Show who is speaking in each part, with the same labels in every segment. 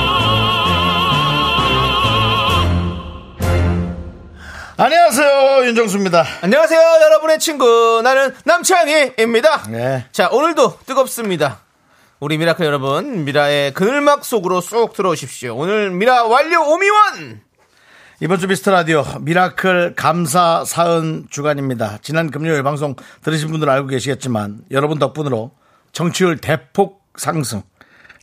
Speaker 1: 안녕하세요 윤정수입니다.
Speaker 2: 안녕하세요 여러분의 친구 나는 남창희입니다
Speaker 1: 네.
Speaker 2: 자 오늘도 뜨겁습니다 우리 미라클 여러분 미라의 그늘막 속으로 쏙 들어오십시오 오늘 미라 완료 오미원
Speaker 1: 이번 주 미스터 라디오 미라클 감사 사은 주간입니다. 지난 금요일 방송 들으신 분들 알고 계시겠지만 여러분 덕분으로 정치율 대폭 상승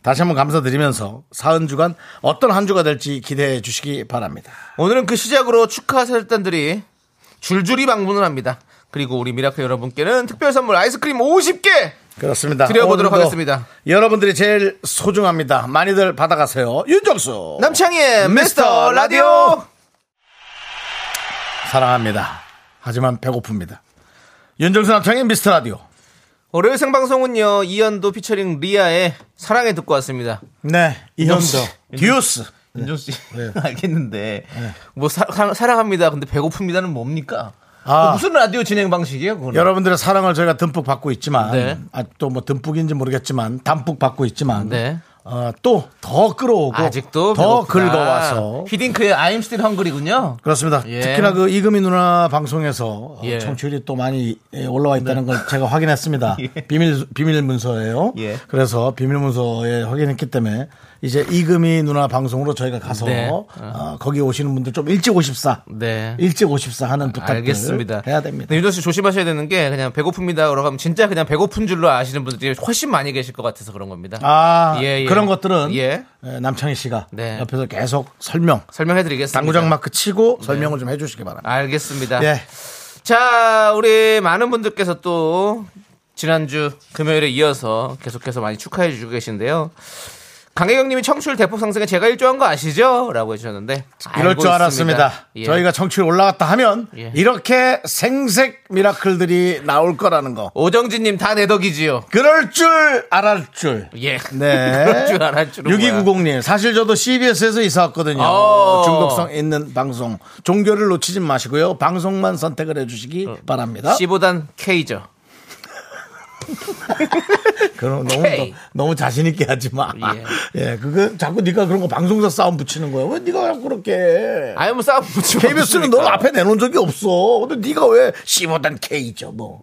Speaker 1: 다시 한번 감사드리면서 사은 주간 어떤 한 주가 될지 기대해 주시기 바랍니다.
Speaker 2: 오늘은 그 시작으로 축하 세력단들이 줄줄이 방문을 합니다 그리고 우리 미라클 여러분께는 특별 선물 아이스크림 50개
Speaker 1: 그렇습니다.
Speaker 2: 드려보도록
Speaker 1: 오늘도
Speaker 2: 하겠습니다.
Speaker 1: 여러분들이 제일 소중합니다. 많이들 받아가세요. 윤정수
Speaker 2: 남창희의 미스터 라디오
Speaker 1: 사랑합니다. 하지만 배고픕니다. 윤정수 남창의 미스터 라디오.
Speaker 2: 월요일 어, 생방송은요 이현도 피처링 리아의 사랑에 듣고 왔습니다
Speaker 1: 네,
Speaker 2: 이현도.
Speaker 1: 듀스.
Speaker 2: 윤정씨 네.
Speaker 1: 네.
Speaker 2: 알겠는데 뭐 사, 랑합니다 근데 배고픕니다는 뭡니까?
Speaker 1: 아.
Speaker 2: 그거 무슨 라디오 진행 방식이에요? 그거는?
Speaker 1: 여러분들의 사랑을 저희가 듬뿍 받고 있지만
Speaker 2: 네.
Speaker 1: 또 뭐 듬뿍인지 모르겠지만 담뿍 받고 있지만
Speaker 2: 네.
Speaker 1: 어, 또 더 끌어오고
Speaker 2: 아직도
Speaker 1: 더
Speaker 2: 배고프다.
Speaker 1: 긁어와서
Speaker 2: 히딩크의 I'm Still Hungry군요.
Speaker 1: 그렇습니다.
Speaker 2: 예.
Speaker 1: 특히나 그 이금희 누나 방송에서 어,
Speaker 2: 예. 네.
Speaker 1: 청취율이 또 많이 예, 올라와 있다는 걸 제가 확인했습니다. 비밀 비밀 문서예요.
Speaker 2: 예.
Speaker 1: 그래서 비밀 문서에 확인했기 때문에 이제 이금희 누나 방송으로 저희가 가서
Speaker 2: 네.
Speaker 1: 어, 거기 오시는 분들 좀 일찍 오십사.
Speaker 2: 네.
Speaker 1: 일찍 오십사 하는 부탁들
Speaker 2: 알겠습니다.
Speaker 1: 해야 됩니다.
Speaker 2: 근데 윤정 씨 조심하셔야 되는 게 그냥 배고픕니다. 그러고 하면 진짜 그냥 배고픈 줄로 아시는 분들이 훨씬 많이 계실 것 같아서 그런 겁니다.
Speaker 1: 아
Speaker 2: 예, 예.
Speaker 1: 그런 것들은
Speaker 2: 예.
Speaker 1: 예, 남창희 씨가
Speaker 2: 네.
Speaker 1: 옆에서 계속 설명
Speaker 2: 설명해드리겠습니다. 네. 아,
Speaker 1: 당구장 마크 치고 설명을 좀 해주시기 바랍니다.
Speaker 2: 알겠습니다.
Speaker 1: 예.
Speaker 2: 자, 우리 많은 분들께서 또 지난주 금요일에 이어서 계속해서 많이 축하해 주고 계신데요. 강혜경님이 청출 대폭 상승에 제가 일조한 거 아시죠? 라고 해주셨는데
Speaker 1: 이럴
Speaker 2: 알고
Speaker 1: 줄 알았습니다.
Speaker 2: 있습니다. 예.
Speaker 1: 저희가 청취율 올라갔다 하면
Speaker 2: 예.
Speaker 1: 이렇게 생색 미라클들이 나올 거라는 거.
Speaker 2: 오정진님 다 내 덕이지요.
Speaker 1: 그럴 줄 알았 줄. 네.
Speaker 2: 예. 그럴 줄 알았 줄은
Speaker 1: 6290님. 사실 저도 CBS에서 이사 왔거든요.
Speaker 2: 어.
Speaker 1: 중독성 있는 방송. 종교를 놓치지 마시고요. 방송만 선택을 해주시기
Speaker 2: 어.
Speaker 1: 바랍니다.
Speaker 2: C보단 K죠.
Speaker 1: 그럼 너무,
Speaker 2: K.
Speaker 1: 너- 너무 자신있게 하지 마. 예. 그거 자꾸 네가 그런 거 방송사 싸움 붙이는 거야. 왜 네가 자꾸 그렇게 해?
Speaker 2: 아니 뭐 싸움 붙이
Speaker 1: KBS는 너 앞에 내놓은 적이 없어. 근데 네가 왜 C보단 K죠, 뭐.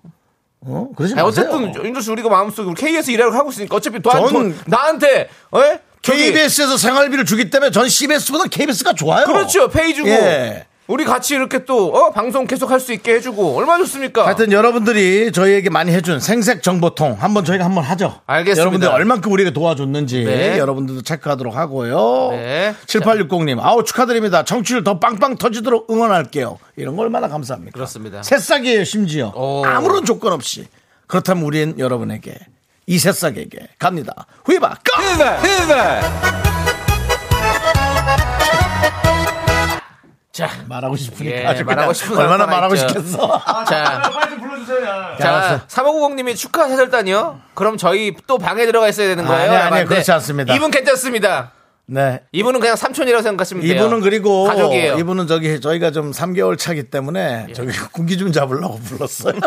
Speaker 1: 어? 그러지
Speaker 2: 아니,
Speaker 1: 마세요.
Speaker 2: 어쨌든 윤조 씨 우리가 마음속으로 KBS 일하고 하고 있으니까 어차피 또
Speaker 1: 전-
Speaker 2: 전... 나한테 예? 저기-
Speaker 1: KBS에서 생활비를 주기 때문에 전 CBS보다 KBS가 좋아요.
Speaker 2: 그렇죠. 페이 주고.
Speaker 1: 어. 예.
Speaker 2: 우리 같이 이렇게 또 어? 방송 계속 할 수 있게 해주고 얼마나 좋습니까?
Speaker 1: 하여튼 여러분들이 저희에게 많이 해준 생색 정보통 한번 저희가 한번 하죠.
Speaker 2: 알겠습니다.
Speaker 1: 여러분들 얼만큼 우리에게 도와줬는지
Speaker 2: 네.
Speaker 1: 여러분들도 체크하도록 하고요.
Speaker 2: 네.
Speaker 1: 7860님, 아우 축하드립니다. 청취율 더 빵빵 터지도록 응원할게요. 이런 거 얼마나 감사합니까?
Speaker 2: 그렇습니다.
Speaker 1: 새싹이에요, 심지어.
Speaker 2: 오.
Speaker 1: 아무런 조건 없이. 그렇다면 우린 여러분에게 이 새싹에게 갑니다. 후이바 고!
Speaker 2: 자,
Speaker 1: 말하고 싶으니까
Speaker 2: 예,
Speaker 1: 아주 그냥
Speaker 2: 말하고 싶은
Speaker 1: 얼마나
Speaker 2: 사람 하나
Speaker 1: 말하고
Speaker 2: 있죠.
Speaker 1: 싶겠어.
Speaker 2: 자,
Speaker 1: 알았어.
Speaker 2: 자, 3590님이 축하 사절단이요? 그럼 저희 또 방에 들어가 있어야 되는 거예요?
Speaker 1: 아니, 아니,
Speaker 2: 라고 하는데
Speaker 1: 그렇지 않습니다.
Speaker 2: 이분 괜찮습니다.
Speaker 1: 네.
Speaker 2: 이분은 그냥 삼촌이라고 생각하시면 돼요.
Speaker 1: 이분은 그리고
Speaker 2: 가족이에요. 예.
Speaker 1: 이분은 저기 저희가 좀 3개월 차기 때문에 저기 군기 좀 잡으려고 불렀어요.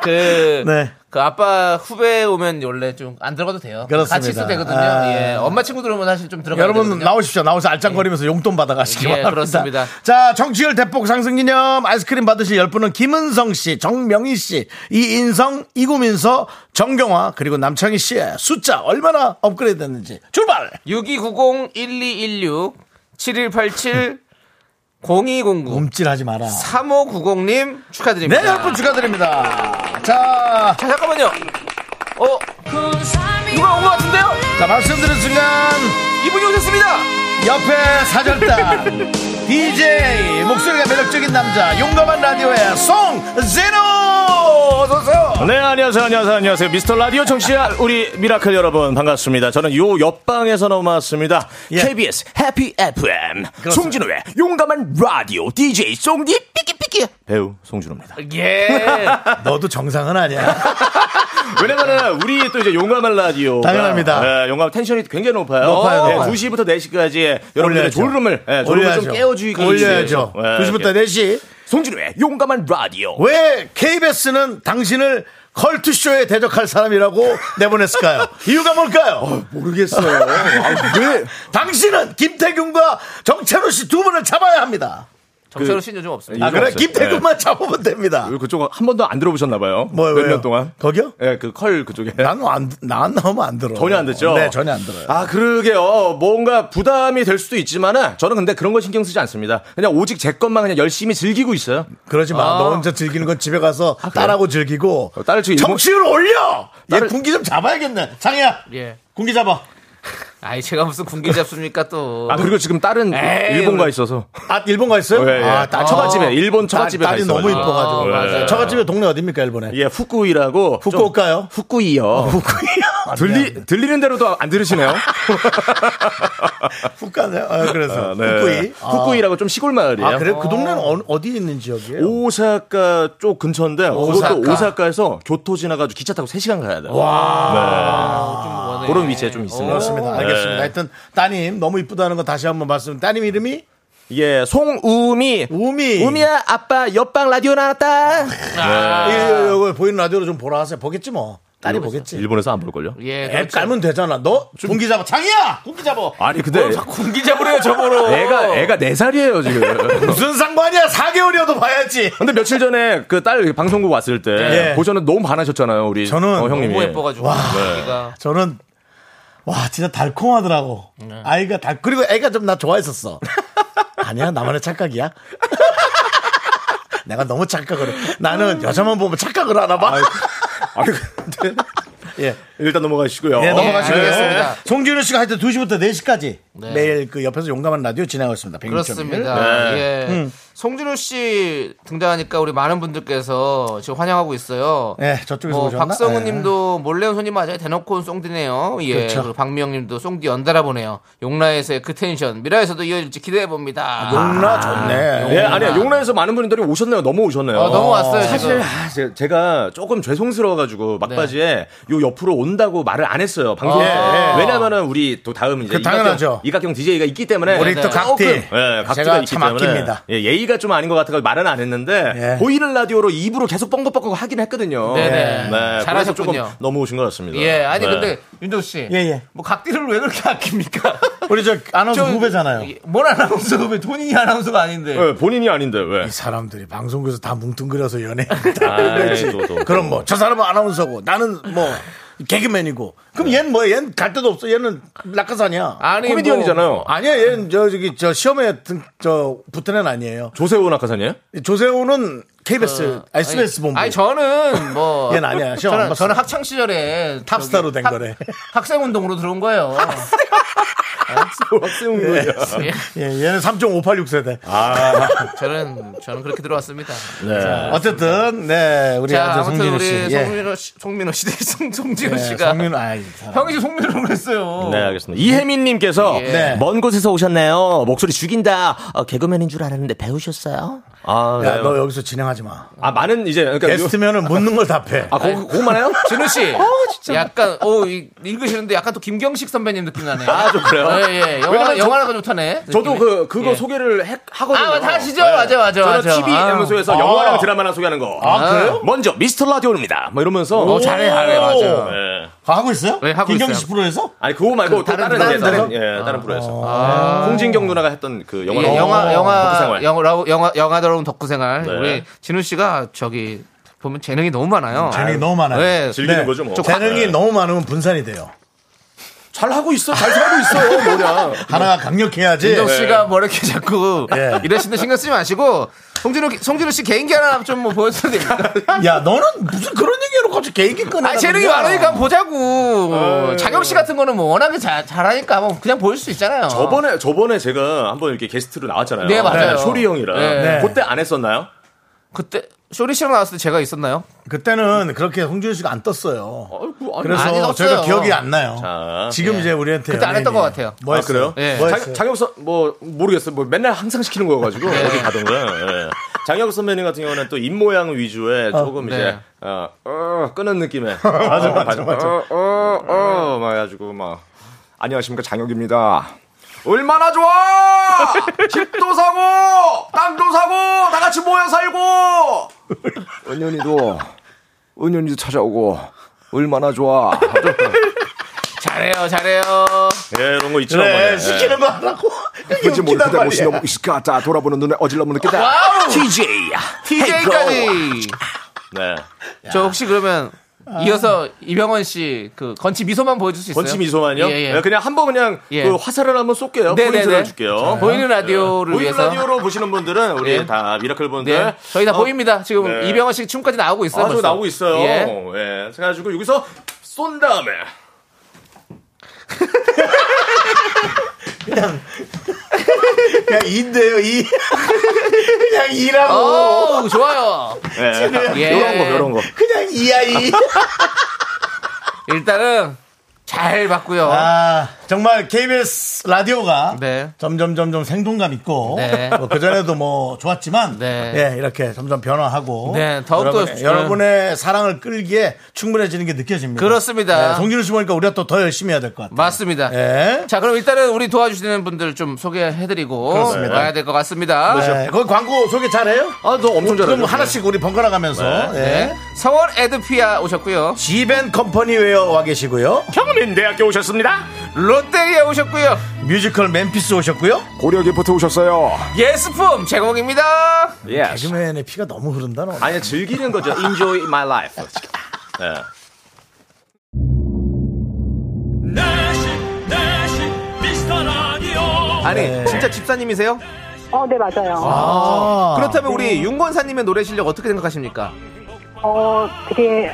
Speaker 2: 그,
Speaker 1: 네.
Speaker 2: 그 아빠 후배 오면 원래 좀 안 들어가도 돼요.
Speaker 1: 그렇습니다.
Speaker 2: 같이 있어도 되거든요.
Speaker 1: 아.
Speaker 2: 예. 엄마 친구들 오면 사실 좀 들어가야
Speaker 1: 여러분
Speaker 2: 되거든요.
Speaker 1: 나오십시오. 나오서 알짱거리면서 용돈 받아가시기
Speaker 2: 예,
Speaker 1: 바랍니다.
Speaker 2: 그렇습니다.
Speaker 1: 자, 정치율 대폭 상승 기념 아이스크림 받으실 열 분은 김은성 씨, 정명희 씨, 이인성, 이구민서, 정경화 그리고 남창희 씨의 숫자 얼마나 업그레이드 됐는지 출발.
Speaker 2: 6290-1216 7187 0209
Speaker 1: 움찔하지 마라.
Speaker 2: 3590님
Speaker 1: 네,
Speaker 2: 축하드립니다.
Speaker 1: 열 분 축하드립니다. 자,
Speaker 2: 자, 잠깐만요. 어, 누가 온 것 같은데요?
Speaker 1: 자 말씀드린 순간
Speaker 2: 이분이 오셨습니다.
Speaker 1: 옆에 사절단 DJ 목소리가 매력적인 남자 용감한 라디오의 송제노
Speaker 2: 어서오세요!
Speaker 3: 네, 안녕하세요, 안녕하세요, 안녕하세요. 미스터 라디오 청취자 우리 미라클 여러분 반갑습니다. 저는 요 옆방에서 넘어왔습니다.
Speaker 1: 예.
Speaker 3: KBS 해피 FM 송진호의 용감한 라디오 DJ 송디 삐끼삐끼 배우 송진호입니다.
Speaker 2: 예.
Speaker 1: 너도 정상은 아니야.
Speaker 3: 왜냐면은 우리 또 이제 용감한 라디오 예,
Speaker 1: 당연합니다.
Speaker 3: 용감 텐션이 굉장히 높아요.
Speaker 1: 높아요,
Speaker 3: 네,
Speaker 1: 높아요.
Speaker 3: 2시부터 4시까지 여러분들의
Speaker 1: 올려야죠.
Speaker 3: 졸음을 예, 졸음을 좀 깨워주기
Speaker 1: 올려야죠.
Speaker 3: 위해서. 예,
Speaker 1: 2시부터 4시.
Speaker 3: 송진호의 용감한 라디오.
Speaker 1: 왜 KBS는 당신을 컬투쇼에 대적할 사람이라고 내보냈을까요? 이유가 뭘까요?
Speaker 3: 아,
Speaker 1: 모르겠어요. 왜? 당신은 김태균과 정찬호 씨 두 분을 잡아야 합니다.
Speaker 2: 정철우 씨는 요즘 없어요.
Speaker 1: 아, 그래?
Speaker 3: 없어요. 예.
Speaker 1: 김태균만 잡으면 됩니다.
Speaker 3: 그리고 그쪽 한 번도 안 들어보셨나봐요.
Speaker 1: 뭐요, 아,
Speaker 3: 몇
Speaker 1: 왜요?
Speaker 3: 년 동안.
Speaker 1: 거기요?
Speaker 3: 예, 그 컬 그쪽에.
Speaker 1: 나는 안, 난 나오면 안 들어.
Speaker 3: 전혀 안 듣죠?
Speaker 1: 네, 전혀 안 들어요.
Speaker 3: 아, 그러게요. 뭔가 부담이 될 수도 있지만은 저는 근데 그런 거 신경 쓰지 않습니다. 그냥 오직 제 것만 그냥 열심히 즐기고 있어요.
Speaker 1: 그러지 마. 너 혼자 즐기는 건 집에 가서 딸하고 즐기고.
Speaker 3: 아. 어, 딸을 지금 일본-
Speaker 1: 정치율 올려! 얘
Speaker 3: 딸을-
Speaker 1: 군기 좀 잡아야겠네. 장이야.
Speaker 2: 예.
Speaker 1: 군기 잡아.
Speaker 2: 아이, 제가 무슨 군기 잡습니까, 또.
Speaker 3: 아,
Speaker 1: 어,
Speaker 3: 그리고 지금 딸은
Speaker 2: 에이,
Speaker 3: 일본 가
Speaker 2: 오늘-
Speaker 3: 있어서.
Speaker 1: 아, 일본 가 있어요?
Speaker 3: 예, 예.
Speaker 1: 네. 아, 딸-
Speaker 3: 처갓집에, 일본
Speaker 1: 딸,
Speaker 3: 처갓집에 가
Speaker 1: 딸이
Speaker 3: 있어요.
Speaker 1: 너무 이뻐가지고.
Speaker 2: 아, 맞아요.
Speaker 1: 처갓집에 동네 어딥니까, 일본에?
Speaker 3: 예, 후쿠이라고. 좀-
Speaker 1: 후쿠오카요? 어,
Speaker 3: 후쿠이요.
Speaker 1: 후쿠이요.
Speaker 3: 들리, 들리는 대로도 안 들으시네요.
Speaker 1: 후카네. 아, 그래서
Speaker 3: 아, 네.
Speaker 1: 후쿠이. 아.
Speaker 3: 후쿠이라고 예. 좀 시골 마을이에요.
Speaker 1: 아, 그래? 그 동네는 어, 어디에 있는 지역이에요?
Speaker 3: 오사카 쪽 근처인데 그것도
Speaker 1: 오사카.
Speaker 3: 오사카에서 교토 지나가지고 기차 타고 3시간 가야 돼요. 네. 그런 위치에 좀 있습니다.
Speaker 1: 그렇습니다. 알겠습니다.
Speaker 3: 네.
Speaker 1: 하여튼 따님 너무 이쁘다는 거 다시 한번 말씀. 따님 이름이
Speaker 3: 예, 송우미.
Speaker 1: 우미.
Speaker 3: 우미야 아빠 옆방 라디오 나왔다.
Speaker 1: 이거, 이거 보이는 라디오로 좀 보라 하세요. 보겠지 뭐. 딸이 보겠지.
Speaker 3: 일본에서 안 볼 걸요?
Speaker 2: 예,
Speaker 1: 앱
Speaker 2: 그렇죠.
Speaker 1: 깔면 되잖아. 너 군기 잡아. 장이야. 군기 잡아.
Speaker 3: 아니 근데
Speaker 2: 그 군기 잡으래요, 저거로.
Speaker 3: 애가 애가 4 살이에요 지금.
Speaker 1: 무슨 상관이야? 4개월이어도 봐야지.
Speaker 3: 근데 며칠 전에 그 딸 방송국 왔을 때
Speaker 1: 예.
Speaker 3: 보셔는 너무 반하셨잖아요 우리
Speaker 1: 저는
Speaker 3: 어, 형님이.
Speaker 2: 너무 예뻐가지고. 군기가.
Speaker 1: 저는 와 진짜 달콤하더라고. 아이가 달 그리고 애가 좀 나 좋아했었어. 아니야 나만의 착각이야. 내가 너무 착각을 해. 나는 여자만 보면 착각을 하나 봐.
Speaker 3: 아니 근데
Speaker 1: 예.
Speaker 3: 일단 넘어가시고요.
Speaker 2: 예,
Speaker 1: 네, 넘어가시겠습니다.
Speaker 2: 네.
Speaker 1: 송진우 씨가 하여튼 2시부터 4시까지 매일 그 옆에서 용감한 라디오 진행하고 있습니다.
Speaker 2: 그렇습니다. 예. 송진우 씨 등장하니까 우리 많은 분들께서 지금 환영하고 있어요.
Speaker 1: 예, 저쪽에서 오셨나?
Speaker 2: 박성우
Speaker 1: 예.
Speaker 2: 님도 몰래 온 손님 맞아요. 대놓고 온 쏭디네요. 예.
Speaker 1: 그렇죠.
Speaker 2: 그리고 박미영 님도 쏭디 연달아 보네요. 용라에서의 그 텐션. 미라에서도 이어질지 기대해 봅니다.
Speaker 1: 용나 좋네.
Speaker 3: 예, 아니야. 용란에서 많은 분들이 오셨네요. 너무 오셨네요.
Speaker 2: 어, 너무 왔어요,
Speaker 3: 사실
Speaker 2: 지금. 네.
Speaker 3: 아, 제- 제가 조금 죄송스러워가지고 막바지에 요 옆으로 온다고 말을 안 했어요. 방송에.
Speaker 2: 아, 예, 예.
Speaker 3: 왜냐면은 우리 또 다음 이제
Speaker 1: 그 당연하죠.
Speaker 3: 이각경, 이각경 DJ가 있기 때문에
Speaker 1: 우리
Speaker 2: 네.
Speaker 1: 또
Speaker 3: 조금,
Speaker 1: 각디.
Speaker 3: 예, 각디가
Speaker 1: 제가
Speaker 3: 있기
Speaker 1: 참
Speaker 3: 때문에
Speaker 1: 아낍니다.
Speaker 3: 예, 예의가 좀 아닌 것 같아서 말은 안 했는데
Speaker 1: 예.
Speaker 3: 보이는 라디오로 입으로 계속 뻥긋뻥긋 하긴 했거든요.
Speaker 2: 네네.
Speaker 3: 그래서
Speaker 2: 잘하셨군요.
Speaker 3: 조금 넘어오신 것 같습니다.
Speaker 2: 예. 아니
Speaker 3: 네.
Speaker 2: 근데 윤정 씨.
Speaker 1: 예, 예.
Speaker 2: 뭐 각디를 왜 그렇게 아낍니까?
Speaker 1: 우리 저 아나운서
Speaker 2: 저-
Speaker 1: 후배잖아요.
Speaker 2: 예, 뭔 아나운서 후배 본인이 아나운서가 아닌데.
Speaker 3: 예, 본인이 아닌데 왜?
Speaker 1: 이 사람들이 방송국에서 다 뭉뚱그려서 연애한다.
Speaker 3: 아이, 또, 또.
Speaker 1: 그럼 뭐 저 사람은 아나운서고 나는 뭐 개그맨이고 네. 그럼 얘는 뭐야? 얘는 갈 데도 없어. 얘는 낙하산이야.
Speaker 2: 아니
Speaker 3: 코미디언이잖아요.
Speaker 1: 아니야 얘는 저 저기 저 시험에 등, 저 붙은 애는 아니에요.
Speaker 3: 조세호 낙하산이에요?
Speaker 1: 조세호는 KBS,
Speaker 2: 아니,
Speaker 1: SBS 본부.
Speaker 2: 그, 아니 저는 뭐
Speaker 1: 얘는 아니야. 시험 안
Speaker 2: 저는,
Speaker 1: 봤어.
Speaker 2: 저는 학창 시절에
Speaker 1: 탑스타로
Speaker 2: 저기
Speaker 1: 된
Speaker 2: 학-
Speaker 1: 거래.
Speaker 2: 학생 운동으로 들어온 거예요.
Speaker 3: 박세웅이야.
Speaker 2: 예.
Speaker 1: 예, 얘는 3.586 세대.
Speaker 2: 저는 저는 그렇게 들어왔습니다.
Speaker 3: 네.
Speaker 1: 어쨌든 네
Speaker 3: 예,
Speaker 1: 우리
Speaker 2: 자
Speaker 1: 아저
Speaker 2: 아무튼
Speaker 1: 송진우 씨.
Speaker 2: 우리
Speaker 1: 예.
Speaker 2: 송민호 씨, 송민호 씨, 송 송진우
Speaker 1: 예,
Speaker 2: 씨가
Speaker 1: 송민호 아이 사람.
Speaker 2: 형이 지금 송민호라고 그랬어요.
Speaker 3: 네, 알겠습니다. 이혜민님께서
Speaker 2: 예.
Speaker 1: 네.
Speaker 3: 먼 곳에서 오셨네요. 목소리 죽인다. 어, 개그맨인 줄 알았는데 배우셨어요? 아,
Speaker 1: 야,
Speaker 3: 네.
Speaker 1: 너 여기서 진행하지 마.
Speaker 3: 아 많은 이제 그러니까 요-
Speaker 1: 게스트면은 묻는 걸 답해.
Speaker 3: 아, 그거 그거만 해요?
Speaker 2: 진우 씨,
Speaker 3: 어,
Speaker 2: 약간 오 이- 읽으시는데 약간 또 김경식 선배님 느낌 나네.
Speaker 3: 아, 좀 그래요?
Speaker 2: 예예. 영화
Speaker 3: 왜냐면 저-
Speaker 2: 영화가 좋다네.
Speaker 3: 저도
Speaker 2: 느낌이.
Speaker 3: 그 그거
Speaker 2: 예.
Speaker 3: 소개를 해- 하거든요. 네.
Speaker 2: 아, 맞아, 하시죠. 맞아, 맞아,
Speaker 3: 저는
Speaker 2: 맞아.
Speaker 3: TV
Speaker 2: 아.
Speaker 3: 방송에서
Speaker 1: 아.
Speaker 3: 영화랑 드라마랑 소개하는 거.
Speaker 1: 아, 그래요?
Speaker 3: 먼저 미스터 라디오입니다. 뭐 이러면서
Speaker 2: 어, 잘해 잘해 맞아.
Speaker 3: 예.
Speaker 1: 아, 하고 있어요?
Speaker 2: 네, 하고
Speaker 1: 김경식
Speaker 2: 있어요.
Speaker 1: 프로에서?
Speaker 3: 아니 그거 말고 또 다른
Speaker 1: 다른 아.
Speaker 3: 다른
Speaker 1: 데서?
Speaker 3: 다른, 예, 다른 프로에서 네. 홍진경 누나가 했던 그 영화 어,
Speaker 2: 예, 영화 영화
Speaker 3: 생활.
Speaker 2: 영화 라우- 영화 영화다운 덕후생활
Speaker 3: 네.
Speaker 2: 우리 진우 씨가 저기 보면 재능이 너무 많아요.
Speaker 1: 재능이 너무 많아요.
Speaker 2: 네.
Speaker 3: 즐기는 거죠 뭐.
Speaker 1: 재능이 너무 많으면 분산이 돼요.
Speaker 3: 잘 하고 있어, 잘 살고 있어, 뭐냐.
Speaker 1: 하나가 강력해야지.
Speaker 3: 네.
Speaker 2: 윤정 씨가 뭐 이렇게 자꾸
Speaker 1: 예.
Speaker 2: 이러시는 신경 쓰지 마시고 송진우 송진우 씨 개인기 하나 좀 뭐 보여줘도 됩니까?
Speaker 1: 네. 야, 너는 무슨 그런 얘기로 갑자기 개인기 꺼내.
Speaker 2: 아 재능이 많으니까 한번
Speaker 3: 어,
Speaker 2: 보자고.
Speaker 3: 예.
Speaker 2: 장혁 씨 같은 거는 뭐 워낙에 잘 잘하니까 한번 그냥 보일 수 있잖아요.
Speaker 3: 저번에 저번에 제가 한번 이렇게 게스트로 나왔잖아요.
Speaker 2: 네, 맞아요.
Speaker 3: 쇼리 형이랑
Speaker 2: 네.
Speaker 3: 그때 안 했었나요?
Speaker 2: 그때 쇼리 씨랑 나왔을 때 제가 있었나요?
Speaker 1: 그때는 그렇게 홍준 씨가 안 떴어요.
Speaker 3: 아이고, 아니,
Speaker 1: 그래서
Speaker 2: 많이 떴어요.
Speaker 1: 저희가 기억이 안 나요.
Speaker 3: 자,
Speaker 1: 지금
Speaker 2: 예.
Speaker 1: 이제 우리한테
Speaker 2: 그때 안
Speaker 1: 연예인이
Speaker 2: 했던 것 같아요.
Speaker 1: 뭐
Speaker 3: 아,
Speaker 1: 했어요?
Speaker 3: 그래요?
Speaker 2: 예.
Speaker 1: 뭐
Speaker 3: 장,
Speaker 1: 했어요?
Speaker 3: 장혁 선뭐 모르겠어요. 뭐 맨날 항상 시키는 거여가지고 네. 어디 가던가. 예. 장혁 선배님 같은 경우는 또 입 모양 위주에 조금
Speaker 2: 네.
Speaker 3: 이제 어, 어 끄는 느낌에 맞아 맞아 맞아 어, 어어어막 해가지고 막 안녕하십니까 장혁입니다. 얼마나 좋아! 집도 사고 땅도 사고 다 같이 모여 살고 은연이도 은연이도 찾아오고 얼마나 좋아.
Speaker 2: 잘해요, 잘해요.
Speaker 3: 예 이런 거 있죠.
Speaker 1: 그래,
Speaker 3: 뭐, 예.
Speaker 1: 네, 시키는 거 하라고. 이게
Speaker 4: 뭔지 모르겠다
Speaker 1: 웃기단
Speaker 4: 무이
Speaker 1: 말이야.
Speaker 4: 너무 있을 것 같다 돌아보는 눈에 어질러면 느끼다 TJ야
Speaker 2: TJ까지.
Speaker 3: 네.
Speaker 2: 저 혹시 그러면 이어서 이병헌 씨 그 건치 미소만 보여줄 수 있어요?
Speaker 3: 번치 미소만요.
Speaker 2: 예, 예.
Speaker 3: 네, 그냥 한번 그냥
Speaker 2: 예.
Speaker 3: 그 화살을 한번 쏠게요.
Speaker 2: 네,
Speaker 3: 포인트를
Speaker 2: 네, 네.
Speaker 3: 줄게요. 네.
Speaker 2: 보이는 라디오를
Speaker 3: 보이는
Speaker 2: 위해서.
Speaker 3: 라디오로 보시는 분들은 우리
Speaker 2: 예.
Speaker 3: 다 미라클 분들
Speaker 2: 네. 저희 다
Speaker 3: 어,
Speaker 2: 보입니다. 지금
Speaker 3: 네.
Speaker 2: 이병헌 씨 춤까지 나오고 있어요.
Speaker 3: 아주
Speaker 2: 벌써.
Speaker 3: 나오고 있어요.
Speaker 2: 예.
Speaker 3: 예. 그래가지고 여기서 쏜 다음에
Speaker 1: 그냥 인데요, 이. 그냥 이라고.
Speaker 2: 어? 오, 좋아요.
Speaker 3: 예.
Speaker 2: 예.
Speaker 3: 이런 거 이런 거.
Speaker 1: 그냥 이야, 이.
Speaker 2: 일단은 잘 봤고요.
Speaker 1: 아, 정말 KBS 라디오가
Speaker 2: 네.
Speaker 1: 점점 점점 생동감 있고
Speaker 2: 네.
Speaker 1: 뭐 그전에도 뭐 좋았지만
Speaker 2: 네.
Speaker 1: 예, 이렇게 점점 변화하고
Speaker 2: 네, 더욱더
Speaker 1: 여러분의,
Speaker 2: 좀-
Speaker 1: 여러분의 사랑을 끌기에 충분해지는 게 느껴집니다.
Speaker 2: 그렇습니다.
Speaker 1: 네, 송진우 씨 보니까 우리가 또 더 열심히 해야 될 것 같아요.
Speaker 2: 맞습니다.
Speaker 1: 예.
Speaker 2: 자, 그럼 일단은 우리 도와주시는 분들 좀 소개해드리고
Speaker 1: 그렇습니다.
Speaker 2: 와야 될 것 같습니다.
Speaker 1: 네, 거기 광고 소개 잘해요?
Speaker 3: 아, 너 엄청 잘하죠.
Speaker 1: 그럼 하나씩 우리 번갈아 가면서
Speaker 2: 네. 성원 에드피아 오셨고요.
Speaker 1: 지벤 컴퍼니 웨어 와 계시고요.
Speaker 3: 경민대학교 오셨습니다.
Speaker 2: 롯데리아 오셨고요.
Speaker 1: 뮤지컬 맨피스 오셨고요.
Speaker 2: 네.
Speaker 4: 고려기프트 오셨어요
Speaker 2: 예스품 제공입니다.
Speaker 3: 예.
Speaker 1: 개그맨의 피가 너무 흐른다 너.
Speaker 3: 아니 즐기는 거죠. Enjoy my life. 예.
Speaker 5: 내식 내식 미스터 라디오
Speaker 2: 아니,
Speaker 1: 네.
Speaker 2: 진짜 집사님이세요?
Speaker 6: 어, 네, 맞아요.
Speaker 2: 그렇다면 우리 윤권사님의 노래 실력 어떻게 생각하십니까?
Speaker 6: 어, 되게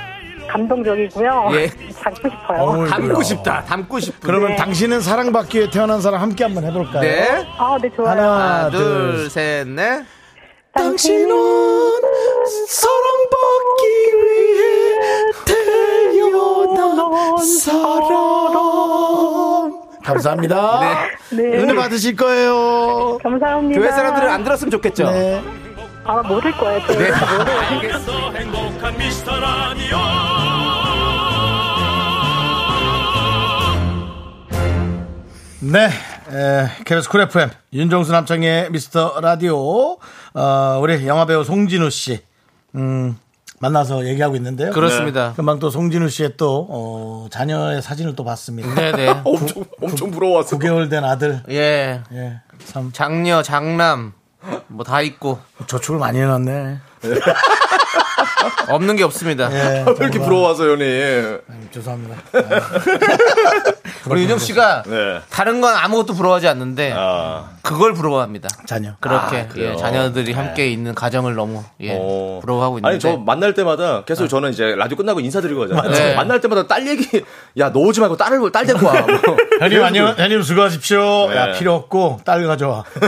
Speaker 6: 감동적이고요.
Speaker 2: 예.
Speaker 6: 잡고 싶어요.
Speaker 1: 어우,
Speaker 2: 담고
Speaker 1: 그래요.
Speaker 2: 싶다. 담고 싶다.
Speaker 1: 그러면 당신은 사랑받기 위해 태어난 사람 함께 한번 해볼까요?
Speaker 2: 네.
Speaker 6: 아, 네, 좋아요.
Speaker 1: 하나,
Speaker 2: 하나,
Speaker 1: 둘,
Speaker 2: 둘, 셋, 넷.
Speaker 6: 당신은
Speaker 1: 사랑받기 위해 태어난 사람. 감사합니다.
Speaker 6: 네.
Speaker 1: 은혜 받으실 거예요.
Speaker 6: 감사합니다.
Speaker 2: 교회 사람들은 안 들었으면 좋겠죠?
Speaker 1: 네.
Speaker 6: 아, 모를 거예요. 또.
Speaker 2: 네.
Speaker 5: 더 행복한 미스터 라디오
Speaker 1: 네. 에, KBS 쿨 FM 윤정수 남창의 미스터 라디오 어, 우리 영화배우 송진우 씨 음, 만나서 얘기하고 있는데요.
Speaker 2: 그렇습니다.
Speaker 1: 금방 또 송진우 씨의 또 어, 자녀의 사진을 또 봤습니다.
Speaker 2: 네, 네.
Speaker 3: 엄청 엄청 부러웠어.
Speaker 1: 9개월 된 아들.
Speaker 2: 예.
Speaker 1: 예, 참
Speaker 2: 장녀, 장남. 뭐 다 있고
Speaker 1: 저축을 많이 해놨네.
Speaker 2: 없는 게 없습니다.
Speaker 1: 예, 음,
Speaker 3: 왜 이렇게 부러워서 연이.
Speaker 1: 죄송합니다.
Speaker 2: 우리 윤정 씨가
Speaker 3: 네.
Speaker 2: 다른 건 아무것도 부러워하지 않는데
Speaker 3: 아.
Speaker 2: 그걸 부러워합니다.
Speaker 1: 자녀.
Speaker 2: 그렇게
Speaker 3: 그래요?
Speaker 2: 예, 자녀들이
Speaker 1: 네.
Speaker 2: 함께 있는 가정을 너무 예,
Speaker 3: 어.
Speaker 2: 부러워하고 있는데
Speaker 3: 아니 저 만날 때마다 계속 저는 이제 라디오 끝나고 인사드리고 가잖아요.
Speaker 2: 맞아요. 네.
Speaker 3: 만날 때마다 딸 얘기 야 너 오지 말고 딸을 딸 데리고 와. 뭐.
Speaker 1: 형님 안녕, 형님 수고하십시오. 야
Speaker 3: 네.
Speaker 1: 필요 없고 딸 가져와.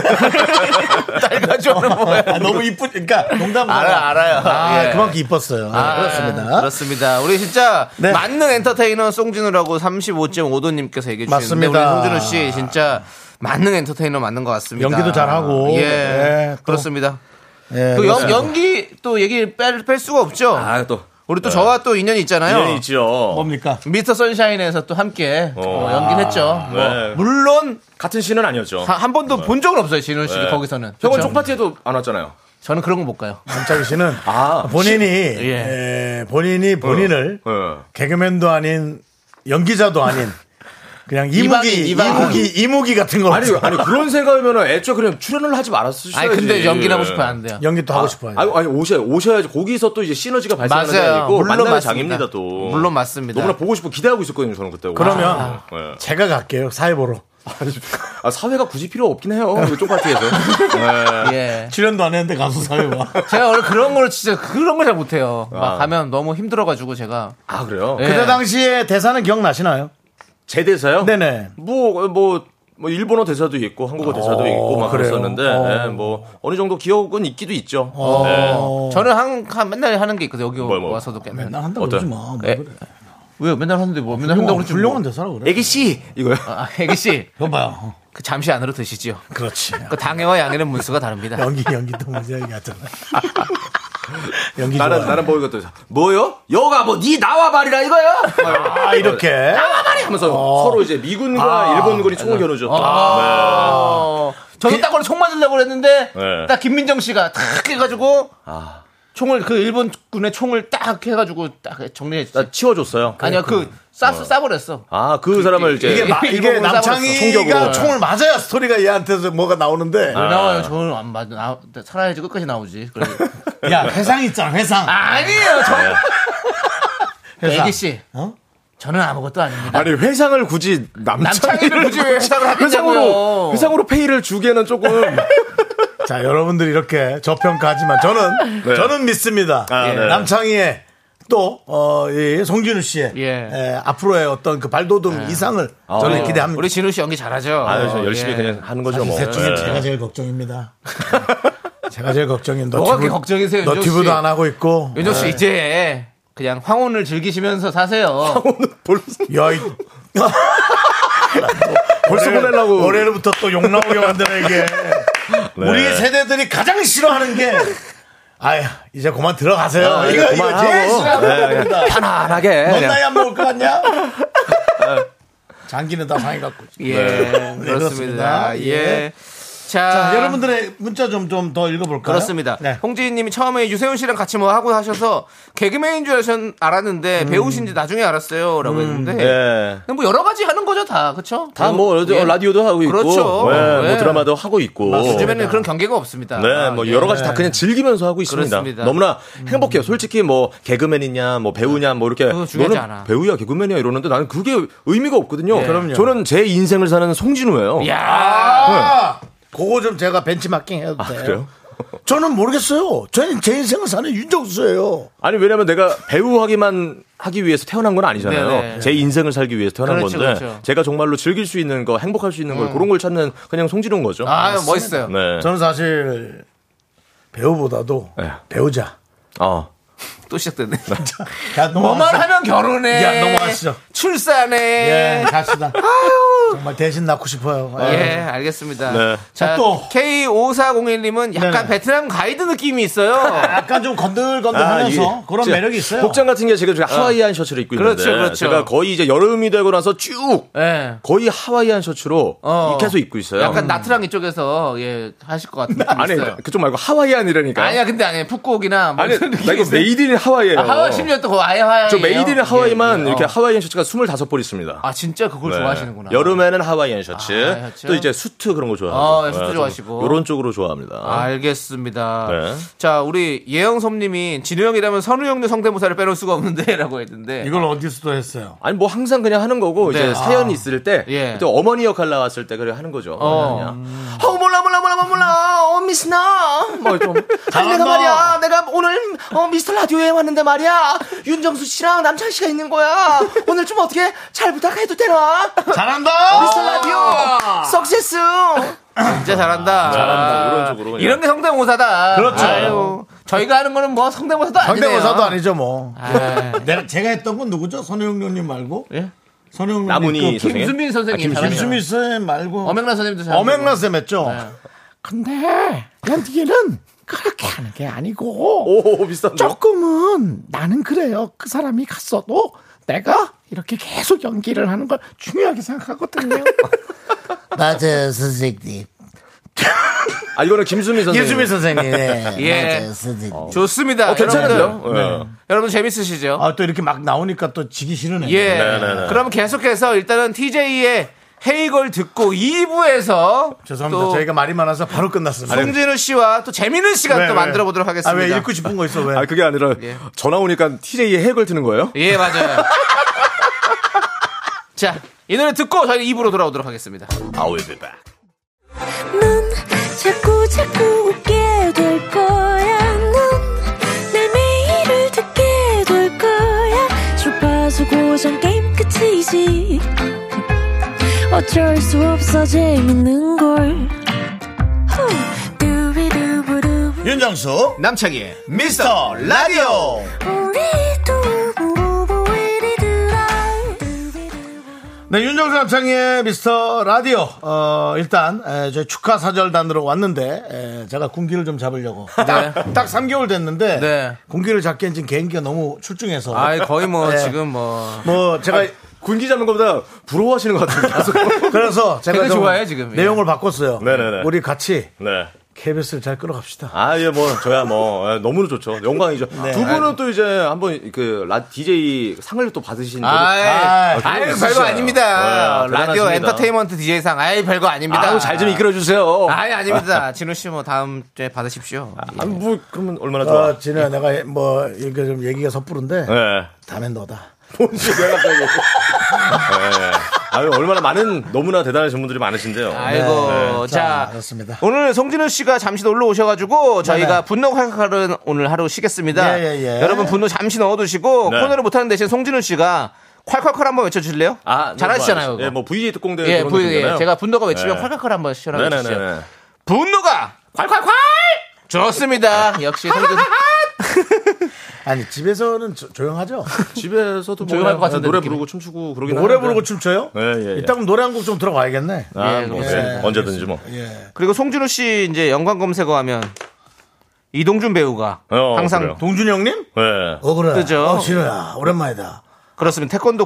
Speaker 2: 딸 가져오는 뭐예요?
Speaker 1: 아, 너무 이쁘. 그러니까 농담.
Speaker 2: 알아, 알아요.
Speaker 1: 아
Speaker 2: 예.
Speaker 1: 그만큼 이뻤어요. 네,
Speaker 2: 아,
Speaker 1: 그렇습니다.
Speaker 2: 그렇습니다. 우리 진짜
Speaker 1: 네.
Speaker 2: 만능 엔터테이너 송진우라고 35.5도님께서 얘기해 주셨는데 우리
Speaker 1: 맞습니다.
Speaker 2: 송진우 씨 진짜 만능 엔터테이너 맞는 것 같습니다.
Speaker 1: 연기도 잘하고.
Speaker 2: 예,
Speaker 1: 네, 또.
Speaker 2: 그렇습니다.
Speaker 1: 예,
Speaker 2: 또 연,
Speaker 1: 그렇습니다.
Speaker 2: 연기 또 얘기 뺄, 뺄 수가 없죠.
Speaker 3: 아또
Speaker 1: 네.
Speaker 2: 우리 또 저와 또 인연이 있잖아요. 뭐,
Speaker 3: 인연이 있죠.
Speaker 1: 뭡니까?
Speaker 2: 미스터 선샤인에서 또 함께
Speaker 3: 어.
Speaker 2: 연기 했죠.
Speaker 3: 네.
Speaker 2: 뭐, 물론
Speaker 3: 같은 시는 아니었죠.
Speaker 2: 다- 한 번도 본 적은 없어요, 진우 씨
Speaker 3: 네.
Speaker 2: 거기서는.
Speaker 3: 형은
Speaker 2: 그쵸?
Speaker 3: 쪽파티에도 안 왔잖아요.
Speaker 2: 저는 그런 거 못 가요.
Speaker 1: 남창희 씨는
Speaker 3: 아.
Speaker 1: 본인이
Speaker 2: 예.
Speaker 1: 예, 어. 본인이 본인을
Speaker 3: 예.
Speaker 1: 개그맨도 아닌 연기자도 아닌 그냥
Speaker 2: 이방인,
Speaker 1: 이무기
Speaker 2: 이방인.
Speaker 1: 이무기 이무기 같은 걸
Speaker 3: 아니 아니 그런 생각이면 애초에 그냥 출연을 하지 말았으셔야지.
Speaker 2: 아니 근데 연기를 하고 싶어 안
Speaker 3: 예.
Speaker 2: 돼요.
Speaker 1: 연기도 하고 싶어요.
Speaker 3: 아니, 아니 오셔야 오셔야지 거기서 또 이제 시너지가 발생하는 게
Speaker 2: 맞아요.
Speaker 3: 아니고
Speaker 2: 물론
Speaker 3: 만나는
Speaker 2: 맞습니다.
Speaker 3: 장입니다 또.
Speaker 2: 물론 맞습니다.
Speaker 3: 너무나 보고 싶고 기대하고 있었거든요 저는 그때.
Speaker 1: 그러면
Speaker 3: 와. 예.
Speaker 1: 제가 갈게요 사회 보러
Speaker 3: 아 사회가 굳이 필요 없긴 해요. 그 쪽파티에서. 네.
Speaker 2: 예.
Speaker 1: 출연도 안 했는데 가서 사회 봐.
Speaker 2: 제가 원래 그런 걸 진짜 그런 걸 잘 못해요. 막 가면 너무 힘들어가지고 제가
Speaker 3: 아 그래요?
Speaker 2: 예.
Speaker 1: 그때 당시에 대사는 기억나시나요?
Speaker 3: 제 대사요?
Speaker 1: 네네.
Speaker 3: 뭐, 뭐, 뭐 일본어 대사도 있고 한국어 대사도 있고 막
Speaker 1: 그래요?
Speaker 3: 그랬었는데
Speaker 1: 어.
Speaker 3: 예, 뭐 어느 정도 기억은 있기도 있죠. 예.
Speaker 1: 어.
Speaker 2: 저는 한, 한- 맨날 하는 게 있거든요. 여기
Speaker 3: 뭐, 뭐.
Speaker 2: 와서도 맨날.
Speaker 1: 맨날 한다고
Speaker 3: 어때?
Speaker 1: 그러지 마. 뭐
Speaker 3: 네.
Speaker 2: 예.
Speaker 1: 그래. 어,
Speaker 2: 왜요? 맨날 하는데 뭐 맨날
Speaker 1: 훌륭한,
Speaker 2: 한다고 그러지
Speaker 1: 훌륭한
Speaker 2: 뭐.
Speaker 1: 대사라고 그래.
Speaker 3: 애기 씨 이거요.
Speaker 2: 아, 애기 씨.
Speaker 1: 여봐요.
Speaker 2: 그 잠시 안으로 드시죠.
Speaker 1: 그렇지.
Speaker 2: 그 당해와 양해는 문수가 다릅니다.
Speaker 1: 연기 연기도 문제 얘기하잖아. 연기
Speaker 3: 나는
Speaker 1: 좋아.
Speaker 3: 나는 뭐 이것도 뭐요? 여가 뭐 니 나와 말이라 이거요?
Speaker 1: 아 이렇게
Speaker 3: 어, 하면서 서로 이제 미군과 일본군이 총을 겨누죠.
Speaker 2: 어, 저도 딱 오늘 총 맞으려고 그랬는데
Speaker 3: 그 네. 아.
Speaker 2: 딱 김민정 씨가 탁 해가지고 총을 그 일본 군의 총을 딱 해가지고 딱 정리했지.
Speaker 3: 네. 나 치워줬어요.
Speaker 2: 아니야 그 쏴, 쏴버렸어.
Speaker 3: 아, 그 사람을 이제
Speaker 1: 이게, 마- 이게
Speaker 2: 일본으로
Speaker 1: 남창희가
Speaker 3: 총격으로. 아.
Speaker 1: 총을 맞아야 스토리가 얘한테서 뭐가 나오는데
Speaker 2: 왜 나와요? 저는 안 맞아. 나, 살아야지 끝까지 나오지. 그래.
Speaker 1: 야 회상 있잖아 회상
Speaker 2: 아니에요. 저
Speaker 1: 회상.
Speaker 2: 네. 애기 씨.
Speaker 1: 어?
Speaker 2: 저는 아무것도 아닙니다.
Speaker 3: 아니 회상을 굳이
Speaker 2: 남창희를 굳이 왜 회상을 하겠냐고요.
Speaker 3: 회상으로 회상으로 페이를 주기에는 조금
Speaker 1: 자 여러분들 이렇게 저평가하지만 저는
Speaker 3: 네.
Speaker 1: 저는 믿습니다
Speaker 3: 아,
Speaker 1: 예.
Speaker 3: 네.
Speaker 1: 남창희의 또 어, 이 송진우 씨의
Speaker 2: 예.
Speaker 1: 예, 앞으로의 어떤 그 발돋움 이상을 저는 기대합니다.
Speaker 2: 우리 진우 씨 연기 잘하죠.
Speaker 3: 아유, 저 열심히
Speaker 2: 예.
Speaker 3: 그냥 하는 거죠 뭐.
Speaker 1: 셋 중에
Speaker 3: 예.
Speaker 1: 제가 제일 걱정입니다. 예. 제가 제일 걱정인
Speaker 2: 뭐가
Speaker 1: 너튜브
Speaker 2: 그렇게 걱정이세요, 윤정 씨?
Speaker 1: 너튜브도 안 하고 있고
Speaker 2: 윤정 씨 이제 그냥 황혼을 즐기시면서 사세요.
Speaker 1: 여이
Speaker 3: 벌써 보내려고. 네.
Speaker 1: 올해로부터 또 욕 나오게 만드는 이게 우리 세대들이 가장 싫어하는 게 아휴 이제 그만 들어가세요
Speaker 3: 아, 이제
Speaker 1: 이거 이거
Speaker 3: 그만하고.
Speaker 1: 제일 싫어하는 겁니다
Speaker 3: 편안하게.
Speaker 2: 예,
Speaker 1: 넌
Speaker 3: 그냥.
Speaker 1: 나이 안 먹을 것 같냐 예. 장기는 다 상해 갖고 있지.
Speaker 2: 예,
Speaker 1: 그렇습니다.
Speaker 2: 그렇습니다.
Speaker 1: 예.
Speaker 2: 예. 자,
Speaker 1: 자 여러분들의 문자 좀 좀 더 읽어볼까요
Speaker 2: 그렇습니다.
Speaker 1: 네.
Speaker 2: 홍지인님이 처음에 유세윤 씨랑 같이 뭐 하고 하셔서 개그맨인 줄 아셨, 알았는데 배우신지 나중에 알았어요라고 했는데
Speaker 3: 예.
Speaker 2: 근데 뭐 여러 가지 하는 거죠 다, 그렇죠?
Speaker 3: 다뭐 라디오도 하고 있고,
Speaker 2: 그렇죠.
Speaker 3: 예, 뭐
Speaker 2: 예.
Speaker 3: 드라마도 하고 있고.
Speaker 2: 요즘에는 그런 경계가 없습니다.
Speaker 3: 네, 뭐
Speaker 2: 예.
Speaker 3: 여러 가지 다 그냥 즐기면서 하고 있습니다.
Speaker 2: 그렇습니다. 음.
Speaker 3: 너무나 행복해요. 솔직히 뭐 개그맨이냐, 뭐 배우냐, 뭐 이렇게
Speaker 2: 그거 중요하지
Speaker 3: 너는
Speaker 2: 않아. 예.
Speaker 3: 배우야, 개그맨이야 이러는데 나는 그게 의미가 없거든요.
Speaker 1: 그럼요.
Speaker 3: 저는 제 인생을 사는 송진우예요.
Speaker 2: 야,
Speaker 1: 아 그거 좀 제가 벤치마킹 해도 돼요
Speaker 3: 아, 그래요?
Speaker 1: 저는 모르겠어요 저는 제 인생을 사는 윤정수예요
Speaker 3: 아니 왜냐면 내가 배우하기만 하기 위해서 태어난 건 아니잖아요.
Speaker 2: 네네.
Speaker 3: 제 인생을 살기 위해서 태어난
Speaker 2: 그렇죠,
Speaker 3: 건데
Speaker 2: 그렇죠. 음.
Speaker 3: 제가 정말로 즐길 수 있는 거, 행복할 수 있는 걸 그런 걸 찾는 그냥 송진우인 거죠.
Speaker 2: 아유 멋있어요.
Speaker 3: 네.
Speaker 1: 저는 사실 배우보다도
Speaker 3: 네.
Speaker 1: 배우자.
Speaker 3: 어.
Speaker 2: 또 시작됐네.
Speaker 1: 자,
Speaker 2: 뭐만
Speaker 1: 넘어가시죠.
Speaker 2: 하면 결혼해.
Speaker 1: 야, 넘어가시죠.
Speaker 2: 출산해.
Speaker 1: 예, 갑시다. 정말 대신 낳고 싶어요.
Speaker 2: 예, 알겠습니다.
Speaker 3: 네.
Speaker 2: 자,
Speaker 1: 또.
Speaker 2: K5401님은 약간
Speaker 1: 네네.
Speaker 2: 베트남 가이드 느낌이 있어요.
Speaker 1: 약간 좀 건들건들
Speaker 3: 아, 이게
Speaker 1: 하면서 그런
Speaker 3: 예. 진짜
Speaker 1: 매력이 있어요.
Speaker 3: 복장 같은 게 제가 지금 하와이안 셔츠를 입고
Speaker 2: 그렇죠,
Speaker 3: 있는데
Speaker 2: 그렇죠.
Speaker 3: 제가 거의 이제 여름이 되고 나서 쭉
Speaker 2: 예.
Speaker 3: 거의 하와이안 셔츠로
Speaker 2: 어.
Speaker 3: 계속 입고 있어요. 음.
Speaker 2: 약간 나트랑 이쪽에서 예 하실 것 같은 느낌이
Speaker 3: 아니
Speaker 2: 있어요.
Speaker 3: 그쪽 말고 하와이안이라니까.
Speaker 2: 아니야, 근데 아니야. 푸꾸옥이나 뭐
Speaker 3: 아니
Speaker 2: 이런
Speaker 3: 나
Speaker 2: 느낌이
Speaker 3: 이거
Speaker 2: 있어요.
Speaker 3: 메이드 인 하와이예요.
Speaker 2: 아, 하와이 심지어 또 그거 아예 하와이.
Speaker 3: 저 메이드 인 하와이만 이렇게 하와이안 셔츠가 25벌 있습니다.
Speaker 2: 예. 어. 아, 진짜 그걸
Speaker 3: 네.
Speaker 2: 좋아하시는구나.
Speaker 3: 여름에는 하와이안 셔츠,
Speaker 2: 아, 셔츠.
Speaker 3: 또 이제 수트 그런 거
Speaker 2: 아,
Speaker 3: 좋아하고.
Speaker 2: 예, 수트 좋아하시고. 예.
Speaker 3: 이런 쪽으로 좋아합니다.
Speaker 2: 알겠습니다.
Speaker 3: 네.
Speaker 2: 자, 우리 예영섭님이 진우 형이라면 선우 형도 성대모사를 빼놓을 수가 없는데라고 했는데
Speaker 1: 이걸 어디서도 했어요.
Speaker 3: 아니 뭐 항상 그냥 하는 거고
Speaker 2: 네.
Speaker 3: 이제 사연 이 있을 때,
Speaker 2: 예.
Speaker 3: 또 어머니 역할 나왔을 때 그래 하는 거죠.
Speaker 2: 어.
Speaker 3: 그냥. 어 몰라 몰라 몰라 몰라, 몰라 어 미스나 뭐좀 아니 내가 말이야 내가 오늘 어 미스터 라디오에 왔는데 말이야 윤정수 씨랑 남창 씨가 있는 거야 오늘 좀 어떻게 잘 부탁해도 되나
Speaker 2: 아,
Speaker 1: 잘한다!
Speaker 3: 미스터 라디오 석세스
Speaker 2: 진짜 잘한다.
Speaker 3: 잘한다.
Speaker 2: 아,
Speaker 3: 이런 식으로 그냥.
Speaker 2: 이런 게 성대모사다.
Speaker 1: 그렇죠.
Speaker 2: 아유, 저희가 하는 거는 뭐 성대모사도 아니에요.
Speaker 1: 상대모사도 아니죠, 뭐.
Speaker 2: 아,
Speaker 1: 내가 제가 했던 건 누구죠? 선영룡님 말고?
Speaker 2: 예?
Speaker 1: 선영룡님.
Speaker 3: 나문희
Speaker 1: 그 김-
Speaker 3: 선생님.
Speaker 2: 김수민 선생님.
Speaker 3: 아, 김수민.
Speaker 1: 김수미 선생님 말고.
Speaker 2: 엄영란 선생님도 네. 잘.
Speaker 1: 엄영란 쌤 했죠?
Speaker 7: 근데 연기는 예, 그렇게 하는 게 아니고
Speaker 3: 오 비싼 거
Speaker 7: 조금은 나는 그래요. 그 사람이 갔어도 내가 이렇게 계속 연기를 하는 걸 중요하게 생각하거든요.
Speaker 1: 맞아요, 선생님.
Speaker 3: 아 이거는 김수미 선생님
Speaker 1: 김수미 선생님. 네.
Speaker 2: 예.
Speaker 1: 맞아요, 선생님.
Speaker 2: 좋습니다.
Speaker 3: 어, 괜찮은데요?
Speaker 2: 여러분들, 여러분 재밌으시죠?
Speaker 1: 아, 또 이렇게 막 나오니까 또 지기 싫으네.
Speaker 2: 예.
Speaker 3: 네네네.
Speaker 2: 그럼 계속해서 일단은 TJ의 헤이걸 듣고 2부에서
Speaker 1: 죄송합니다.
Speaker 2: 또
Speaker 1: 저희가 말이 많아서 바로 끝났습니다.
Speaker 2: 송진우 씨와 또 재밌는 시간
Speaker 1: 왜,
Speaker 2: 또
Speaker 1: 왜?
Speaker 2: 만들어 보도록 하겠습니다.
Speaker 1: 아, 왜 읽고 싶은 거 있어? 왜?
Speaker 3: 아 그게 아니라
Speaker 2: 예.
Speaker 3: 전화 오니까 TJ의 핵을 트는 거예요?
Speaker 2: 예, 맞아요. 자, 이 노래 듣고 저희 2부로 돌아오도록 하겠습니다.
Speaker 3: I'll be back.
Speaker 8: 넌 자꾸 자꾸 웃게 될 거야. 넌내 매일을 듣게 될 거야. 주파수 고정 게임 끝이지. 어쩔 수 없어 재밌는 걸 후. 두비두부두부.
Speaker 1: 윤정수
Speaker 2: 남창희의
Speaker 1: 미스터 라디오
Speaker 8: 우리 두부부부 우리들아. 두비두부.
Speaker 1: 네, 윤정수 남창의 미스터 라디오. 어, 일단, 에, 저희 축하 사절단으로 왔는데, 에, 제가 군기를 좀 잡으려고. 딱, 딱 3개월 됐는데,
Speaker 2: 네.
Speaker 1: 군기를 잡기엔 지금 개인기가 너무 출중해서.
Speaker 2: 아 거의 뭐
Speaker 1: 네.
Speaker 2: 지금 뭐
Speaker 1: 뭐, 제가,
Speaker 3: 군기 잡는 것보다 부러워하시는 것 같은데. 계속.
Speaker 1: 그래서 제가
Speaker 2: 되게
Speaker 1: 좀
Speaker 2: 좋아해, 지금. 예.
Speaker 1: 내용을 바꿨어요.
Speaker 3: 네네네.
Speaker 1: 우리 같이
Speaker 3: 네.
Speaker 1: KBS를 잘 끌어갑시다.
Speaker 3: 아, 예, 뭐, 저야 뭐, 예, 너무나 좋죠. 영광이죠. 두 분은 또 이제 한번 그, 라, DJ 상을 또 받으신. 적이-
Speaker 2: 아이,
Speaker 3: 아,
Speaker 2: 아이,
Speaker 3: 그런
Speaker 2: 별거
Speaker 3: 있으시죠.
Speaker 2: 아닙니다.
Speaker 3: 네,
Speaker 2: 라디오
Speaker 3: 대단하십니다.
Speaker 2: 엔터테인먼트 DJ상, 아이, 별거 아닙니다.
Speaker 3: 아우, 잘 좀 이끌어주세요.
Speaker 2: 아이, 아닙니다. 진우 씨 뭐 다음 주에 받으십시오.
Speaker 3: 아, 뭐, 그러면 얼마나 좋아.
Speaker 1: 어, 진우야, 내가 뭐, 이게 좀 얘기가 섣부른데,
Speaker 3: 네.
Speaker 1: 다음엔 너다.
Speaker 3: 뭔 소리야, 갑자기. 네. 아유, 얼마나 많은, 너무나 대단하신 분들이 많으신데요. 네.
Speaker 2: 아이고,
Speaker 1: 자,
Speaker 2: 자.
Speaker 1: 그렇습니다.
Speaker 2: 오늘 송진우 씨가 잠시 놀러 오셔가지고 저희가
Speaker 1: 네네.
Speaker 2: 분노 칼칼은 오늘 하루 쉬겠습니다.
Speaker 1: 예, 예, 예.
Speaker 2: 여러분 분노 잠시 넣어두시고
Speaker 3: 네.
Speaker 2: 코너를 못하는 대신 송진우 씨가 콸콸콸 한번 외쳐주실래요?
Speaker 3: 아, 네,
Speaker 2: 잘하시잖아요.
Speaker 3: 뭐,
Speaker 2: 그거.
Speaker 3: 예, 뭐, VJ 특공대.
Speaker 2: 예,
Speaker 3: 그런
Speaker 2: 부, 예,
Speaker 3: 느낌이잖아요.
Speaker 2: 제가 분노가 외치면
Speaker 3: 네.
Speaker 2: 콸콸콸 한번 시원하게 해주세요.
Speaker 3: 네네네.
Speaker 2: 분노가 콸콸콸!
Speaker 3: 네.
Speaker 2: 좋습니다. 역시 송진우
Speaker 1: 아니, 집에서는 조- 조용하죠?
Speaker 3: 집에서도 뭐
Speaker 2: 조용할 것 같은데,
Speaker 3: 노래
Speaker 2: 느낌이.
Speaker 3: 부르고 춤추고 그러긴
Speaker 1: 노래
Speaker 3: 하는데.
Speaker 1: 부르고 춤춰요?
Speaker 3: 예, 예, 예.
Speaker 1: 이따 그럼 노래 한 곡 좀 들어가야겠네.
Speaker 3: 아,
Speaker 2: 예,
Speaker 3: 뭐,
Speaker 2: 그렇습니다.
Speaker 3: 예, 언제든지 뭐.
Speaker 1: 예.
Speaker 2: 그리고 송준호 씨 이제 연관 검색어하면 이동준 배우가
Speaker 3: 어,
Speaker 2: 항상
Speaker 3: 그래요.
Speaker 1: 동준이 형님?
Speaker 3: 예.
Speaker 1: 억울해.
Speaker 2: 뜨죠.
Speaker 1: 어, 진우야, 오랜만이다.
Speaker 2: 그렇습니다. 태권도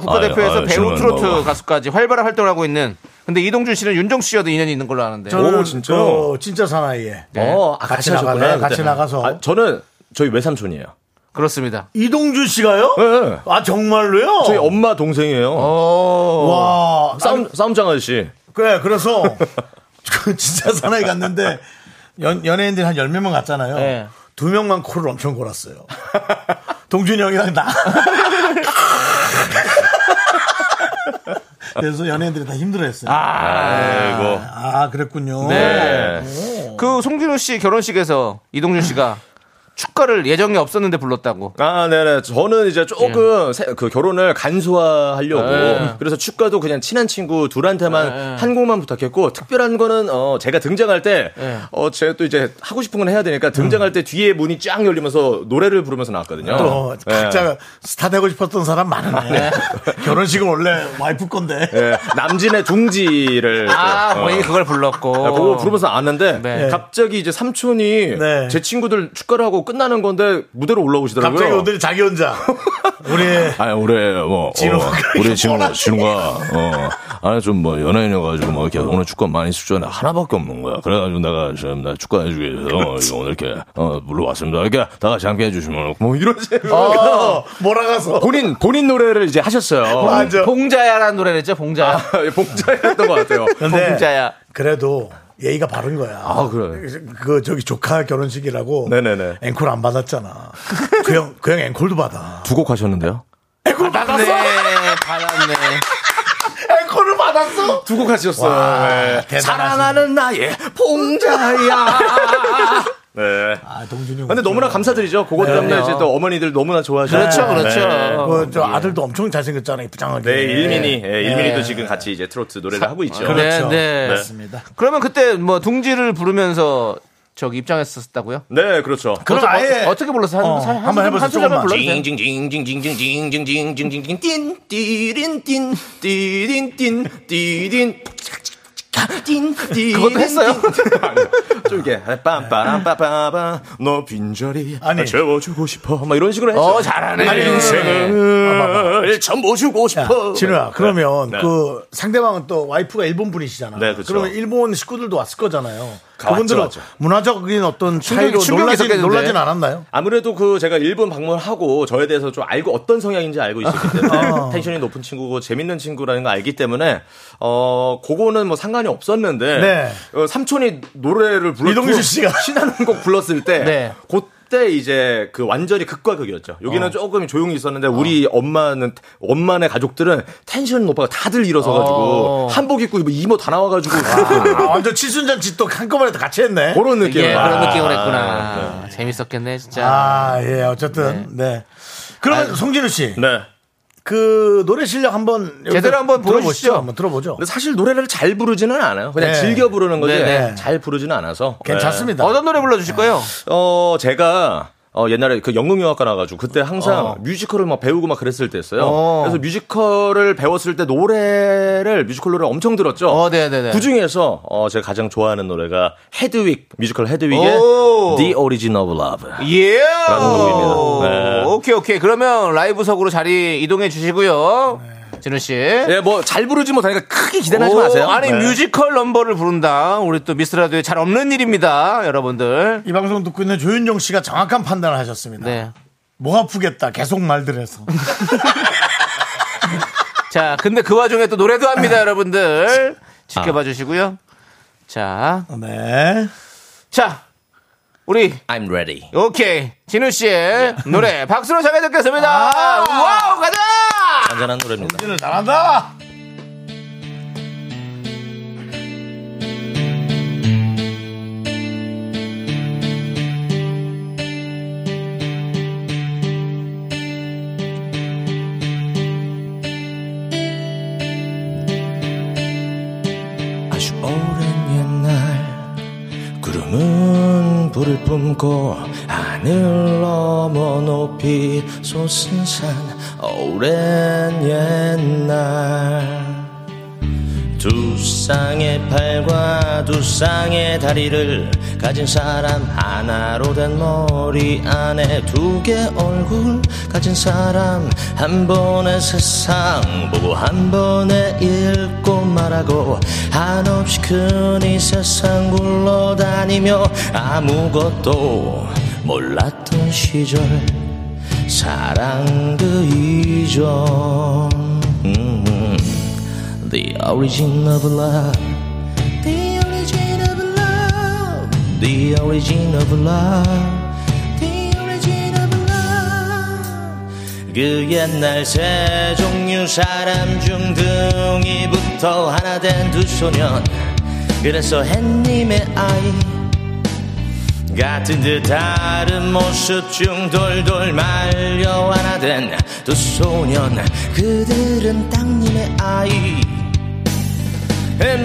Speaker 3: 아유,
Speaker 2: 국가대표에서
Speaker 3: 예, 아유,
Speaker 2: 배우
Speaker 3: 질문
Speaker 2: 트로트
Speaker 3: 뭐고.
Speaker 2: 가수까지 활발한 활동을 하고 있는. 근데 이동준 씨는 윤정수 씨와도 인연이 있는 걸로 아는데.
Speaker 1: 저는
Speaker 3: 진짜요?
Speaker 1: 저 진짜 사나이에.
Speaker 2: 예.
Speaker 3: 어, 아,
Speaker 1: 같이
Speaker 3: 같이 나가네.
Speaker 1: 나가네, 같이 나가서.
Speaker 3: 아, 저는 저희 외삼촌이에요.
Speaker 2: 그렇습니다.
Speaker 1: 이동준 씨가요?
Speaker 3: 예.
Speaker 1: 아 정말로요?
Speaker 3: 저희 엄마 동생이에요.
Speaker 2: 어,
Speaker 3: 어.
Speaker 1: 와,
Speaker 3: 싸움 싸움장 아저씨.
Speaker 1: 그래 그래서 그 진짜 사나이 갔는데 연, 연예인들이 한 열 몇 명 갔잖아요.
Speaker 2: 네.
Speaker 1: 두 명만 코를 엄청 골았어요. 동준이 형이랑 나. 그래서 연예인들이 다 힘들어했어요. 아,
Speaker 3: 아이고.
Speaker 1: 그랬군요.
Speaker 3: 네.
Speaker 2: 그 송준호 씨 결혼식에서 이동준 씨가 축가를 예정이 없었는데 불렀다고.
Speaker 3: 아, 네네. 저는 이제 조금
Speaker 1: 예.
Speaker 3: 세- 그 결혼을 간소화하려고
Speaker 2: 네.
Speaker 3: 그래서 축가도 그냥 친한 친구 둘한테만
Speaker 1: 예.
Speaker 3: 한 곡만 부탁했고 특별한 거는 어 제가 등장할
Speaker 1: 예.
Speaker 2: 네.
Speaker 3: 때어 제가 또 이제 하고 싶은 건 해야 되니까 등장할
Speaker 1: 음.
Speaker 3: 때 뒤에 문이 쫙 열리면서 노래를 부르면서 나왔거든요.
Speaker 1: 또
Speaker 3: 예.
Speaker 1: 각자 스타 되고 싶었던 사람
Speaker 3: 아,
Speaker 1: 많은데
Speaker 3: 네.
Speaker 1: 결혼식은 원래 와이프 건데
Speaker 3: 예. 남진의 둥지를
Speaker 2: 아,
Speaker 3: 또, 어.
Speaker 2: 본인이 그걸 불렀고.
Speaker 3: 야, 그거 부르면서 아는데
Speaker 2: 네.
Speaker 3: 갑자기 이제 삼촌이
Speaker 1: 네.
Speaker 3: 제 친구들 축가를 하고 끝나는 건데 무대로 올라오시더라고요.
Speaker 1: 갑자기 오늘 자기 혼자 우리
Speaker 4: 아니 올해 뭐
Speaker 1: 진호가
Speaker 4: 어,
Speaker 1: 그렇게
Speaker 4: 우리 진호
Speaker 1: 뭐라
Speaker 4: 진호가 어 아니 좀 뭐 연예인이어가지고 뭐 이렇게 오늘 축구 많이 쓸 줄 아는데 하나밖에 없는 거야 그래가지고 내가 지금 나 축구 해주기 위해서 오늘 이렇게 어 물러왔습니다 이렇게 다 같이 함께 해주시면 뭐 이런 식으로
Speaker 1: 어, 몰아가서
Speaker 3: 본인 본인 노래를 이제 하셨어요.
Speaker 1: 맞아.
Speaker 2: 봉자야라는 노래를 했죠, 봉자야.
Speaker 3: 아.
Speaker 4: 아, 예,
Speaker 3: 봉자였던 것 같아요.
Speaker 2: 봉자야.
Speaker 1: 그래도 예의가 바른 거야.
Speaker 3: 아, 그래.
Speaker 1: 그 저기 조카 결혼식이라고
Speaker 3: 네네네.
Speaker 1: 앵콜 안 받았잖아. 그형 그형 앵콜도 받아.
Speaker 3: 두 곡 하셨는데요?
Speaker 1: 앵콜 받았어?
Speaker 2: 네, 받았네.
Speaker 1: 앵콜을 받았어?
Speaker 3: 두 곡 하셨어요. 네.
Speaker 1: 대단하는
Speaker 3: 나의 봉자야. 네.
Speaker 1: 아, 동준이.
Speaker 3: 근데 너무나 감사드리죠. 그것
Speaker 4: 네.
Speaker 3: 때문에 이제 또 어머니들 너무나 좋아하시죠.
Speaker 2: 그렇죠,
Speaker 3: 네.
Speaker 2: 그렇죠.
Speaker 1: 그저 아들도 엄청 잘생겼잖아요. 부장하게.
Speaker 3: 네, 일민이. 예, 일민이도
Speaker 1: 네.
Speaker 3: 지금 같이 이제 트로트 노래를 하고 있죠.
Speaker 2: 그래.
Speaker 1: 그렇죠.
Speaker 2: 네, 네.
Speaker 1: 맞습니다.
Speaker 2: 그러면 그때 뭐 둥지를 부르면서 저기 입장했었다고요?
Speaker 3: 네, 그렇죠.
Speaker 1: 그럼 아예
Speaker 2: 어, 떻게 불러서 한,
Speaker 1: 어,
Speaker 2: 한,
Speaker 1: 한번
Speaker 2: 한,
Speaker 1: 해보세요,
Speaker 2: 한 소절만
Speaker 1: 조금만.
Speaker 2: 불러주세요.
Speaker 3: 징징징징징징징징징징징 띵 띠린 띵 띠린 띵 띠린 띵 띠린
Speaker 2: 그것도 했어요?
Speaker 3: 좀 이렇게 빰빰빰빠빠 너 빈자리
Speaker 1: 아니.
Speaker 3: 채워주고 싶어 막 이런 식으로 했죠.
Speaker 2: 어, 잘하네.
Speaker 3: 인생을 전보주고
Speaker 1: 야,
Speaker 3: 싶어.
Speaker 1: 진우야, 그러면
Speaker 3: 네.
Speaker 1: 그 상대방은 또 와이프가 일본 분이시잖아.
Speaker 3: 네, 그쵸.
Speaker 1: 그러면 일본 식구들도 왔을 거잖아요.
Speaker 3: 가-
Speaker 1: 그분들은
Speaker 3: 왔죠, 왔죠.
Speaker 1: 문화적인 어떤 차이로
Speaker 2: 충격이
Speaker 1: 놀라진,
Speaker 2: 있었겠는데.
Speaker 1: 놀라진 않았나요?
Speaker 3: 아무래도 그 제가 일본 방문하고 저에 대해서 좀 알고 어떤 성향인지 알고 있었기 때문에 텐션이 높은 친구고 재밌는 친구라는 걸 알기 때문에 어 그거는 뭐 상관이 없었는데
Speaker 1: 네.
Speaker 3: 어, 삼촌이 노래를 불렀고
Speaker 1: 이동준 씨가.
Speaker 3: 신나는 곡 불렀을 때
Speaker 2: 네.
Speaker 3: 그때 이제 그 완전히 극과 극이었죠. 여기는 조금 조용히 있었는데 우리 엄마는 엄마네 가족들은 텐션 높아가 다들 일어서가지고
Speaker 2: 어.
Speaker 3: 한복 입고 뭐 이모 다 나와가지고
Speaker 1: 아, 완전 칠순잔 짓도 한꺼번에 다 같이 했네.
Speaker 3: 그런 느낌.
Speaker 2: 예, 그런 느낌으로 했구나.
Speaker 1: 네.
Speaker 2: 재밌었겠네, 진짜.
Speaker 1: 아, 예, 어쨌든, 네. 그러면 송진우 씨,
Speaker 3: 네.
Speaker 1: 그 노래 실력 한번
Speaker 2: 제대로 한번
Speaker 1: 들어보시죠.
Speaker 2: 불러보시죠.
Speaker 1: 한번 들어보죠.
Speaker 3: 네.
Speaker 9: 근데 사실 노래를 잘 부르지는 않아요. 그냥
Speaker 1: 네.
Speaker 9: 즐겨 부르는 거지
Speaker 2: 네, 네.
Speaker 9: 잘 부르지는 않아서
Speaker 1: 괜찮습니다.
Speaker 2: 어떤 노래 불러주실 거예요?
Speaker 9: 네. 어 제가 어 옛날에 그 연극영화과 나가지고 그때 항상 뮤지컬을 막 배우고 막 그랬을 어. 때였어요.
Speaker 2: 어.
Speaker 9: 그래서 뮤지컬을 배웠을 때 노래를 뮤지컬 노래 엄청 들었죠.
Speaker 2: 어, 네네네.
Speaker 9: 그 중에서 어 제가 가장 좋아하는 노래가 헤드윅 뮤지컬 헤드윅의
Speaker 2: 오.
Speaker 9: The Origin of Love.
Speaker 2: 예.
Speaker 9: 곡입니다. 네.
Speaker 2: 오케이 오케이. 그러면 라이브석으로 자리 이동해 주시고요.
Speaker 1: 네.
Speaker 2: 진우 씨.
Speaker 9: 예, 뭐 잘 부르지 못하니까 크게 기대하지
Speaker 2: 오,
Speaker 9: 마세요.
Speaker 2: 아니
Speaker 9: 네.
Speaker 2: 뮤지컬 넘버를 부른다. 우리 또 미스 라디오에 잘 없는 일입니다, 여러분들.
Speaker 1: 이 방송 듣고 있는 조윤정 씨가 정확한 판단을 하셨습니다.
Speaker 2: 네.
Speaker 1: 목 아프겠다. 계속 말들 해서.
Speaker 2: 자, 근데 그 와중에 또 노래도 합니다, 여러분들.
Speaker 9: 아.
Speaker 2: 지켜봐 주시고요. 자,
Speaker 1: 네.
Speaker 2: 자, 우리
Speaker 9: I'm ready.
Speaker 2: 오케이 진우
Speaker 9: 예.
Speaker 2: 씨의 노래 박수로 전해 듣겠습니다.
Speaker 9: 아.
Speaker 2: 와우 가자.
Speaker 9: 안전한 노래입니다.
Speaker 1: 잘한다.
Speaker 9: 아주 오랜 옛날 구름은 불을 뿜고 하늘 넘어 높이 솟은 산 오랜 옛날 두 쌍의 팔과 두 쌍의 다리를 가진 사람 하나로 된 머리 안에 두 개 얼굴 가진 사람 한 번의 세상 보고 한 번에 읽고 말하고 한없이 큰 이 세상 굴러다니며 아무것도 몰랐던 시절 사랑 그 이전 음. The origin of love. The origin of love. The origin of love. The origin of love. 그 옛날 세 종류 사람 중 등이부터 하나 된 두 소년. 그래서 햇님의 아이. 같은 듯 다른 모습 중 돌돌 말려 완화된 두 소년 그들은 땅님의 아이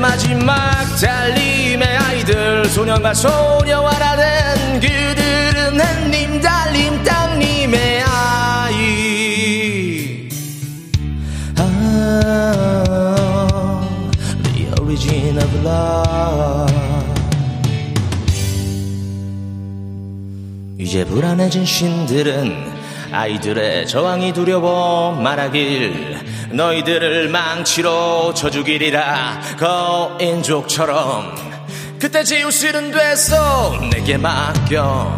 Speaker 9: 마지막 달림의 아이들 소년과 소녀와 나된 그들은 햇님 달림 땅님의 아이 아, The origin of love 이제 불안해진 신들은 아이들의 저항이 두려워 말하길 너희들을 망치로 쳐죽이리라 거인족처럼 그때 제우스는 됐어 내게 맡겨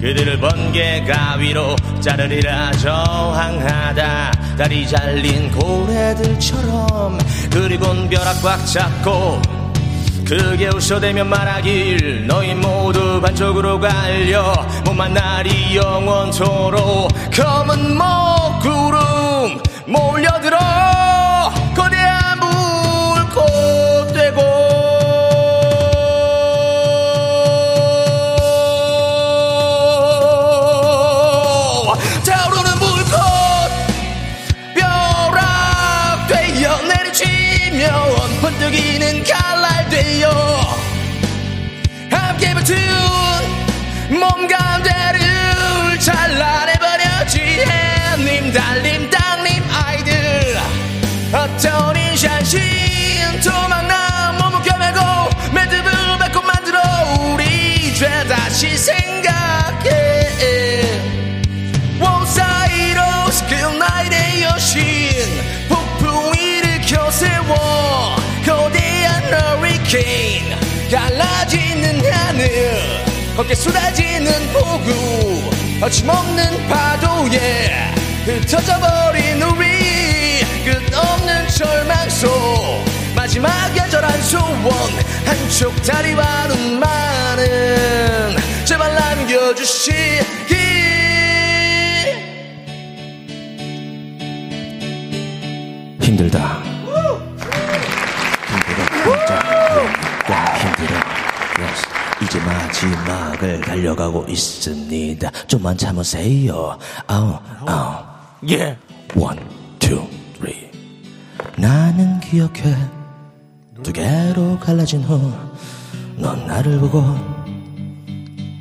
Speaker 9: 그들을 번개 가위로 자르리라 저항하다 다리 잘린 고래들처럼 그리곤 벼락 꽉 잡고 크게 웃어대며 말하길 너희 모두 반쪽으로 갈려 몸만 날이 영원토록 검은 먹구름 몰려들어 거대한 물꽃 되고 타오르는 물꽃 벼락 되어 내리치며 번뜩이는 칼날 되어 함께 붙은 몸과 대를 잘라내버렸지 햇님 달님 땅님 아이들 어떤 인샷신 도망나 몸을 겨매고 매듭을 뱉고 만들어 우리 죄 다시 생각해 원사이로 스킬나이의 여신 폭풍 일으켜 세워 거대한 허리케인 갈라지는 하늘 거기에 쏟아지는 폭우 어침없는 파도에 흩어져버린 우리 끝없는 절망 속 마지막 애절한 소원 한쪽 다리와 눈만은 제발 남겨주시길 힘들다. 힘들어. 진짜 힘들어. Yes. 이제 마지막을 달려가고 있습니다. 좀만 참으세요. 아우, 아우.
Speaker 2: 예.
Speaker 9: 원,
Speaker 4: 나는 기억해 두 개로 갈라진 후 넌 나를 보고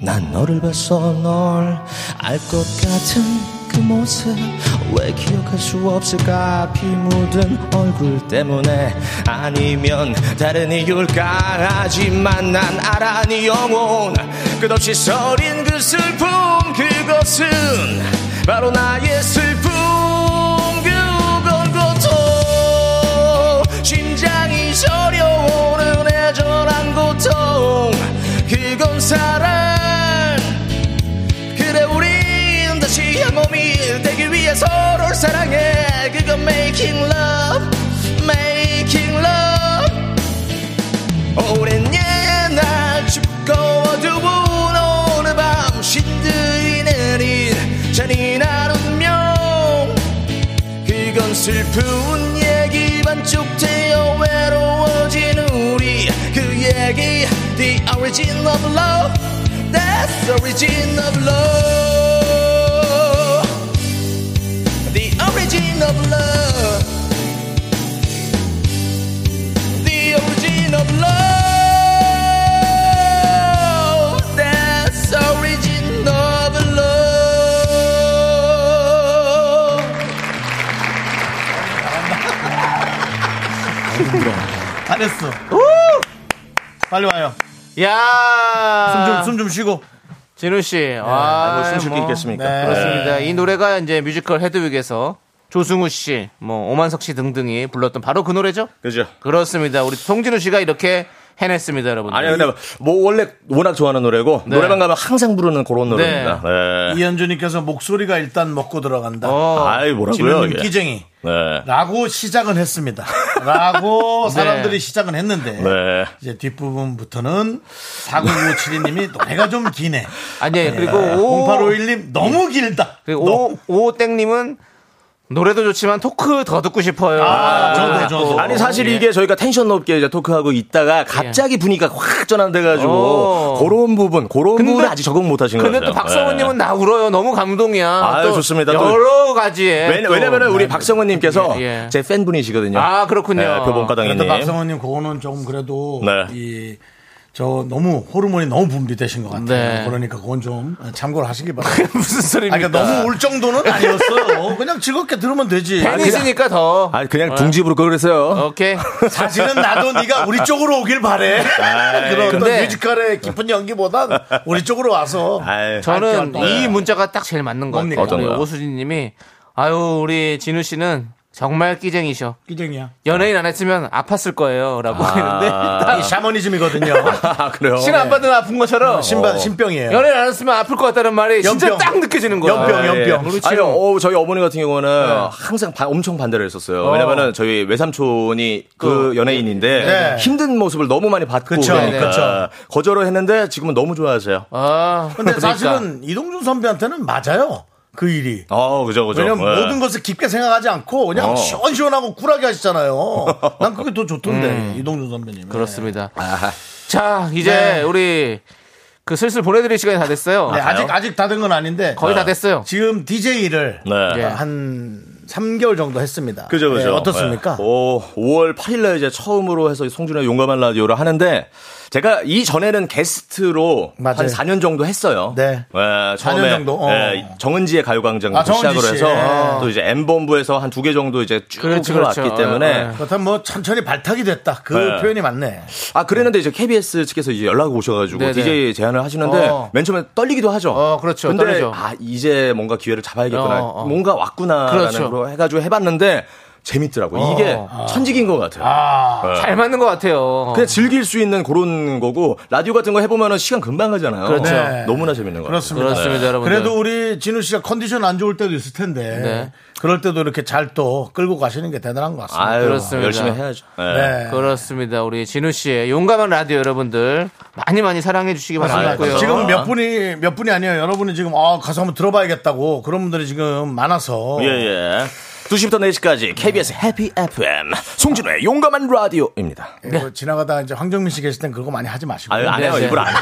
Speaker 4: 난 너를 봤어 널 알 것 같은 그 모습 왜 기억할 수 없을까 피 묻은 얼굴 때문에 아니면 다른 이유일까 하지만 난 알아 네 영혼 끝없이 서린 그 슬픔 그것은 바로 나의 슬픔 그걸 고통 심장이 저려오는 애절한 고통 그건 사랑 그래 우린 다시 한 몸이 되기 위해 서로를 사랑해 그건 making love making love 오랜 옛날 춥고 어두운 오늘 밤 신들이 내린 잔인한 운명 그건 슬픈 얘기 반쪽 되어 외로워진 우리 그 얘기 The origin of love That's the origin of love The origin of love The origin of love That's the origin of love
Speaker 1: 잘했어. 빨리 와요. 숨 좀
Speaker 2: 야,
Speaker 1: 숨 좀 쉬고.
Speaker 2: 진우 씨, 아,
Speaker 3: 네, 숨쉴게
Speaker 2: 뭐,
Speaker 3: 있겠습니까?
Speaker 1: 네.
Speaker 2: 그렇습니다. 이 노래가 이제 뮤지컬 헤드윅에서 조승우 씨, 뭐 오만석 씨 등등이 불렀던 바로 그 노래죠?
Speaker 3: 그죠?
Speaker 2: 그렇습니다. 우리 송진우 씨가 이렇게 해냈습니다, 여러분.
Speaker 3: 아니 근데 뭐 원래 워낙 좋아하는 노래고
Speaker 2: 네.
Speaker 3: 노래방 가면 항상 부르는 그런 노래입니다. 네.
Speaker 1: 이현주님께서 목소리가 일단 먹고 들어간다.
Speaker 3: 아이 뭐라고요?
Speaker 1: 지금
Speaker 3: 이게.
Speaker 1: 끼쟁이.
Speaker 3: 네.
Speaker 1: 라고 시작은 했습니다. 라고 사람들이 시작은 했는데
Speaker 3: 네.
Speaker 1: 이제 뒷부분부터는 4957님이 노래가 좀 기네.
Speaker 2: 아니 예, 그리고 오
Speaker 1: 0851님 너무 길다.
Speaker 2: 그리고 오 오땡님은 노래도 좋지만 토크 더 듣고 싶어요.
Speaker 1: 아, 저도 저도.
Speaker 2: 어,
Speaker 3: 아니 사실
Speaker 2: 예.
Speaker 3: 이게 저희가 텐션 높게 이제 토크하고 있다가 갑자기 분위기가 확 전환돼가지고
Speaker 2: 오.
Speaker 3: 그런 부분, 그런
Speaker 2: 어. 근데-
Speaker 3: 부분을 아직 적응 못하신 것
Speaker 2: 근데
Speaker 3: 같아요. 예.
Speaker 2: 또 박성원님은 나 울어요. 너무 감동이야.
Speaker 3: 아유,
Speaker 2: 또
Speaker 3: 좋습니다. 또-
Speaker 2: 여러
Speaker 3: 네.
Speaker 2: 가지에.
Speaker 3: 왜냐,
Speaker 2: 또.
Speaker 3: 왜냐면은 우리 박성원님께서
Speaker 2: 예, 예.
Speaker 3: 제 팬분이시거든요.
Speaker 2: 아 그렇군요.
Speaker 3: 네,
Speaker 1: 그래도
Speaker 3: 표범가당이님.
Speaker 1: 박성호님 그거는 조금 그래도
Speaker 3: 네.
Speaker 1: 이 저 너무 호르몬이 너무 분비되신 것 같아요.
Speaker 2: 네.
Speaker 1: 그러니까 그건 좀 참고를 하시기 바랍니다.
Speaker 2: 무슨 소리입니까?
Speaker 1: 아니, 그러니까 너무 울 정도는 아니었어요. 그냥 즐겁게 들으면 되지.
Speaker 2: 팬이시니까 더.
Speaker 3: 아 그냥 둥집으로 그랬어요.
Speaker 2: 오케이.
Speaker 1: 사실은 나도 네가 우리 쪽으로 오길 바래. 그런 어떤
Speaker 2: 근데-
Speaker 1: 뮤지컬의 깊은 연기보단 우리 쪽으로 와서
Speaker 3: 아이,
Speaker 2: 저는
Speaker 1: 네.
Speaker 2: 이 문자가 딱 제일 맞는 것
Speaker 1: 뭡니까?
Speaker 2: 같아요. 우리
Speaker 3: 어떤가요?
Speaker 2: 오수진님이 아유 우리 진우 씨는 정말 끼쟁이셔.
Speaker 1: 끼쟁이야.
Speaker 2: 연예인 안 했으면 아팠을 거예요라고 하는데
Speaker 1: 아, 이 샤머니즘이거든요.
Speaker 3: 아, 그래요?
Speaker 2: 신 안 받은 아픈 것처럼
Speaker 1: 신바, 신병이에요.
Speaker 2: 연애를 안 했으면 아플 것 같다는 말이 진짜
Speaker 1: 어. 연병.
Speaker 2: 딱 느껴지는 거야.
Speaker 1: 연병,
Speaker 2: 예.
Speaker 1: 연병.
Speaker 2: 우리 지금
Speaker 3: 아니요, 어, 저희 어머니 같은 경우는 항상 반- 엄청 반대를 했었어요. 왜냐면은 저희 외삼촌이 그 연예인인데
Speaker 1: 네.
Speaker 3: 힘든 모습을 너무 많이 받고
Speaker 1: 그쵸,
Speaker 3: 그러니까
Speaker 1: 그쵸.
Speaker 3: 거절을 했는데 지금은 너무 좋아하세요.
Speaker 2: 아,
Speaker 1: 근데
Speaker 2: 그러니까.
Speaker 1: 사실은 이동준 선배한테는 맞아요. 그 일이.
Speaker 3: 어, 그죠, 그죠.
Speaker 1: 왜냐면
Speaker 3: 네.
Speaker 1: 모든 것을 깊게 생각하지 않고 그냥
Speaker 3: 어.
Speaker 1: 시원시원하고 쿨하게 하시잖아요. 난 그게 더 좋던데 이동준 선배님.
Speaker 2: 음. 그렇습니다.
Speaker 1: 네. 아.
Speaker 2: 자, 이제 우리 그 슬슬 보내드릴 시간이 다 됐어요.
Speaker 1: 네, 아직 아직 다 된 건 아닌데
Speaker 2: 거의 다 됐어요.
Speaker 1: 지금 DJ를
Speaker 3: 네.
Speaker 2: 예.
Speaker 1: 한 3개월 정도 했습니다.
Speaker 3: 그죠, 그죠.
Speaker 1: 네, 어떻습니까?
Speaker 3: 네. 오, 5월 8일날 이제 처음으로 해서 이 송준의 용감한 라디오를 하는데 제가 이 전에는 게스트로
Speaker 1: 맞아요.
Speaker 3: 한 4년 정도 했어요.
Speaker 1: 네.
Speaker 3: 처음에
Speaker 1: 4년 정도? 어.
Speaker 3: 네, 정은지의 가요광장
Speaker 1: 아,
Speaker 3: 부 시작으로
Speaker 1: 정은지 씨.
Speaker 3: 해서
Speaker 1: 네.
Speaker 3: 또 이제 M 본부에서 한 두 개 정도 이제 쭉
Speaker 2: 그렇죠,
Speaker 3: 해왔기
Speaker 2: 그렇죠.
Speaker 3: 때문에
Speaker 2: 어,
Speaker 1: 그렇다면 뭐 천천히 발탁이 됐다. 그
Speaker 3: 네.
Speaker 1: 표현이 맞네.
Speaker 3: 아 그랬는데 이제 KBS 측에서 이제 연락 오셔가지고
Speaker 2: 네네.
Speaker 3: DJ 제안을 하시는데
Speaker 2: 어.
Speaker 3: 맨 처음에 떨리기도 하죠.
Speaker 2: 어, 그렇죠.
Speaker 3: 근데
Speaker 2: 떨리죠.
Speaker 3: 아 이제 뭔가 기회를 잡아야겠구나,
Speaker 2: 어, 어.
Speaker 3: 뭔가 왔구나라는
Speaker 2: 그렇죠.
Speaker 3: 걸 해가지고 해봤는데 재밌더라고요. 이게
Speaker 1: 어.
Speaker 3: 천직인 것 같아요.
Speaker 2: 잘 맞는 것 같아요.
Speaker 3: 그냥 즐길 수 있는 그런 거고 라디오 같은 거 해보면은 시간 금방 가잖아요.
Speaker 2: 그렇죠.
Speaker 1: 네.
Speaker 3: 너무나 재밌는 거예요.
Speaker 1: 그렇습니다.
Speaker 2: 그렇습니다, 여러분들.
Speaker 1: 네. 그래도 우리 진우 씨가 컨디션 안 좋을 때도 있을 텐데
Speaker 2: 네.
Speaker 1: 그럴 때도 이렇게 잘 또 끌고 가시는 게 대단한 것 같습니다.
Speaker 3: 아유,
Speaker 2: 그렇습니다.
Speaker 3: 열심히 해야죠. 네.
Speaker 1: 네.
Speaker 2: 그렇습니다. 우리 진우 씨의 용감한 라디오 여러분들 많이 많이 사랑해 주시기 바라겠고요.
Speaker 1: 지금 몇 분이 몇 분이 아니에요. 여러분이 지금 아, 가서 한번 들어봐야겠다고 그런 분들이 지금 많아서
Speaker 4: 어.
Speaker 3: 예, 예. 2시부터 4시까지 KBS 해피 FM 송진우의 용감한 라디오입니다.
Speaker 1: 그리고 지나가다 이제 황정민 씨 계실 땐 그런 거 많이 하지 마시고.
Speaker 3: 아유, 안
Speaker 2: 네,
Speaker 3: 해요.
Speaker 2: 네.
Speaker 3: 일부러 안 해요.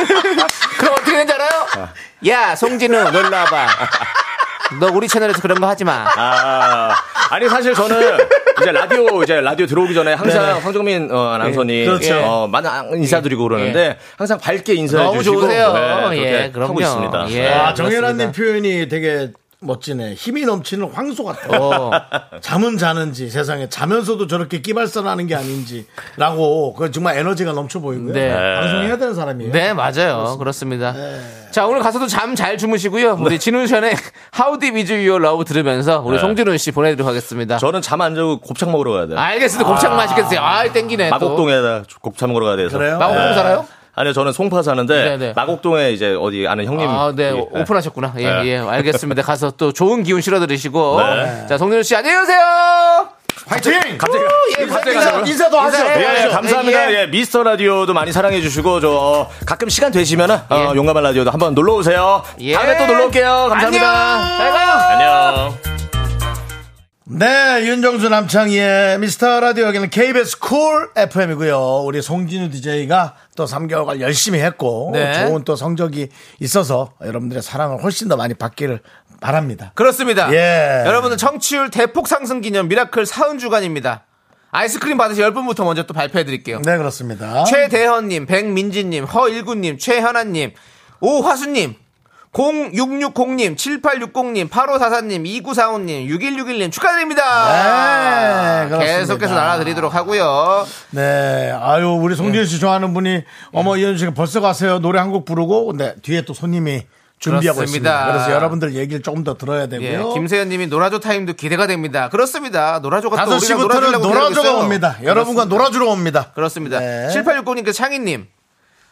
Speaker 2: 그럼 어떻게 되는지 알아요? 야, 송진우 놀러 와봐. 너 우리 채널에서 그런 거 하지 마.
Speaker 3: 아,
Speaker 4: 아니 사실 저는 이제 라디오 이제 라디오 들어오기 전에 항상
Speaker 1: 네네.
Speaker 4: 황정민 어, 아나운서님
Speaker 1: 그렇죠.
Speaker 4: 어, 많은 인사드리고 그러는데 항상 밝게 인사해
Speaker 2: 너무
Speaker 4: 주시고 네,
Speaker 2: 좋으세요.
Speaker 4: 그렇게
Speaker 2: 예, 그럼요.
Speaker 4: 하고 있습니다.
Speaker 2: 예.
Speaker 1: 아,
Speaker 2: 그렇습니다.
Speaker 1: 정혜란님 표현이 되게 멋지네. 힘이 넘치는 황소 같아.
Speaker 2: 어.
Speaker 1: 잠은 자는지 세상에 자면서도 저렇게 끼발선하는 게 아닌지라고 그 정말 에너지가 넘쳐 보이고요.
Speaker 2: 네.
Speaker 1: 방송해야 되는 사람이에요.
Speaker 2: 네, 맞아요. 그렇습니다. 자, 오늘 가서도 잠 잘 주무시고요. 우리 진훈션의 How Deep Is Your Love 들으면서 우리 송진훈 씨 보내드리도록 하겠습니다.
Speaker 4: 저는 잠 안 자고 곱창 먹으러 가야 돼요.
Speaker 2: 알겠습니다. 곱창 맛있겠어요. 아, 땡기네. 아, 또.
Speaker 4: 마곡동에다 곱창 먹으러 가야 돼서.
Speaker 1: 그래요?
Speaker 2: 마곡동
Speaker 4: 예.
Speaker 2: 살아요?
Speaker 4: 아니요, 저는 송파 사는데
Speaker 2: 네네.
Speaker 4: 마곡동에 이제 어디 아는 형님.
Speaker 2: 아, 네.
Speaker 4: 예.
Speaker 2: 오픈하셨구나. 예,
Speaker 4: 네.
Speaker 2: 예. 알겠습니다. 가서 또 좋은 기운 실어드리시고.
Speaker 4: 네.
Speaker 2: 자, 송진훈 씨, 안녕히 계세요!
Speaker 1: 화이팅!
Speaker 4: 갑자기
Speaker 2: 예, 갑자기
Speaker 1: 인사,
Speaker 2: 가자고요?
Speaker 1: 인사도 하죠.
Speaker 2: 인사해요.
Speaker 4: 예, 예, 아, 네. 감사합니다.
Speaker 2: 예.
Speaker 4: 예, 미스터 라디오도 많이 사랑해 주시고 저 어, 가끔 시간 되시면은 어,
Speaker 2: 예.
Speaker 4: 용감한 라디오도 한번 놀러 오세요.
Speaker 2: 예.
Speaker 4: 다음에 또 놀러 올게요. 감사합니다.
Speaker 2: 안녕! 잘 가요!
Speaker 4: 안녕.
Speaker 1: 네, 윤정수 남창희의 미스터 라디오 여기는 KBS 쿨 FM이고요. 우리 송진우 DJ가 또 3개월간 열심히 했고
Speaker 2: 네.
Speaker 1: 좋은 또 성적이 있어서 여러분들의 사랑을 훨씬 더 많이 받기를 바랍니다.
Speaker 2: 그렇습니다.
Speaker 1: 예.
Speaker 2: 여러분은 청취율 대폭 상승 기념 미라클 사은 주간입니다. 아이스크림 받으실 10분부터 먼저 또 발표해 드릴게요.
Speaker 1: 네, 그렇습니다.
Speaker 2: 최대현님, 백민지님, 허일구님, 최현아님, 오화수님, 0660님, 7860님, 8544님, 2945님, 6161님 축하드립니다.
Speaker 1: 네, 그렇습니다.
Speaker 2: 계속해서 나눠드리도록 하고요.
Speaker 1: 네, 아유 우리 송지윤 씨 좋아하는 분이 어머 이현 씨가 벌써 가세요 노래 한 곡 부르고 근데 뒤에 또 손님이 준비하고
Speaker 2: 그렇습니다.
Speaker 1: 있습니다. 그래서 여러분들 얘기를 조금 더 들어야
Speaker 2: 예,
Speaker 1: 되고요.
Speaker 2: 김세현님이 노라조 타임도 기대가 됩니다. 그렇습니다. 노라조가 또
Speaker 1: 다섯
Speaker 2: 우리랑
Speaker 1: 시부터는
Speaker 2: 놀아주려고 기다리고
Speaker 1: 놀아줘가
Speaker 2: 있어요.
Speaker 1: 옵니다. 여러분과 놀아주러 옵니다.
Speaker 2: 그렇습니다.
Speaker 1: 네.
Speaker 2: 7860님께 창희님.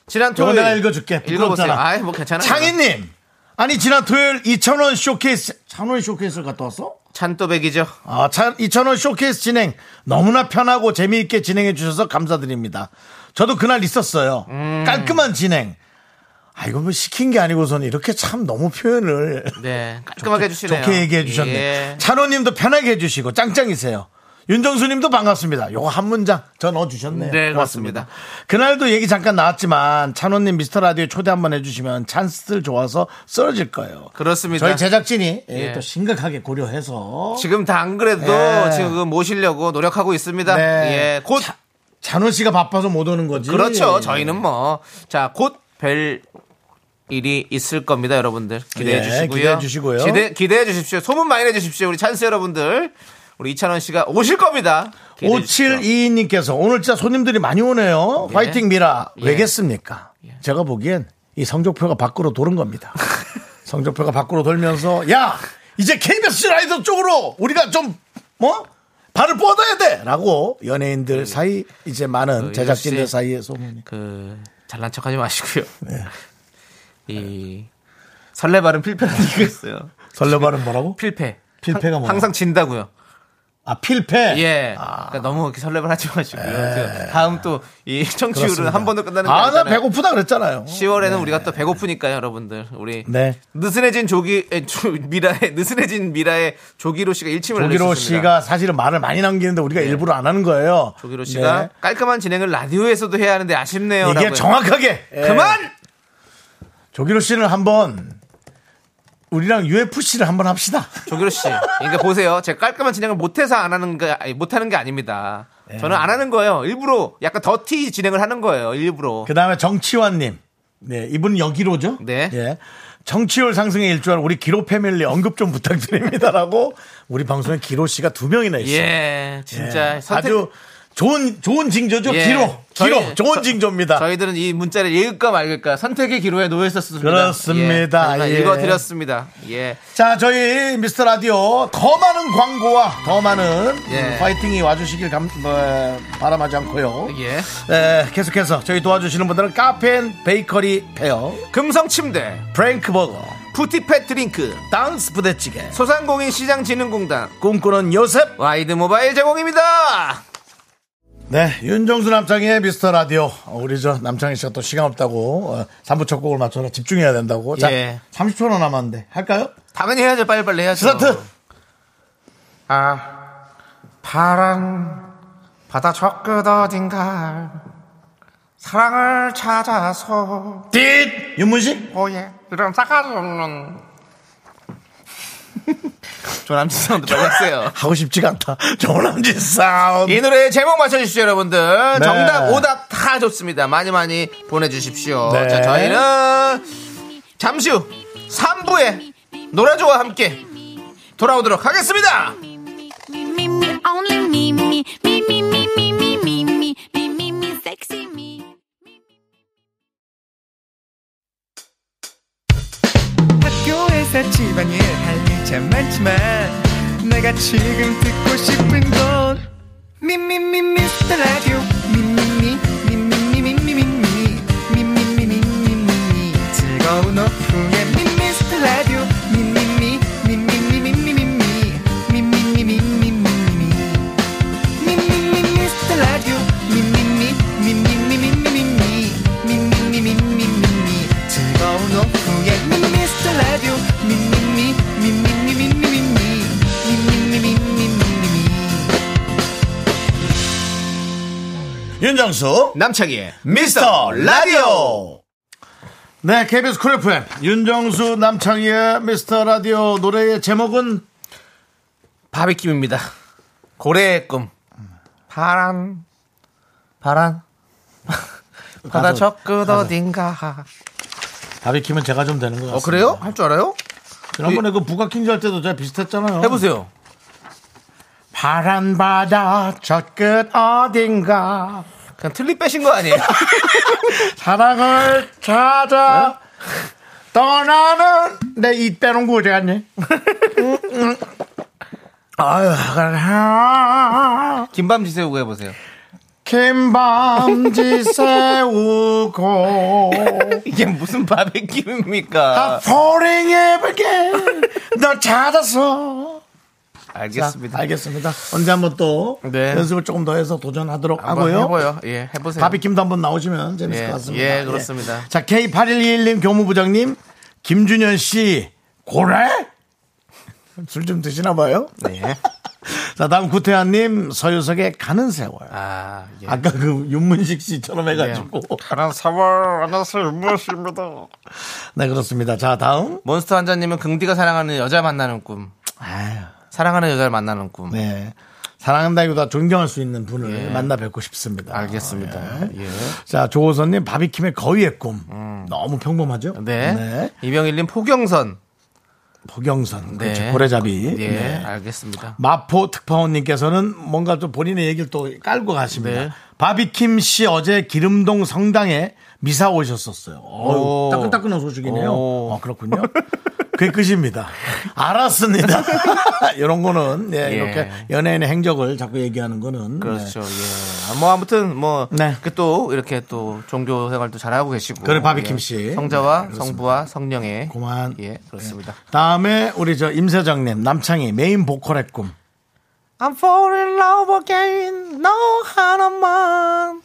Speaker 2: 지난
Speaker 1: 요거
Speaker 2: 토요일.
Speaker 1: 내가 읽어줄게.
Speaker 2: 읽어보세요.
Speaker 1: 부끄럽잖아.
Speaker 2: 아이, 뭐 괜찮아요.
Speaker 1: 창희님, 아니 지난 토요일 2,000원 쇼케이스, 1,000원 쇼케이스를 갔다 왔어?
Speaker 2: 찬또백이죠.
Speaker 1: 아, 참 2,000원 쇼케이스 진행 너무나 편하고 재미있게 진행해 주셔서 감사드립니다. 저도 그날 있었어요.
Speaker 2: 음.
Speaker 1: 깔끔한 진행. 아, 이거 뭐 시킨 게 아니고서는 이렇게 참 너무 표현을
Speaker 2: 네. 깔끔하게 해주시네요.
Speaker 1: 좋게 얘기해 주셨네.
Speaker 2: 예.
Speaker 1: 찬호님도 편하게 해주시고 짱짱이세요. 윤정수님도 반갑습니다. 요거 한 문장 저 넣어주셨네요.
Speaker 2: 네,
Speaker 1: 고맙습니다.
Speaker 2: 그렇습니다.
Speaker 1: 그날도 얘기 잠깐 나왔지만 찬호님 미스터 라디오 초대 한번 해주시면 찬스들 좋아서 쓰러질 거예요.
Speaker 2: 그렇습니다.
Speaker 1: 저희 제작진이 예,
Speaker 2: 예.
Speaker 1: 또 심각하게 고려해서
Speaker 2: 지금 다 안 그래도
Speaker 1: 예.
Speaker 2: 지금 모시려고 노력하고 있습니다.
Speaker 1: 네.
Speaker 2: 예. 곧.
Speaker 1: 자- 음. 찬호 씨가 바빠서 못 오는 거지.
Speaker 2: 그렇죠. 저희는 뭐. 자, 곧 뵐 일이 있을 겁니다, 여러분들. 기대해
Speaker 1: 예,
Speaker 2: 주시고요.
Speaker 1: 기대해 주시고요.
Speaker 2: 기대, 기대해 주십시오. 소문 많이 내 주십시오. 우리 찬스 여러분들. 우리 이찬원 씨가 오실 겁니다. 기대해 주십시오.
Speaker 1: 5722님께서 오늘 진짜 손님들이 많이 오네요.
Speaker 2: 예.
Speaker 1: 화이팅 미라.
Speaker 2: 예.
Speaker 1: 왜겠습니까? 제가 보기엔 이 성적표가 밖으로 도는 겁니다. 성적표가 밖으로 돌면서 야 이제 KBS 라이더 쪽으로 우리가 좀 뭐 발을 뻗어야 돼라고 연예인들 사이 이제 많은
Speaker 2: 그
Speaker 1: 제작진들
Speaker 2: 역시-
Speaker 1: 사이에 소문이.
Speaker 2: 그 잘난 척하지 마시고요.
Speaker 1: 네.
Speaker 2: 이 설레발은 필패라는 얘기가 있어요. 예.
Speaker 1: 설레발은 뭐라고?
Speaker 2: 필패.
Speaker 1: 필패가
Speaker 2: 항-
Speaker 1: 뭐야?
Speaker 2: 항상 진다고요.
Speaker 1: 아 필패.
Speaker 2: 예.
Speaker 1: 아.
Speaker 2: 그러니까 너무 이렇게 설레발하지 마시고요. 그 다음 또 이 청취율은 한 번도 끝나는 게
Speaker 1: 예. 아나
Speaker 2: 아니잖아요.
Speaker 1: 배고프다 그랬잖아요.
Speaker 2: 10월에는 우리가 또 배고프니까요, 여러분들. 우리
Speaker 1: 네.
Speaker 2: 느슨해진 조기 에, 조- 미라의 느슨해진 미라의 조기로 씨가 일침을
Speaker 1: 조기로 씨가
Speaker 2: 날려주셨습니다.
Speaker 1: 사실은 말을 많이 남기는데 우리가
Speaker 2: 예.
Speaker 1: 일부러 안 하는 거예요.
Speaker 2: 조기로 씨가
Speaker 1: 네.
Speaker 2: 깔끔한 진행을 라디오에서도 해야 하는데 아쉽네요.
Speaker 1: 이게
Speaker 2: 라고요.
Speaker 1: 정확하게 예.
Speaker 2: 그만
Speaker 1: 조기로 씨는 한번 우리랑 UFC를 한번 합시다.
Speaker 2: 조기로 씨. 그러니까 보세요. 제가 깔끔한 진행을 못해서 안 하는 게, 아니, 못하는 게 아닙니다.
Speaker 1: 네.
Speaker 2: 저는 안 하는 거예요. 일부러 약간 더티 진행을 하는 거예요. 일부러.
Speaker 1: 그 다음에 정치환님. 네, 이분 여기로죠?
Speaker 2: 네.
Speaker 1: 예. 정치율 상승에 일조한 우리 기로 패밀리 언급 좀 부탁드립니다라고 우리 방송에 기로 씨가 두 명이나 있어요.
Speaker 2: 예, 진짜.
Speaker 1: 예.
Speaker 2: 선택-
Speaker 1: 아주 좋은, 좋은 징조죠?
Speaker 2: 예.
Speaker 1: 기로. 기로.
Speaker 2: 저희-
Speaker 1: 좋은
Speaker 2: 저-
Speaker 1: 징조입니다.
Speaker 2: 저희들은 이 문자를 읽을까 말까 선택의 기로에 놓여 있었습니다.
Speaker 1: 그렇습니다.
Speaker 2: 예, 저희가
Speaker 1: 예.
Speaker 2: 읽어드렸습니다. 예.
Speaker 1: 자, 저희 미스터 라디오 더 많은 광고와 더 많은
Speaker 2: 예.
Speaker 1: 음, 파이팅이 와주시길 감, 뭐, 바람하지 않고요.
Speaker 2: 예.
Speaker 1: 에, 계속해서 저희 도와주시는 분들은 카페인 베이커리 페어,
Speaker 2: 금성 침대,
Speaker 1: 프랭크 버거,
Speaker 2: 푸티팻 드링크,
Speaker 1: 땅스 부대찌개,
Speaker 2: 소상공인 시장진흥공단,
Speaker 1: 꿈꾸는 요셉.
Speaker 2: 와이드 모바일 제공입니다.
Speaker 1: 네, 윤정수 남창희의 미스터 라디오. 어, 우리 저 남창희 씨가 또 시간 없다고 어, 3부 첫 곡을 맞춰라 집중해야 된다고. 자,
Speaker 2: 예.
Speaker 1: 30초나 남았는데 할까요?
Speaker 2: 당연히 해야죠. 빨리빨리 해야죠.
Speaker 1: 스타트.
Speaker 2: 아, 파란 바다 저 끝 어딘가 사랑을 찾아서 어, 예.
Speaker 1: 띠 윤문식.
Speaker 2: 보예 이런 싸가지 없는 조남지 사운드 빨리 하세요.
Speaker 1: 하고 싶지가 않다. 조남지 사운드.
Speaker 2: 이 노래 제목 맞춰주시죠, 여러분들.
Speaker 1: 네.
Speaker 2: 정답, 오답 다 좋습니다. 많이 많이 보내주십시오.
Speaker 1: 네.
Speaker 2: 자, 저희는 잠시 후 3부에 노라조와 함께 돌아오도록 하겠습니다.
Speaker 8: Me, me, only me, me, me, me, me, me, me, me, me, me, me, me, sexy me.
Speaker 10: 학교에서 집안일 할 일 참 많지만 내가 지금 듣고 싶은 건 미미미 미스터 라디오 미미미 미미미 미미미 미미미 미미미 즐거운 오후에 미스터 라디오 미미미 미미미 미미미 미미미 미미미
Speaker 1: 윤정수.
Speaker 2: 남창희의
Speaker 1: 미스터 라디오. 네, KBS 쿨 FM. 윤정수 남창희의 미스터 라디오 노래의 제목은
Speaker 2: 바비킴입니다. 고래의 꿈. 파란, 파란. 바다 적끝 어딘가.
Speaker 1: 바비킴은 제가 좀 되는 것 같아요.
Speaker 2: 어, 그래요? 할 줄 알아요?
Speaker 1: 지난번에 그 북악킹즈 할 때도 제가 비슷했잖아요.
Speaker 2: 해보세요.
Speaker 1: 파란 바다 저 끝 어딘가
Speaker 2: 그냥 틀리 빼신 거 아니에요?
Speaker 1: 사랑을 찾아 떠나는 내 이 빼놓은 거 어디 갔니? 음, 아유, 아. 그래.
Speaker 2: 김밤지 새우고 해보세요.
Speaker 1: 긴밤 지새우고
Speaker 2: 이게 무슨 바비킴입니까?
Speaker 1: falling again 널 찾았어
Speaker 2: 알겠습니다.
Speaker 1: 알겠습니다 언제 한번 또
Speaker 2: 네.
Speaker 1: 연습을 조금 더 해서 도전하도록
Speaker 2: 한번
Speaker 1: 하고요
Speaker 2: 해봐요. 예, 해보세요.
Speaker 1: 바비킴도 한번 나오시면 재밌을
Speaker 2: 예,
Speaker 1: 것 같습니다
Speaker 2: 예, 그렇습니다.
Speaker 1: 자 K8121님 교무부장님 김준현 씨 고래? 술 좀 드시나 봐요
Speaker 2: 예.
Speaker 1: 자 다음 구태환님 서유석의 가는 세월
Speaker 2: 아, 예.
Speaker 1: 아까 그 윤문식 씨처럼 해가지고
Speaker 2: 하나 사월 안녕하세요 윤모씨입니다.
Speaker 1: 네 그렇습니다 자 다음
Speaker 2: 몬스터 환자님은 긍디가 사랑하는 여자 만나는 꿈,
Speaker 1: 아유
Speaker 2: 사랑하는 여자를 만나는 꿈.
Speaker 1: 네. 사랑한다기보다 존경할 수 있는 분을 만나 뵙고 싶습니다. 아, 네.
Speaker 2: 알겠습니다. 예.
Speaker 1: 자, 조호선님, 바비킴의 거위의 꿈. 너무 평범하죠?
Speaker 2: 네. 이병일님 포경선.
Speaker 1: 보경선.
Speaker 2: 네.
Speaker 1: 그렇죠. 고래잡이.
Speaker 2: 예,
Speaker 1: 네.
Speaker 2: 알겠습니다.
Speaker 1: 마포 특파원님께서는 뭔가 좀 본인의 얘기를 또 깔고 가십니다.
Speaker 2: 네.
Speaker 1: 바비킴 씨 어제 기름동 성당에 미사 오셨었어요.
Speaker 2: 오.
Speaker 1: 어우, 따끈따끈한 소식이네요.
Speaker 2: 오.
Speaker 1: 어, 그렇군요. 그게 끝입니다. 알았습니다. 이런 거는, 예,
Speaker 2: 예.
Speaker 1: 이렇게 연예인의 행적을 자꾸 얘기하는 거는. 네.
Speaker 2: 그렇죠. 예. 아, 뭐 아무튼 뭐
Speaker 1: 네.
Speaker 2: 그또 이렇게 또 종교 생활도 잘하고 계시고. 예.
Speaker 1: 그래, 바비킴 씨. 네,
Speaker 2: 성자와 성부와 성령의
Speaker 1: 고만. 네.
Speaker 2: 예, 그렇습니다.
Speaker 1: 다음에 우리 저 임사장님 남창희 메인 보컬의 꿈.
Speaker 2: I'm fall in love again. 너 하나만.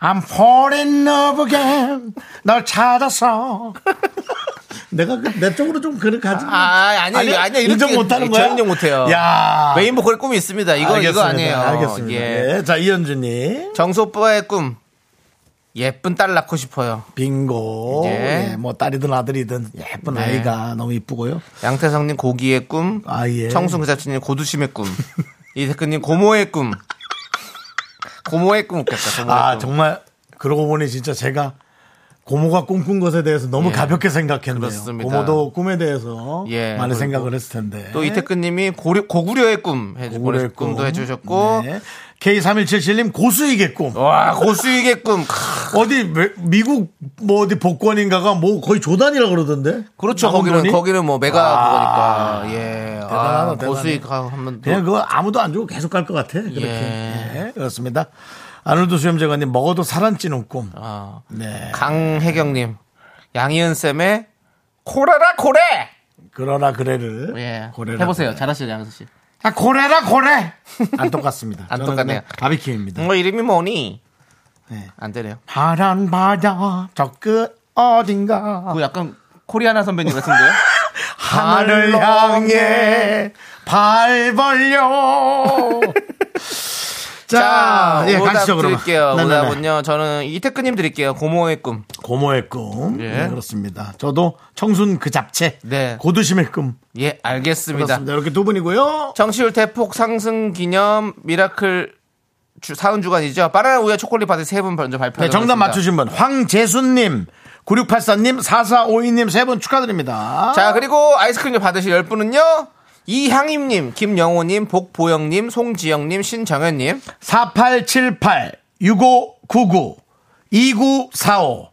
Speaker 1: I'm falling in love again. 널 찾았어. 내가 그, 내 쪽으로 좀 그렇게 가지. 뭐.
Speaker 2: 아, 아니요, 아니요, 아니요. 이렇게
Speaker 1: 인정 못하는 거야?
Speaker 2: 저 인정 못해요.
Speaker 1: 야,
Speaker 2: 아, 메인 보컬 꿈이 있습니다. 이거 이거
Speaker 1: 알겠습니다.
Speaker 2: 아니에요.
Speaker 1: 알겠습니다.
Speaker 2: 예.
Speaker 1: 예, 자 이현주님
Speaker 2: 정수 오빠의 꿈. 예쁜 딸 낳고 싶어요.
Speaker 1: 빙고.
Speaker 2: 예.
Speaker 1: 예, 뭐 딸이든 아들이든 예쁜
Speaker 2: 네.
Speaker 1: 아이가 너무 이쁘고요.
Speaker 2: 양태성님 고기의 꿈.
Speaker 1: 아, 예.
Speaker 2: 청순 그 자체님 고두심의 꿈. 이태근님 고모의 꿈. 고모의 꿈 웃겼다. 고모의
Speaker 1: 아
Speaker 2: 꿈.
Speaker 1: 정말 그러고 보니 진짜 제가 고모가 꿈꾼 것에 대해서 너무
Speaker 2: 예.
Speaker 1: 가볍게 생각했네요.
Speaker 2: 그렇습니다.
Speaker 1: 고모도 꿈에 대해서
Speaker 2: 예,
Speaker 1: 많은
Speaker 2: 그리고
Speaker 1: 생각을 했을 텐데.
Speaker 2: 또 이태근님이 고려, 고구려의 꿈 해주,
Speaker 1: 고구려의
Speaker 2: 고구려의 꿈도 해주셨고 어.
Speaker 1: 네. K3177님 고수익의 꿈.
Speaker 2: 와 고수익의 꿈 크,
Speaker 1: 어디 미- 미국 뭐 어디 복권인가가 뭐 거의 조단이라 그러던데.
Speaker 2: 그렇죠
Speaker 1: 나온
Speaker 2: 거기는
Speaker 1: 돈이? 아,
Speaker 2: 거기는 뭐 메가 그거니까 예
Speaker 1: 대단하다,
Speaker 2: 아,
Speaker 1: 대단해.
Speaker 2: 고수익 한번 더.
Speaker 1: 그냥 그거 아무도 안 주고 계속 갈 것 같아. 그렇게.
Speaker 2: 예.
Speaker 1: 예, 그렇습니다. 아놀드 수염재관님 먹어도 살안 찌는 꿈.
Speaker 2: 아,
Speaker 1: 네.
Speaker 2: 강혜경님 양희은 쌤의 고래라 고래
Speaker 1: 그러나 그래를
Speaker 2: 예
Speaker 1: 고래라
Speaker 2: 해보세요
Speaker 1: 그래.
Speaker 2: 잘하시죠 양수 씨
Speaker 1: 아, 고래라 고래. 안 똑같습니다.
Speaker 2: 안
Speaker 1: 저는
Speaker 2: 똑같네요.
Speaker 1: 그냥 바비킴입니다.
Speaker 2: 뭐 이름이 뭐니
Speaker 1: 네.
Speaker 2: 안 되네요
Speaker 1: 파란 바다 저 끝 어딘가
Speaker 2: 그 약간 코리아나 선배님 같은데요
Speaker 1: 하늘 향해 발 벌려. 자, 예,
Speaker 2: 오답
Speaker 1: 가시죠, 그러면.
Speaker 2: 드릴게요.
Speaker 1: 네네네.
Speaker 2: 오답은요. 저는 이태근님 드릴게요. 고모의 꿈.
Speaker 1: 고모의 꿈.
Speaker 2: 예.
Speaker 1: 네, 그렇습니다. 저도 청순 그 잡채.
Speaker 2: 네.
Speaker 1: 고두심의 꿈.
Speaker 2: 예, 알겠습니다.
Speaker 1: 그렇습니다. 이렇게 두 분이고요.
Speaker 2: 정치율 대폭 상승 기념 미라클 주, 사은 주간이죠. 바나나 우유 초콜릿 받을 세 분 먼저 발표.
Speaker 1: 네, 정답 맞추신 분. 황재순님, 9684님, 4452님 세 분 축하드립니다.
Speaker 2: 자, 그리고 아이스크림 받으실 열 분은요. 이향임님, 김영호님, 복보영님, 송지영님, 신정현님.
Speaker 1: 4878, 6599, 2945,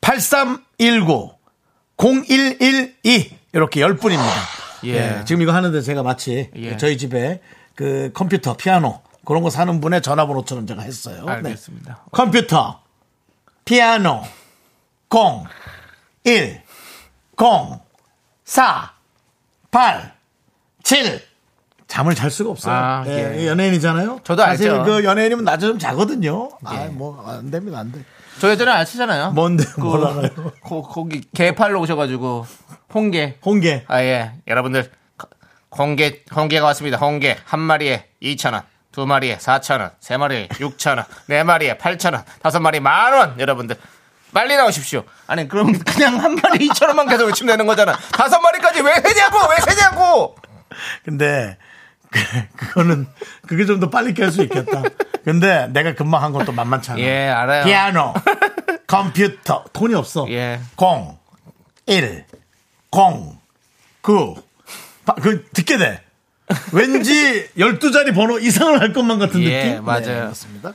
Speaker 1: 8319, 0112. 이렇게 열분입니다
Speaker 2: 예.
Speaker 1: 예, 지금 이거 하는데 제가 마치
Speaker 2: 예.
Speaker 1: 저희 집에 그 컴퓨터, 피아노 그런 거 사는 분의 전화번호처럼 제가 했어요. 네.
Speaker 2: 알겠습니다.
Speaker 1: 컴퓨터, 피아노, 0, 1, 0, 4, 8, 7. 잠을 잘 수가 없어요.
Speaker 2: 아,
Speaker 1: 예,
Speaker 2: 예.
Speaker 1: 연예인이잖아요.
Speaker 2: 저도
Speaker 1: 사실
Speaker 2: 알죠. 예.
Speaker 1: 그 연예인이면 낮에 좀 자거든요. 아, 뭐, 안 됩니다, 안 돼.
Speaker 2: 저 예전에 아시잖아요.
Speaker 1: 뭔데,
Speaker 2: 그,
Speaker 1: 뭘 알아요?
Speaker 2: 거, 거기 개팔로 오셔가지고 홍게.
Speaker 1: 홍게.
Speaker 2: 아 예, 여러분들 홍게 홍게가 왔습니다. 홍게 한 마리에 2천 원, 두 마리에 4천 원, 세 마리에 6천 원, 네 마리에 8천 원, 다섯 마리 만 원. 여러분들 빨리 나오십시오. 아니 그럼 그냥 한 마리 2천 원만 계속 외치면 되는 거잖아. 다섯 마리까지 왜 세냐고 왜 세냐고.
Speaker 1: 근데, 그- 그거는, 그게 좀 더 빨리 깰 수 있겠다. 근데 내가 금방 한 것도 만만치 않아.
Speaker 2: 예 알아요.
Speaker 1: 피아노, 컴퓨터, 돈이 없어.
Speaker 2: 예.
Speaker 1: 0, 1, 0, 9. 그 듣게 돼. 왠지 12자리 번호 이상을 할 것만 같은
Speaker 2: 예,
Speaker 1: 느낌?
Speaker 2: 맞아요.
Speaker 1: 맞습니다.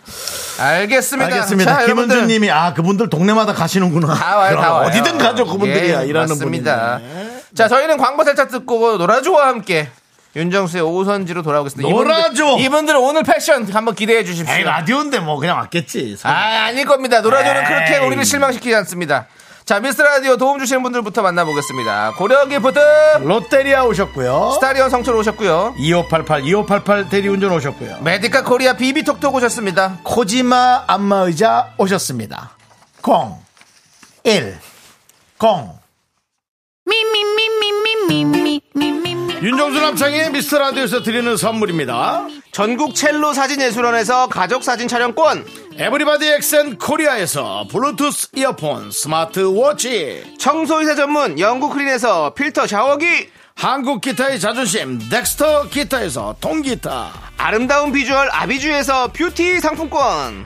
Speaker 2: 알겠습니다.
Speaker 1: 알겠습니다.
Speaker 2: 자, 여러분들.
Speaker 1: 김은주 님이, 아, 그분들 동네마다 가시는구나.
Speaker 2: 다 와요,
Speaker 1: 그럼
Speaker 2: 다 와요.
Speaker 1: 어디든 가죠, 그분들이야.
Speaker 2: 예,
Speaker 1: 이라는
Speaker 2: 맞습니다.
Speaker 1: 분이. 네.
Speaker 2: 자, 저희는 광고 살짝 듣고 노라조와 함께 윤정수의 오선지로 돌아오겠습니다.
Speaker 1: 노라조!
Speaker 2: 이분들, 이분들 오늘 패션 한번 기대해
Speaker 1: 에이,
Speaker 2: 주십시오.
Speaker 1: 라디오인데 뭐 그냥 왔겠지.
Speaker 2: 아, 아닐 겁니다. 노라조는
Speaker 1: 에이.
Speaker 2: 그렇게 우리를 실망시키지 않습니다. 자, 미스 라디오 도움 주시는 분들부터 만나보겠습니다. 고려 기프트
Speaker 1: 롯데리아 오셨고요.
Speaker 2: 스타리온 성철 오셨고요.
Speaker 1: 2588, 2588 대리운전 오셨고요.
Speaker 2: 메디카 코리아 비비톡톡 오셨습니다.
Speaker 1: 코지마 안마의자 오셨습니다. 0, 1, 0. 윤정수 남창의 미스터 라디오에서 드리는 선물입니다.
Speaker 2: 전국 첼로 사진예술원에서 가족 사진 촬영권,
Speaker 1: 에브리바디 엑센 코리아에서 블루투스 이어폰, 스마트워치,
Speaker 2: 청소이사 전문 영국 크린에서 필터 샤워기,
Speaker 1: 한국 기타의 자존심, 덱스터 기타에서 통기타,
Speaker 2: 아름다운 비주얼 아비주에서 뷰티 상품권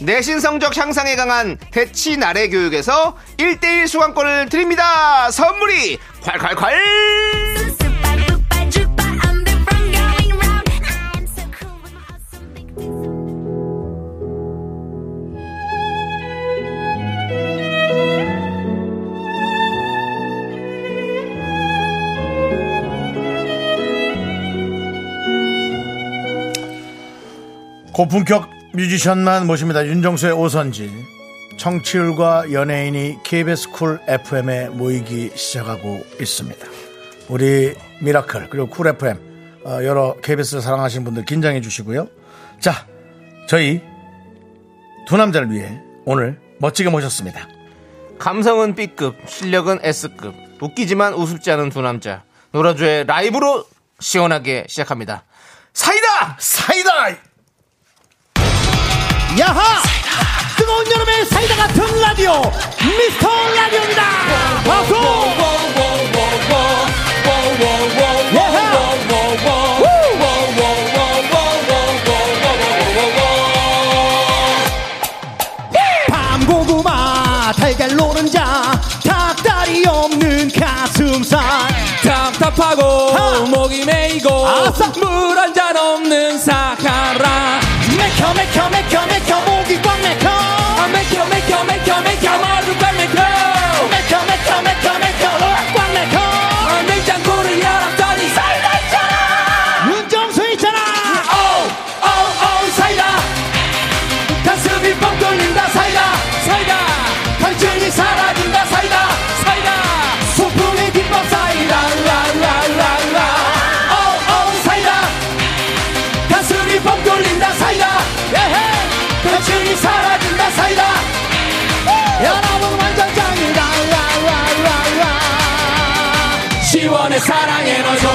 Speaker 2: 내신 성적 향상에 강한 대치 나래 교육에서 1대1 수강권을 드립니다 선물이 콸콸콸
Speaker 1: 고품격 뮤지션만 모십니다 윤정수의 오선지 청취율과 연예인이 KBS 쿨 FM에 모이기 시작하고 있습니다 우리 미라클 그리고 쿨 FM 어, 여러 KBS를 사랑하시는 분들 긴장해 주시고요 자 저희 두 남자를 위해 오늘 멋지게 모셨습니다
Speaker 2: 감성은 B급 실력은 S급 웃기지만 우습지 않은 두 남자 노라조의 라이브로 시원하게 시작합니다 사이다
Speaker 1: 사이다 야하 뜨거운 여름의 사이다 같은 라디오 미스터 라디오입니다 와서
Speaker 10: 밤고구마 달걀 노른자 닭다리 없는 가슴살 답답하고 목이 메이고 물 한 잔 없는 사카라 맥혀 맥혀 맥혀 맥혀 목이 꽉 맥혀 아, 맥혀 맥혀 맥혀 맥혀 머리 꽉 맥혀 맥혀 맥혀 맥혀 맥혀 로락 꽉 맥혀 아, 냉장고를 열었더니 사이다 있잖아 윤정수 있잖아 오오오 사이다 가슴이 뻥 뚫린다 사이다 사이다 갈증이 사라진다 사이다 원해 사랑해 너 좋아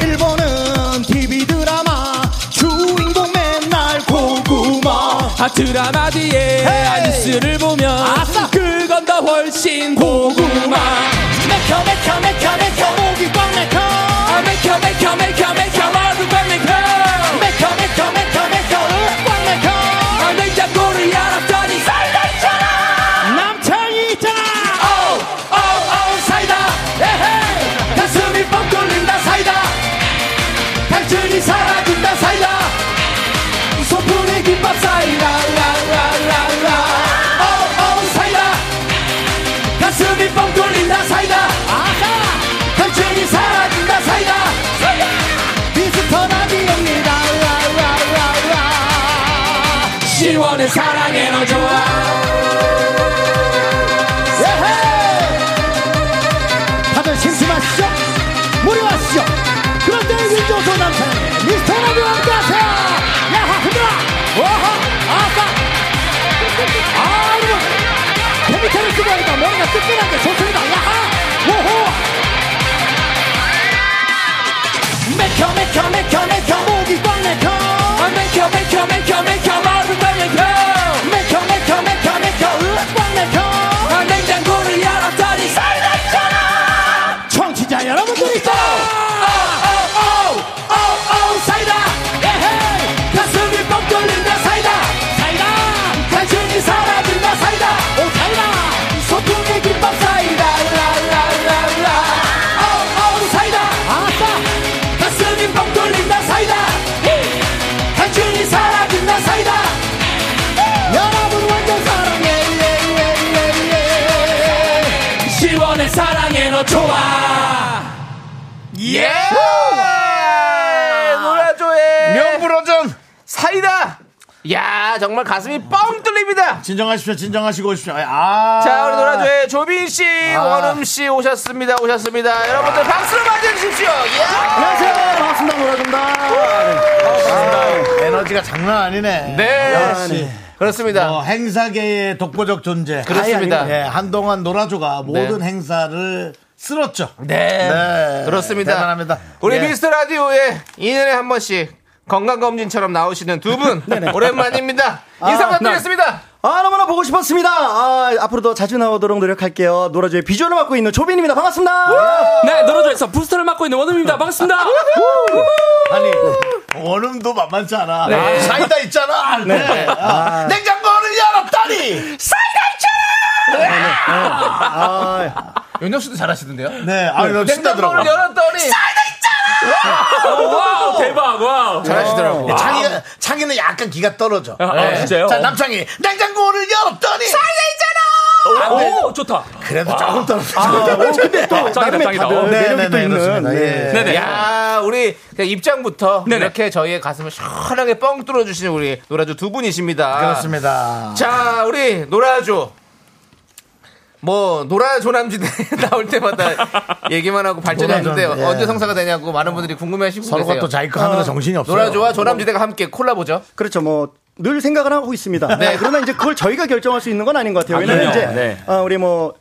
Speaker 10: 매일 보는 TV 드라마 주인공 맨날 고구마 아 드라마 뒤에 뉴스를 보면 그건 더 훨씬 고구마 맥혀 맥혀 맥혀 맥혀 목이 꽉 맥혀 아, 맥혀 맥혀 맥혀 맥혀 마루 꽉 맥혀 맥혀 맥혀 맥혀 맥혀 으악, 꽉 맥혀 아, 냉장고를 열었더니 사이다 있잖아 남창이 있잖아 오오오 어, 사이다 에헤 가슴이 뻥 뚫린다 사이다 당신이 사라진다 사이다 소풍의 김밥 사이다 라라라라 오오 사이다 가슴이 뻥 뚫린다 사이다 아하 당신이 사라진다 사이다 사이다 미스터 라디오입니다 라라라라 시원해 사랑해 너 좋아 예헤! 다들 심심하시죠? 무료하시죠? 그런데 윤정수 남편의 미스터 라디오 함께하세요 야하 흔들어 와하 아싸 아 여러분 개미테를 쓰고 하니까 머리가 뜨끈한데 좋습니다 야하 오호 맥혀 맥혀 맥혀 맥혀 목이 꽉 맥혀 아, 맥혀 맥혀 맥혀 맥혀 마음이 꽉 맥혀 맥혀 맥혀 맥혀 맥혀 으악 꽉 맥혀 아, 냉장고를 열었더니 사이다 있잖아 청취자 여러분들이 있잖아 오오오오오 사이다 예헤 가슴이 뻥 뚫린다 사이다 사이다 당신이 사라진다 사이다 오 사이다 소풍의 김밥 사이다 라라라라 오오 사이다 아싸 가슴이 뻥 뚫린다 사이다 당신이 사라진다 사이다 여러분 완전 사랑해 예, 예, 예, 예. 시원해 사랑해 너 좋아
Speaker 2: 예! 놀아줘해!
Speaker 1: 명불허전
Speaker 2: 사이다! 야 정말 가슴이 뻥 뚫립니다!
Speaker 1: 진정하십시오. 진정하시고 오십시오. 아.
Speaker 2: 자, 우리 놀아줘의 조빈씨, 원음씨 오셨습니다, 오셨습니다. 여러분들 박수로 맞이해주십시오! 예!
Speaker 1: 안녕하세요. 반갑습니다. 놀아준다. 아, 에너지가 장난 아니네.
Speaker 2: 네! 그렇습니다.
Speaker 1: 어, 행사계의 독보적 존재.
Speaker 2: 그렇습니다.
Speaker 1: 예, 한동안 노라조가 모든 행사를 쓸었죠.
Speaker 2: 네. 그렇습니다.
Speaker 1: 대단합니다.
Speaker 2: 우리
Speaker 1: 예.
Speaker 2: 미스터 라디오에 2년에 한 번씩 건강검진처럼 나오시는 두 분, 오랜만입니다. 인사 부탁드리겠습니다!
Speaker 10: 아 너무나 보고 싶었습니다 아 앞으로 더 자주 나오도록 노력할게요 노라조의 비주얼을 맡고 있는 조빈입니다 반갑습니다 네 노라조에서 부스터를 맡고 있는 원우입니다 반갑습니다
Speaker 1: 아니, 원음도 만만치 않아.
Speaker 2: 네.
Speaker 1: 사이다 있잖아. 네. 아, 냉장고를 열었다니! 네,
Speaker 2: 윤정씨도 잘하시던데요?
Speaker 1: 어. 네, 아니, 너 진짜
Speaker 2: 냉장고를
Speaker 1: 들어가.
Speaker 2: 열었더니
Speaker 10: 와우 대박 와우
Speaker 2: 잘하시더라고. 네.
Speaker 1: 예,
Speaker 2: 아.
Speaker 1: 창이가, 창이는 약간 기가 떨어져.
Speaker 10: 아 진짜요?
Speaker 1: 자, 남창이, 냉장고를 열었더니!
Speaker 2: 어, 네.
Speaker 10: 오 어, 좋다
Speaker 1: 그래도 조금 떨어져. 네,
Speaker 10: 근데 또 짱이다 짱이다 어.
Speaker 1: 매력이 또 있는. 네.
Speaker 10: 네네
Speaker 2: 야, 우리 그냥 입장부터
Speaker 10: 네네.
Speaker 2: 이렇게 저희의 가슴을 시원하게 뻥 뚫어 주시는 우리 노라조 두 분이십니다.
Speaker 1: 그렇습니다.
Speaker 2: 아. 자, 우리 노라조. 뭐 노라조 남지대 나올 때마다 얘기만 하고 발전이
Speaker 1: 노라조,
Speaker 2: 없는데
Speaker 1: 예.
Speaker 2: 언제 성사가 되냐고 많은 분들이 궁금해하시고
Speaker 1: 서로가
Speaker 2: 계세요.
Speaker 1: 또 자기 거 하느라 정신이 없어요.
Speaker 2: 노라조와 조남지대가 함께 콜라보죠.
Speaker 10: 그렇죠 뭐 늘 생각을 하고 있습니다.
Speaker 2: 네.
Speaker 10: 네. 그러나 이제 그걸 저희가 결정할 수 있는 건 아닌 것 같아요. 왜냐면 이제 어, 우리 뭐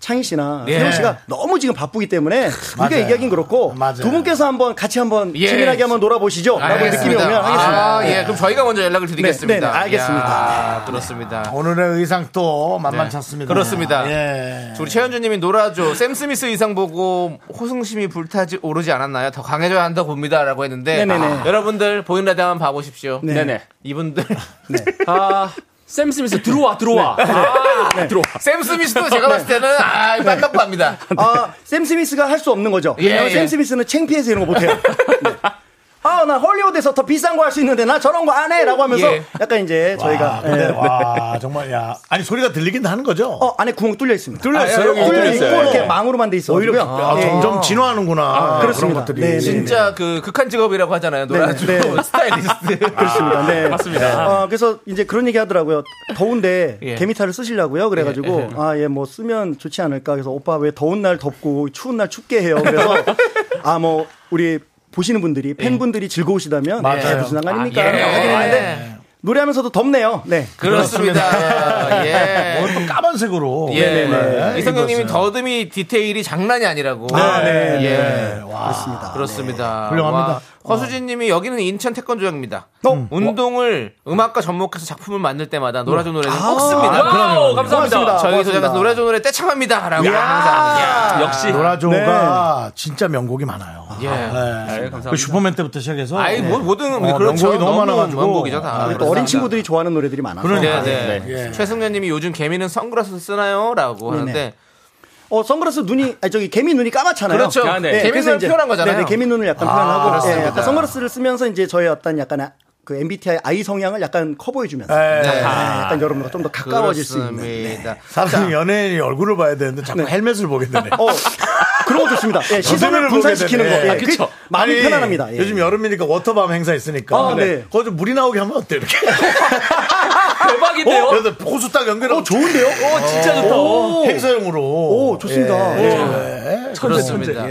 Speaker 10: 창희 씨나
Speaker 2: 예.
Speaker 10: 세훈 씨가 너무 지금 바쁘기 때문에 우리가
Speaker 1: 맞아요.
Speaker 10: 얘기하긴 그렇고
Speaker 1: 맞아요.
Speaker 10: 두 분께서 한번 같이 한번
Speaker 2: 예.
Speaker 10: 재미나게 한번 놀아보시죠라고 느낌이 오면 하겠습니다.
Speaker 2: 아, 예. 그럼 저희가 먼저 연락을 드리겠습니다.
Speaker 10: 네, 네, 알겠습니다.
Speaker 2: 이야, 그렇습니다.
Speaker 1: 오늘의 의상 또 만만치 않습니다.
Speaker 2: 그렇습니다.
Speaker 1: 예.
Speaker 2: 우리 최현주님이 놀아줘. 샘 스미스 의상 보고 호승심이 불타지 오르지 않았나요? 더 강해져야 한다 봅니다라고 했는데
Speaker 10: 네네네.
Speaker 2: 아, 여러분들 보인 라디오 한번 봐보십시오.
Speaker 10: 네네. 네. 아,
Speaker 2: 이분들
Speaker 10: 샘 스미스 들어와 들어와.
Speaker 2: 네. 샘 스미스도 제가 봤을 때는 아 깜깜합니다.
Speaker 10: 아, 샘 스미스가 할 수 없는 거죠.
Speaker 2: 예,
Speaker 10: 왜냐면
Speaker 2: 예.
Speaker 10: 샘 스미스는 창피해서 이런 거 못해요. 네. 아, 나 헐리우드에서 더 비싼 거 할 수 있는데 나 저런 거 안 해라고 하면서
Speaker 2: 예.
Speaker 10: 약간 이제 저희가
Speaker 1: 아, 근데
Speaker 10: 예.
Speaker 1: 와 정말 야 아니 소리가 들리긴 하는 거죠? 네,
Speaker 10: 어, 안에 구멍 뚫려 있습니다.
Speaker 1: 뚫렸어요.
Speaker 10: 뚫려 있고 이렇게
Speaker 11: 네.
Speaker 10: 망으로만 돼 있어. 예. 오히려
Speaker 1: 아, 점점 진화하는구나. 그런
Speaker 10: 네. 아, 그렇습니다.
Speaker 1: 것들이.
Speaker 10: 네, 네.
Speaker 2: 진짜 그 극한 직업이라고 하잖아요. 놀아줘
Speaker 10: 네, 네.
Speaker 2: 스타일리스트.
Speaker 10: 그렇습니다. 네. 맞습니다. 어, 그래서 이제 그런 얘기 하더라고요. 더운데
Speaker 2: 예.
Speaker 10: 개미타를 쓰시려고요. 그래가지고 아, 예, 뭐 쓰면 좋지 않을까. 그래서 오빠 왜 더운 날 덥고 추운 날 춥게 해요. 그래서 아, 뭐 우리
Speaker 11: 보시는 분들이 팬분들이 즐거우시다면
Speaker 1: 맞아요.
Speaker 11: 잘해주시는 거 아닙니까?
Speaker 2: 아, 예.
Speaker 11: 라고 하긴 했는데 노래하면서도 덥네요. 네.
Speaker 2: 그렇습니다. 예.
Speaker 1: 오늘 또뭐 까만색으로.
Speaker 2: 예.
Speaker 1: 네,
Speaker 2: 이성경님이
Speaker 1: 입었어요.
Speaker 2: 더듬이 디테일이 장난이 아니라고.
Speaker 1: 아, 네,
Speaker 2: 예.
Speaker 1: 네. 와.
Speaker 11: 그렇습니다.
Speaker 2: 그렇습니다.
Speaker 1: 훌륭합니다.
Speaker 2: 와, 허수진님이 여기는 인천 태권도장입니다. 음.
Speaker 1: 어?
Speaker 2: 운동을 음악과 접목해서 작품을 만들 때마다 노라조 노래는 꼭 씁니다.
Speaker 10: 와우,
Speaker 11: 고맙습니다.
Speaker 10: 감사합니다.
Speaker 2: 저희
Speaker 11: 고맙습니다.
Speaker 2: 소장에서 노라조 노래 떼창합니다라고 항상.
Speaker 10: 역시.
Speaker 1: 노라조가
Speaker 10: 네.
Speaker 1: 진짜 명곡이 많아요. 네.
Speaker 2: 예. 예, 감사합니다.
Speaker 1: 그 슈퍼맨 때부터 시작해서.
Speaker 2: 아이 뭐 모든
Speaker 1: 어,
Speaker 2: 그렇죠.
Speaker 1: 명곡이 너무 많아가지고.
Speaker 2: 명곡이죠 다.
Speaker 1: 아,
Speaker 11: 또
Speaker 2: 그렇습니다.
Speaker 11: 어린 친구들이 좋아하는 노래들이 많아서.
Speaker 2: 네,
Speaker 1: 그러니까.
Speaker 2: 네.
Speaker 1: 예.
Speaker 2: 최승현님이 요즘 개미는 선글라스 쓰나요?라고
Speaker 11: 네,
Speaker 2: 하는데
Speaker 11: 네. 어, 선글라스 눈이, 아니, 저기, 개미 눈이 까맣잖아요.
Speaker 2: 그렇죠.
Speaker 10: 아, 네.
Speaker 2: 개미
Speaker 11: 그래서
Speaker 2: 눈을
Speaker 11: 이제-
Speaker 2: 표현한 거잖아요.
Speaker 11: 네네, 개미 눈을 약간
Speaker 2: 아,
Speaker 11: 표현하고, 예,
Speaker 2: 그렇습니다.
Speaker 11: 약간 선글라스를 쓰면서 이제 저의 어떤 약간 아- 그 MBTI I 성향을 약간 커버해주면서.
Speaker 1: 네.
Speaker 11: 예, 약간 여러분과 좀 더 가까워질 수 있는. 네.
Speaker 2: 그렇습니다.
Speaker 1: 사람이 연예인이 얼굴을 봐야 되는데 자꾸 헬멧을 보게 되네.
Speaker 11: 어, 그런 거 좋습니다. 예, 시선을
Speaker 1: 선생님을
Speaker 11: 분산시키는
Speaker 1: 어, 보게
Speaker 11: 거.
Speaker 1: 되네.
Speaker 11: 예,
Speaker 1: 아,
Speaker 11: 그게 마음이
Speaker 1: 아니,
Speaker 11: 편안합니다. 예.
Speaker 1: 요즘 여름이니까 워터밤 행사 있으니까.
Speaker 11: 아,
Speaker 1: 근데
Speaker 11: 네.
Speaker 1: 거기서 물이 나오게 하면 어때, 이렇게? 어,
Speaker 10: 대박인데요?
Speaker 1: 그래서 호수 딱 연결하고.
Speaker 11: 어,
Speaker 1: 어,
Speaker 11: 좋은데요?
Speaker 10: 진짜 좋다.
Speaker 1: 행사용으로.
Speaker 11: 오, 좋습니다.
Speaker 2: 그렇습니다.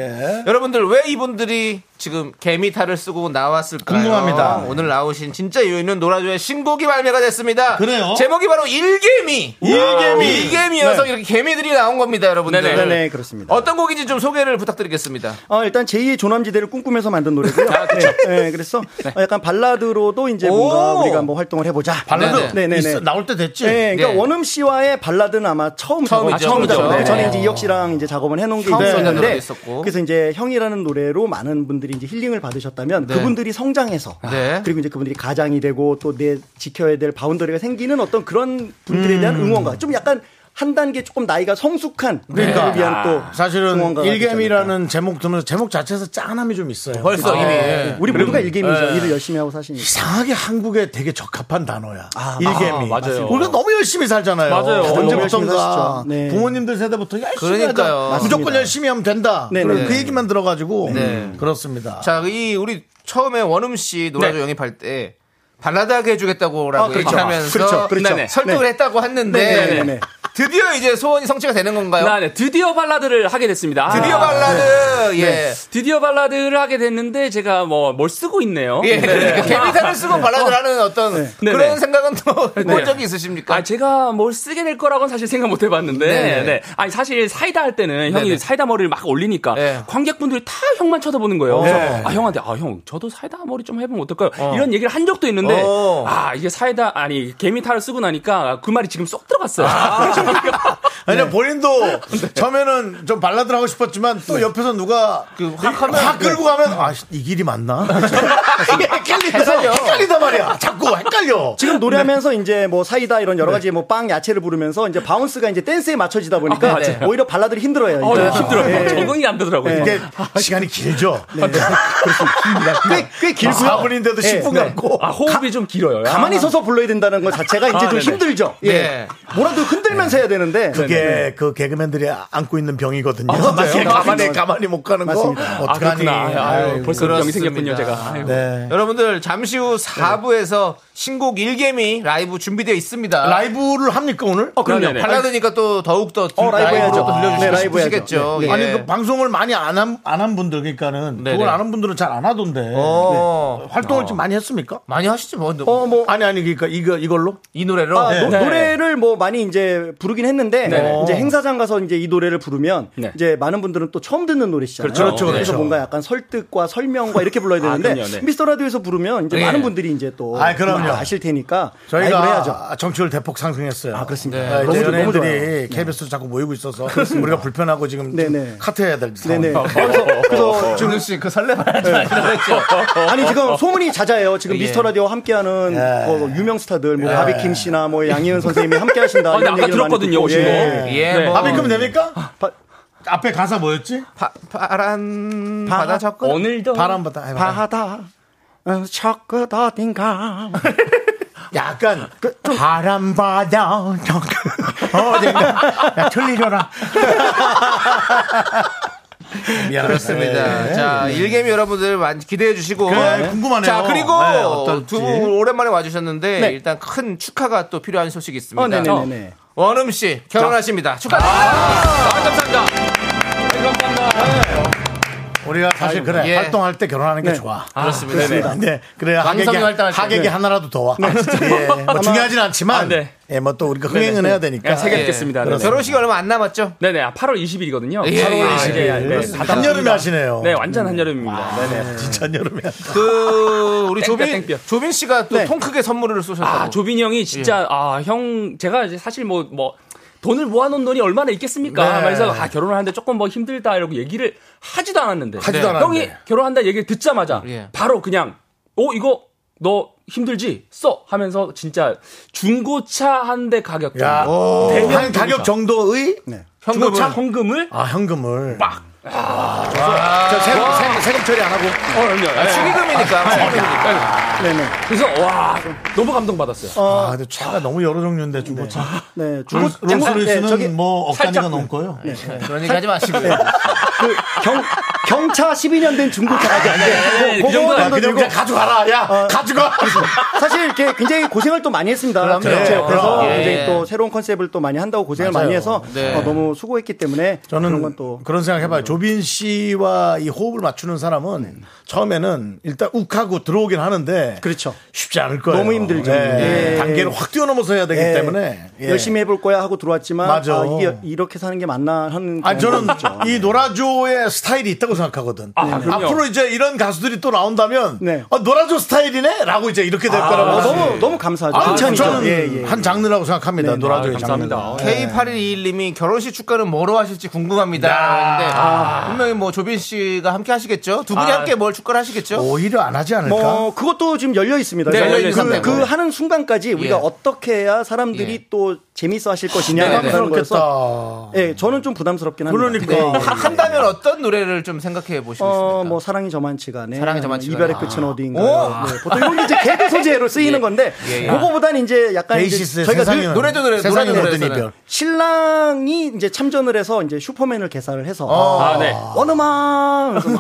Speaker 2: 여러분들 왜 이분들이 지금 개미탈을 쓰고 나왔을까요?
Speaker 1: 궁금합니다.
Speaker 2: 오늘 나오신 진짜 요인은 노라조의 신곡이 발매가 됐습니다.
Speaker 1: 그래요?
Speaker 2: 제목이 바로 일개미.
Speaker 1: 일개미.
Speaker 2: 일개미여서 이렇게 개미들이 나온 겁니다, 여러분들.
Speaker 10: 네네.
Speaker 11: 네네, 그렇습니다.
Speaker 2: 어떤 곡인지 좀 소개를 부탁드리겠습니다.
Speaker 11: 어, 일단 제2의 조남지대를 꿈꾸면서 만든 노래고요. 네, 네, 그래서 어, 약간 발라드로도 이제 뭔가
Speaker 2: 오!
Speaker 11: 우리가 뭐 활동을 해보자.
Speaker 1: 발라드
Speaker 11: 네네네.
Speaker 1: 예. 있어, 나올 때 됐지?
Speaker 11: 네, 그러니까
Speaker 2: 네.
Speaker 11: 원음 씨와의 발라드는 아마 처음 작업,
Speaker 2: 처음이죠.
Speaker 11: 처음이죠.
Speaker 2: 그렇죠.
Speaker 11: 네. 전에
Speaker 2: 네.
Speaker 11: 이제 이혁 씨랑 이제 작업을 해놓은 게
Speaker 2: 처음
Speaker 11: 있었는데
Speaker 2: 발라드도 있었고.
Speaker 11: 그래서 이제 형이라는 노래로 많은 분들이 이제 힐링을 받으셨다면 그분들이 성장해서
Speaker 2: 네.
Speaker 11: 그리고 이제 그분들이 가장이 되고 또 내 지켜야 될 바운더리가 생기는 어떤 그런 분들에 대한
Speaker 2: 음.
Speaker 11: 응원과 좀 약간 한 단계 조금 나이가 성숙한
Speaker 1: 그러니까.
Speaker 11: 그들을 위한 또
Speaker 1: 사실은
Speaker 11: 네, 응원가가 되지 않을까.
Speaker 1: 일개미라는 제목 들으면서 제목 자체에서 짠함이 좀 있어요.
Speaker 2: 벌써 이미. 예.
Speaker 11: 우리 모두가 일개미죠. 일을 열심히 하고 사시니까.
Speaker 1: 이상하게 한국에 되게 적합한 단어야. 일개미.
Speaker 10: 아, 맞아요.
Speaker 1: 우리가 너무 열심히 살잖아요.
Speaker 10: 맞아요.
Speaker 11: 열심히
Speaker 1: 언제부턴가
Speaker 11: 사시죠. 네.
Speaker 1: 부모님들 세대부터 열심히
Speaker 2: 그러니까요.
Speaker 1: 하자. 무조건
Speaker 11: 맞습니다.
Speaker 1: 열심히 하면 된다.
Speaker 11: 네,
Speaker 1: 그런
Speaker 11: 네.
Speaker 1: 그 얘기만 들어가지고 음,
Speaker 2: 네.
Speaker 1: 그렇습니다.
Speaker 2: 자, 이 우리 처음에 원음 씨 노라조 영입할 때 발라드하게 해주겠다고라고
Speaker 11: 아, 그렇죠.
Speaker 2: 얘기하면서
Speaker 11: 그렇죠, 그렇죠.
Speaker 2: 네네. 설득을
Speaker 11: 네.
Speaker 2: 했다고 했는데
Speaker 11: 네, 네, 네, 네.
Speaker 2: 드디어 이제 소원이 성취가 되는 건가요?
Speaker 10: 나, 네, 드디어 발라드를 하게 됐습니다.
Speaker 2: 드디어
Speaker 10: 아, 네.
Speaker 2: 발라드 예.
Speaker 10: 드디어 발라드를 하게 됐는데 제가 뭐 뭘 쓰고 있네요. 아,
Speaker 2: 예, 그러니까 개미탄을 쓰고 발라드를 하는 어떤 그런
Speaker 10: 네네.
Speaker 2: 생각은 또 해본
Speaker 10: 네.
Speaker 2: 적이 있으십니까?
Speaker 10: 아, 제가 뭘 쓰게 될 거라고는 사실 생각 못 해봤는데.
Speaker 2: 네네.
Speaker 10: 네. 아니, 사실 사이다 할 때는 형이
Speaker 2: 네네.
Speaker 10: 사이다 머리를 막 올리니까
Speaker 2: 네.
Speaker 10: 관객분들이 다 형만 쳐다보는 거예요.
Speaker 11: 네.
Speaker 10: 그래서 아, 형한테, 아, 형, 저도 사이다 머리 좀 해보면 어떨까요? 이런 얘기를 한 적도 있는데,
Speaker 2: 어.
Speaker 10: 아, 이게 사이다, 아니, 개미탈을 쓰고 나니까 그 말이 지금 쏙 들어갔어요.
Speaker 1: 왜냐면 본인도 처음에는 좀 발라드를 하고 싶었지만 또 옆에서 누가
Speaker 2: 그확 하면
Speaker 1: 확 끌고 가면 아, 씨, 이 길이 맞나? 이게 헷갈리다, 헷갈리다 말이야. 자꾸 헷갈려.
Speaker 10: 네.
Speaker 11: 지금 노래하면서 이제 뭐 사이다 이런 여러 가지 뭐 빵 야채를 부르면서 이제 바운스가 이제 댄스에 맞춰지다 보니까
Speaker 10: 아, 맞아요.
Speaker 11: 오히려 발라드를 힘들어요.
Speaker 10: 어,
Speaker 11: 이제.
Speaker 10: 힘들어요.
Speaker 11: 예.
Speaker 10: 적응이 안 되더라고요.
Speaker 1: 이게 시간이 길죠.
Speaker 11: 꽤, 꽤 길고요.
Speaker 1: 4분인데도
Speaker 11: 네,
Speaker 1: 10분
Speaker 11: 네.
Speaker 1: 같고.
Speaker 10: 아, 호흡이 좀 길어요. 아.
Speaker 11: 가만히 서서 불러야 된다는 것 자체가 이제
Speaker 10: 아,
Speaker 11: 좀
Speaker 10: 네네.
Speaker 11: 힘들죠. 예.
Speaker 2: 네.
Speaker 11: 뭐라도 흔들면서 해야 되는데.
Speaker 1: 그게
Speaker 11: 네.
Speaker 1: 그 개그맨들이 안고 있는 병이거든요.
Speaker 11: 아,
Speaker 1: 사실 가만히 가만히 못 가는
Speaker 11: 맞습니다.
Speaker 1: 거
Speaker 10: 아,
Speaker 1: 어떡하니?
Speaker 10: 그렇구나. 아유,
Speaker 1: 아유,
Speaker 10: 벌써 병이
Speaker 2: 그렇습니다. 예.
Speaker 10: 생겼군요, 제가. 아유.
Speaker 1: 네.
Speaker 2: 여러분들 잠시 후 4부에서 신곡 일개미 라이브 준비되어 있습니다.
Speaker 1: 라이브를 합니까 오늘?
Speaker 10: 어, 그럼요.
Speaker 2: 네네. 발라드니까 또 더욱더
Speaker 11: 어, 라이브 해야죠.
Speaker 2: 라이브로 또
Speaker 11: 네,
Speaker 2: 들려주시고
Speaker 11: 라이브 해야죠.
Speaker 2: 싶으시겠죠.
Speaker 11: 네, 네.
Speaker 2: 예.
Speaker 1: 아니 그 방송을 많이 안 한 안 한 분들 그러니까는
Speaker 2: 네네.
Speaker 1: 그걸 안 한 분들은 잘 안 하던데
Speaker 2: 어.
Speaker 1: 네. 활동을 좀 많이 했습니까?
Speaker 2: 많이
Speaker 10: 네.
Speaker 2: 하시지 뭐.
Speaker 1: 어 뭐 아니 아니 그러니까 이거 이걸로
Speaker 2: 이 노래로
Speaker 10: 어.
Speaker 11: 아,
Speaker 1: 네.
Speaker 11: 노, 래를뭐 많이 이제 부르긴 했는데
Speaker 10: 네네.
Speaker 11: 이제 행사장 가서 이제 이 노래를 부르면
Speaker 10: 네.
Speaker 11: 이제 많은 분들은 또 처음 듣는 노래시잖아요.
Speaker 10: 그렇죠. 그렇죠,
Speaker 11: 래서
Speaker 1: 그렇죠.
Speaker 11: 뭔가 약간 설득과 설명과 이렇게 불러야 되는데
Speaker 10: 그럼요, 네.
Speaker 11: 미스터 라디오에서 부르면 이제
Speaker 2: 네.
Speaker 11: 많은 분들이 이제 또
Speaker 1: 아, 그럼요.
Speaker 11: 아실 테니까
Speaker 1: 저희가
Speaker 11: 라이브를 해야죠.
Speaker 1: 정치율 대폭 상승했어요.
Speaker 11: 아, 그렇습니다.
Speaker 1: 네,
Speaker 11: 너무
Speaker 1: 이제
Speaker 11: 좋- 너무
Speaker 1: 연예인들이 KBS로 자꾸 모이고 있어서 우리가 불편하고 지금 좀
Speaker 11: 네네.
Speaker 1: 카트해야 될 상황.
Speaker 11: 네네. 그래서, 그래서
Speaker 2: 준우 씨그 설레발하지 말라고 했죠.
Speaker 11: 아니 지금 소문이 자자해요.
Speaker 10: 예.
Speaker 11: 지금 미스터 라디오 함께하는
Speaker 1: 예.
Speaker 11: 뭐 유명 스타들, 뭐 바비킴 씨나 뭐 양희은 선생님이 함께하신다.
Speaker 10: 아, 근데
Speaker 11: 이런
Speaker 10: 아까
Speaker 11: 얘기를 많이
Speaker 10: 들었거든요,
Speaker 11: 듣고,
Speaker 10: 오신 거.
Speaker 11: 예.
Speaker 2: 예,
Speaker 10: 네.
Speaker 2: 뭐
Speaker 1: 밥이 그럼 됩니까?
Speaker 11: 바-
Speaker 1: 앞에 가사 뭐였지?
Speaker 2: 파, 파란 바다 적군
Speaker 10: 오늘도.
Speaker 1: 바람보다 아이, 바람.
Speaker 11: 바다 어, 척끝 어딘가
Speaker 1: 약간 바람 받아 어딘가 야 틀리려라 미안합니다.
Speaker 2: 그렇습니다. 예. 자, 일개미 여러분들 많이 기대해 주시고.
Speaker 1: 그래, 네, 궁금하네요.
Speaker 2: 자, 그리고
Speaker 1: 네, 어떨지.
Speaker 2: 두 분 오랜만에 와주셨는데
Speaker 11: 네.
Speaker 2: 일단 큰 축하가 또 필요한 소식이 있습니다.
Speaker 11: 어, 네네네.
Speaker 2: 원음 씨 결혼하십니다. 축하드립니다.
Speaker 10: 아, 감사합니다. 네, 감사합니다.
Speaker 2: 우리
Speaker 1: 우리가 사실
Speaker 11: 다행입니다.
Speaker 1: 그래
Speaker 2: 예.
Speaker 1: 활동할 때 결혼하는 게
Speaker 11: 네.
Speaker 1: 좋아.
Speaker 2: 아, 그렇습니다.
Speaker 1: 그렇습니다. 네. 그래야
Speaker 2: 왕성히
Speaker 1: 하객이,
Speaker 2: 활동할 때.
Speaker 1: 하객이
Speaker 2: 네.
Speaker 1: 하나라도 더 와. 예. 뭐 중요하진 않지만
Speaker 10: 아, 네.
Speaker 1: 예, 뭐 또 우리가 흥행은 해야 되니까. 예.
Speaker 10: 그냥 세개 듣겠습니다. 네.
Speaker 2: 결혼식이 얼마 안 남았죠?
Speaker 10: 네네, 아, 8월 20일이거든요.
Speaker 2: 예, 예,
Speaker 10: 네, 네,
Speaker 1: 한여름에 하시네요.
Speaker 10: 네, 완전 한여름입니다. 네네.
Speaker 1: 진짜 한여름에.
Speaker 2: 그 우리
Speaker 10: 땡볕,
Speaker 2: 조빈
Speaker 10: 땡볕.
Speaker 2: 조빈 씨가 또
Speaker 11: 네.
Speaker 2: 통 크게 선물을 쏘셨다고.
Speaker 10: 아, 조빈이 형이 진짜, 아, 형, 제가 이제 사실 뭐, 뭐, 돈을 모아놓은 돈이 얼마나 있겠습니까?
Speaker 1: 네.
Speaker 10: 그래서 아, 결혼을 하는데 조금 뭐 힘들다 이러고 얘기를 하지도 않았는데.
Speaker 1: 하지도
Speaker 10: 네.
Speaker 1: 않았는데.
Speaker 10: 형이 결혼한다 얘기를 듣자마자
Speaker 2: 예.
Speaker 10: 바로 그냥, 오, 이거 너 힘들지? 써! 하면서 진짜 중고차 한 대 가격.
Speaker 11: 아,
Speaker 1: 야,
Speaker 10: 정도.
Speaker 1: 한 가격 정도의
Speaker 11: 네.
Speaker 10: 중고차 현금을?
Speaker 1: 아 현금을 빡. 저 세금,
Speaker 2: 아.
Speaker 1: 세금, 세금 처리 안 하고
Speaker 10: 어, 그럼요.
Speaker 2: 네.
Speaker 10: 예.
Speaker 2: 축의금이니까.
Speaker 11: 네네.
Speaker 10: 그래서 와 너무 감동받았어요.
Speaker 1: 아, 근데 차가 너무 여러 종류인데 중고차.
Speaker 11: 네,
Speaker 1: 롤-
Speaker 11: 중고-
Speaker 1: 롤스로이스는
Speaker 11: 네, 저기 네.
Speaker 1: 뭐 억단위가
Speaker 10: 살짝-
Speaker 1: 넘고요. 네.
Speaker 2: 네. 그런 얘기 하지 마시고요.
Speaker 11: 그 경, 경차 12년 된 중고차까지
Speaker 10: 네,
Speaker 11: 아닌데
Speaker 10: 그 정도는
Speaker 1: 야, 그냥 그냥 가져가라. 야,
Speaker 11: 어.
Speaker 1: 가져가.
Speaker 11: 사실 이렇게 굉장히 고생을 또 많이 했습니다.
Speaker 10: 그렇죠.
Speaker 1: 그럼요.
Speaker 11: 제가
Speaker 10: 아,
Speaker 11: 그래서
Speaker 2: 예.
Speaker 11: 굉장히 또 새로운 컨셉을 또 많이 한다고 고생을
Speaker 1: 맞아요.
Speaker 11: 많이 해서
Speaker 2: 네.
Speaker 11: 어, 너무 수고했기 때문에
Speaker 1: 저는
Speaker 11: 그런
Speaker 1: 그런,
Speaker 11: 건또
Speaker 1: 생각 해봐요. 조빈 씨와 이 호흡을 맞추는 사람은 처음에는 일단 욱하고 들어오긴 하는데
Speaker 11: 네. 그렇죠.
Speaker 1: 쉽지 않을 거예요.
Speaker 11: 너무 힘들죠.
Speaker 1: 예.
Speaker 11: 예.
Speaker 1: 단계를 확 뛰어넘어서 해야 되기
Speaker 11: 예.
Speaker 1: 때문에 예.
Speaker 11: 열심히 해볼 거야 하고 들어왔지만
Speaker 1: 맞아.
Speaker 11: 아, 이게 이렇게 사는 게 맞나 하는 경험이
Speaker 1: 아니 저는
Speaker 11: 있죠. 네.
Speaker 1: 이 노라조의 스타일이 있다고 생각하거든.
Speaker 10: 아, 그럼요.
Speaker 1: 앞으로 이제 이런 가수들이 또 나온다면
Speaker 11: 네.
Speaker 1: 어, 노라조 스타일이네라고 이제 이렇게 될
Speaker 11: 어,
Speaker 1: 거라고.
Speaker 11: 너무 너무 감사하죠.
Speaker 1: 아,
Speaker 11: 칭찬이죠. 예,
Speaker 1: 저는 한 장르라고 생각합니다.
Speaker 11: 네, 네.
Speaker 1: 노라조의
Speaker 10: 아,
Speaker 1: 장르.
Speaker 10: 감사합니다.
Speaker 2: K8121님이 결혼식 축가는 뭐로 하실지 궁금합니다. 하는데
Speaker 11: 아.
Speaker 2: 분명히 뭐 조빈 씨가 함께 하시겠죠? 두 분이
Speaker 10: 아.
Speaker 2: 함께 뭘 축가를 하시겠죠?
Speaker 1: 오히려 안 하지 않을까?
Speaker 11: 뭐 그것도 지금 열려 있습니다.
Speaker 2: 네,
Speaker 11: 어,
Speaker 2: 열려
Speaker 11: 그래서
Speaker 2: 있는
Speaker 11: 그,
Speaker 2: 상태고요.
Speaker 11: 그 하는 순간까지 우리가
Speaker 2: 예.
Speaker 11: 어떻게 해야 사람들이
Speaker 2: 예.
Speaker 11: 또 재밌어 하실
Speaker 2: 네,
Speaker 11: 것이냐
Speaker 2: 네.
Speaker 11: 하는 거였어.
Speaker 1: 그렇겠다.
Speaker 11: 예, 저는 좀 부담스럽긴 합니다.
Speaker 1: 그러니까.
Speaker 11: 네.
Speaker 2: 하- 한다면 어떤 노래를 좀 생각해 보시겠습니까?
Speaker 11: 어, 뭐 사랑이 저만치간에
Speaker 2: 사랑이 저만치간에.
Speaker 11: 이별의
Speaker 2: 아.
Speaker 11: 끝은
Speaker 2: 오!
Speaker 11: 어디인가. 네, 보통 이런 게 이제 개그 소재로 쓰이는 건데 뭐
Speaker 2: 예, 예.
Speaker 11: 그거보단 이제 약간 이제
Speaker 1: 베이시스의
Speaker 11: 저희가
Speaker 1: 세상이
Speaker 11: 늘
Speaker 2: 노래도 노래,
Speaker 1: 세상이
Speaker 2: 노래도
Speaker 1: 모든
Speaker 2: 노래잖아요.
Speaker 1: 이별.
Speaker 11: 신랑이 이제 참전을 해서 이제 슈퍼맨을 개사를 해서
Speaker 10: 아, 네.
Speaker 2: 아,
Speaker 11: 어느만 누구를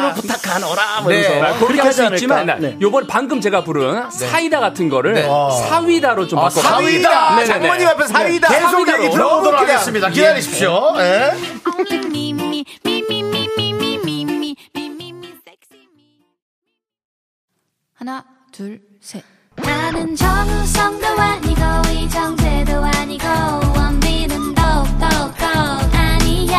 Speaker 11: 뭐, 부탁하노라
Speaker 2: 네.
Speaker 11: 뭐 이러면서
Speaker 10: 아, 그렇게
Speaker 11: 그렇게
Speaker 10: 할
Speaker 11: 하지
Speaker 10: 수
Speaker 11: 않을까.
Speaker 10: 있지만
Speaker 11: 네.
Speaker 10: 요번 방금 제가 부른 사이다 같은 거를
Speaker 2: 네.
Speaker 10: 아, 사위다로 좀 바꿔.
Speaker 2: 사위다!
Speaker 10: 네네네.
Speaker 2: 장모님 앞에 사위다!
Speaker 1: 계속
Speaker 2: 사위다로.
Speaker 1: 얘기
Speaker 2: 너무
Speaker 1: 들어보도록
Speaker 2: 웃기다.
Speaker 1: 하겠습니다. 기다리십시오. 예.
Speaker 8: Only me, me, me, me, me, me, me, me, me, me, me, me, sexy me.
Speaker 12: 하나, 둘, 셋.
Speaker 8: 나는 정우성도 아니고 이정재도 아니고 원빈은 더욱더 아니야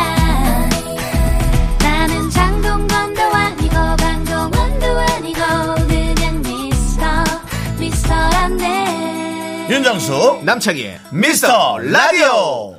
Speaker 8: 나는 장동건도 아니고 강동원도 아니고 그냥 미스터 미스터란데
Speaker 1: 예. 윤정수 남창희의 미스터 라디오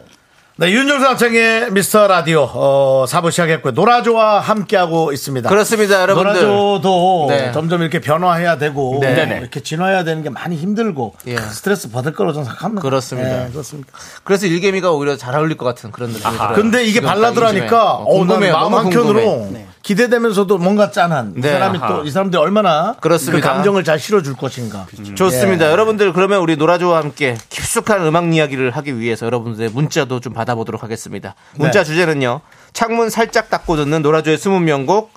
Speaker 1: 네, 윤정수 남창희의 미스터 라디오 어, 4부 시작했고요 노라조와 함께하고 있습니다
Speaker 2: 그렇습니다, 여러분들.
Speaker 1: 노라조도
Speaker 2: 네.
Speaker 1: 점점 이렇게 변화해야 되고 뭐
Speaker 2: 네. 네네.
Speaker 1: 이렇게 진화해야 되는 게 많이 힘들고 그
Speaker 2: 예.
Speaker 1: 스트레스 받을 거라고 저는 생각합니다
Speaker 2: 그렇습니다.
Speaker 1: 네, 그렇습니다
Speaker 2: 그래서 일개미가 오히려 잘 어울릴 것 같은 그런 느낌이 들어요.
Speaker 1: 근데 이게
Speaker 2: 아, 지금 딱
Speaker 1: 발라드라니까 어,
Speaker 2: 이
Speaker 1: 난
Speaker 2: 쯤에. 궁금해요.
Speaker 1: 마음
Speaker 2: 너무 궁금해.
Speaker 1: 한켠으로 기대되면서도 뭔가 짠한 이
Speaker 2: 네.
Speaker 1: 사람이 또 이 사람들이 얼마나
Speaker 2: 그렇습니다. 그렇죠.
Speaker 1: 그 감정을 잘 실어줄 것인가
Speaker 2: 좋습니다. 여러분들 그러면 우리 노라조와 함께 깊숙한 음악 이야기를 하기 위해서 여러분들의 문자도 좀 받아보도록 하겠습니다. 문자 주제는요. 창문 살짝 닫고 듣는 노라조의 숨은 명곡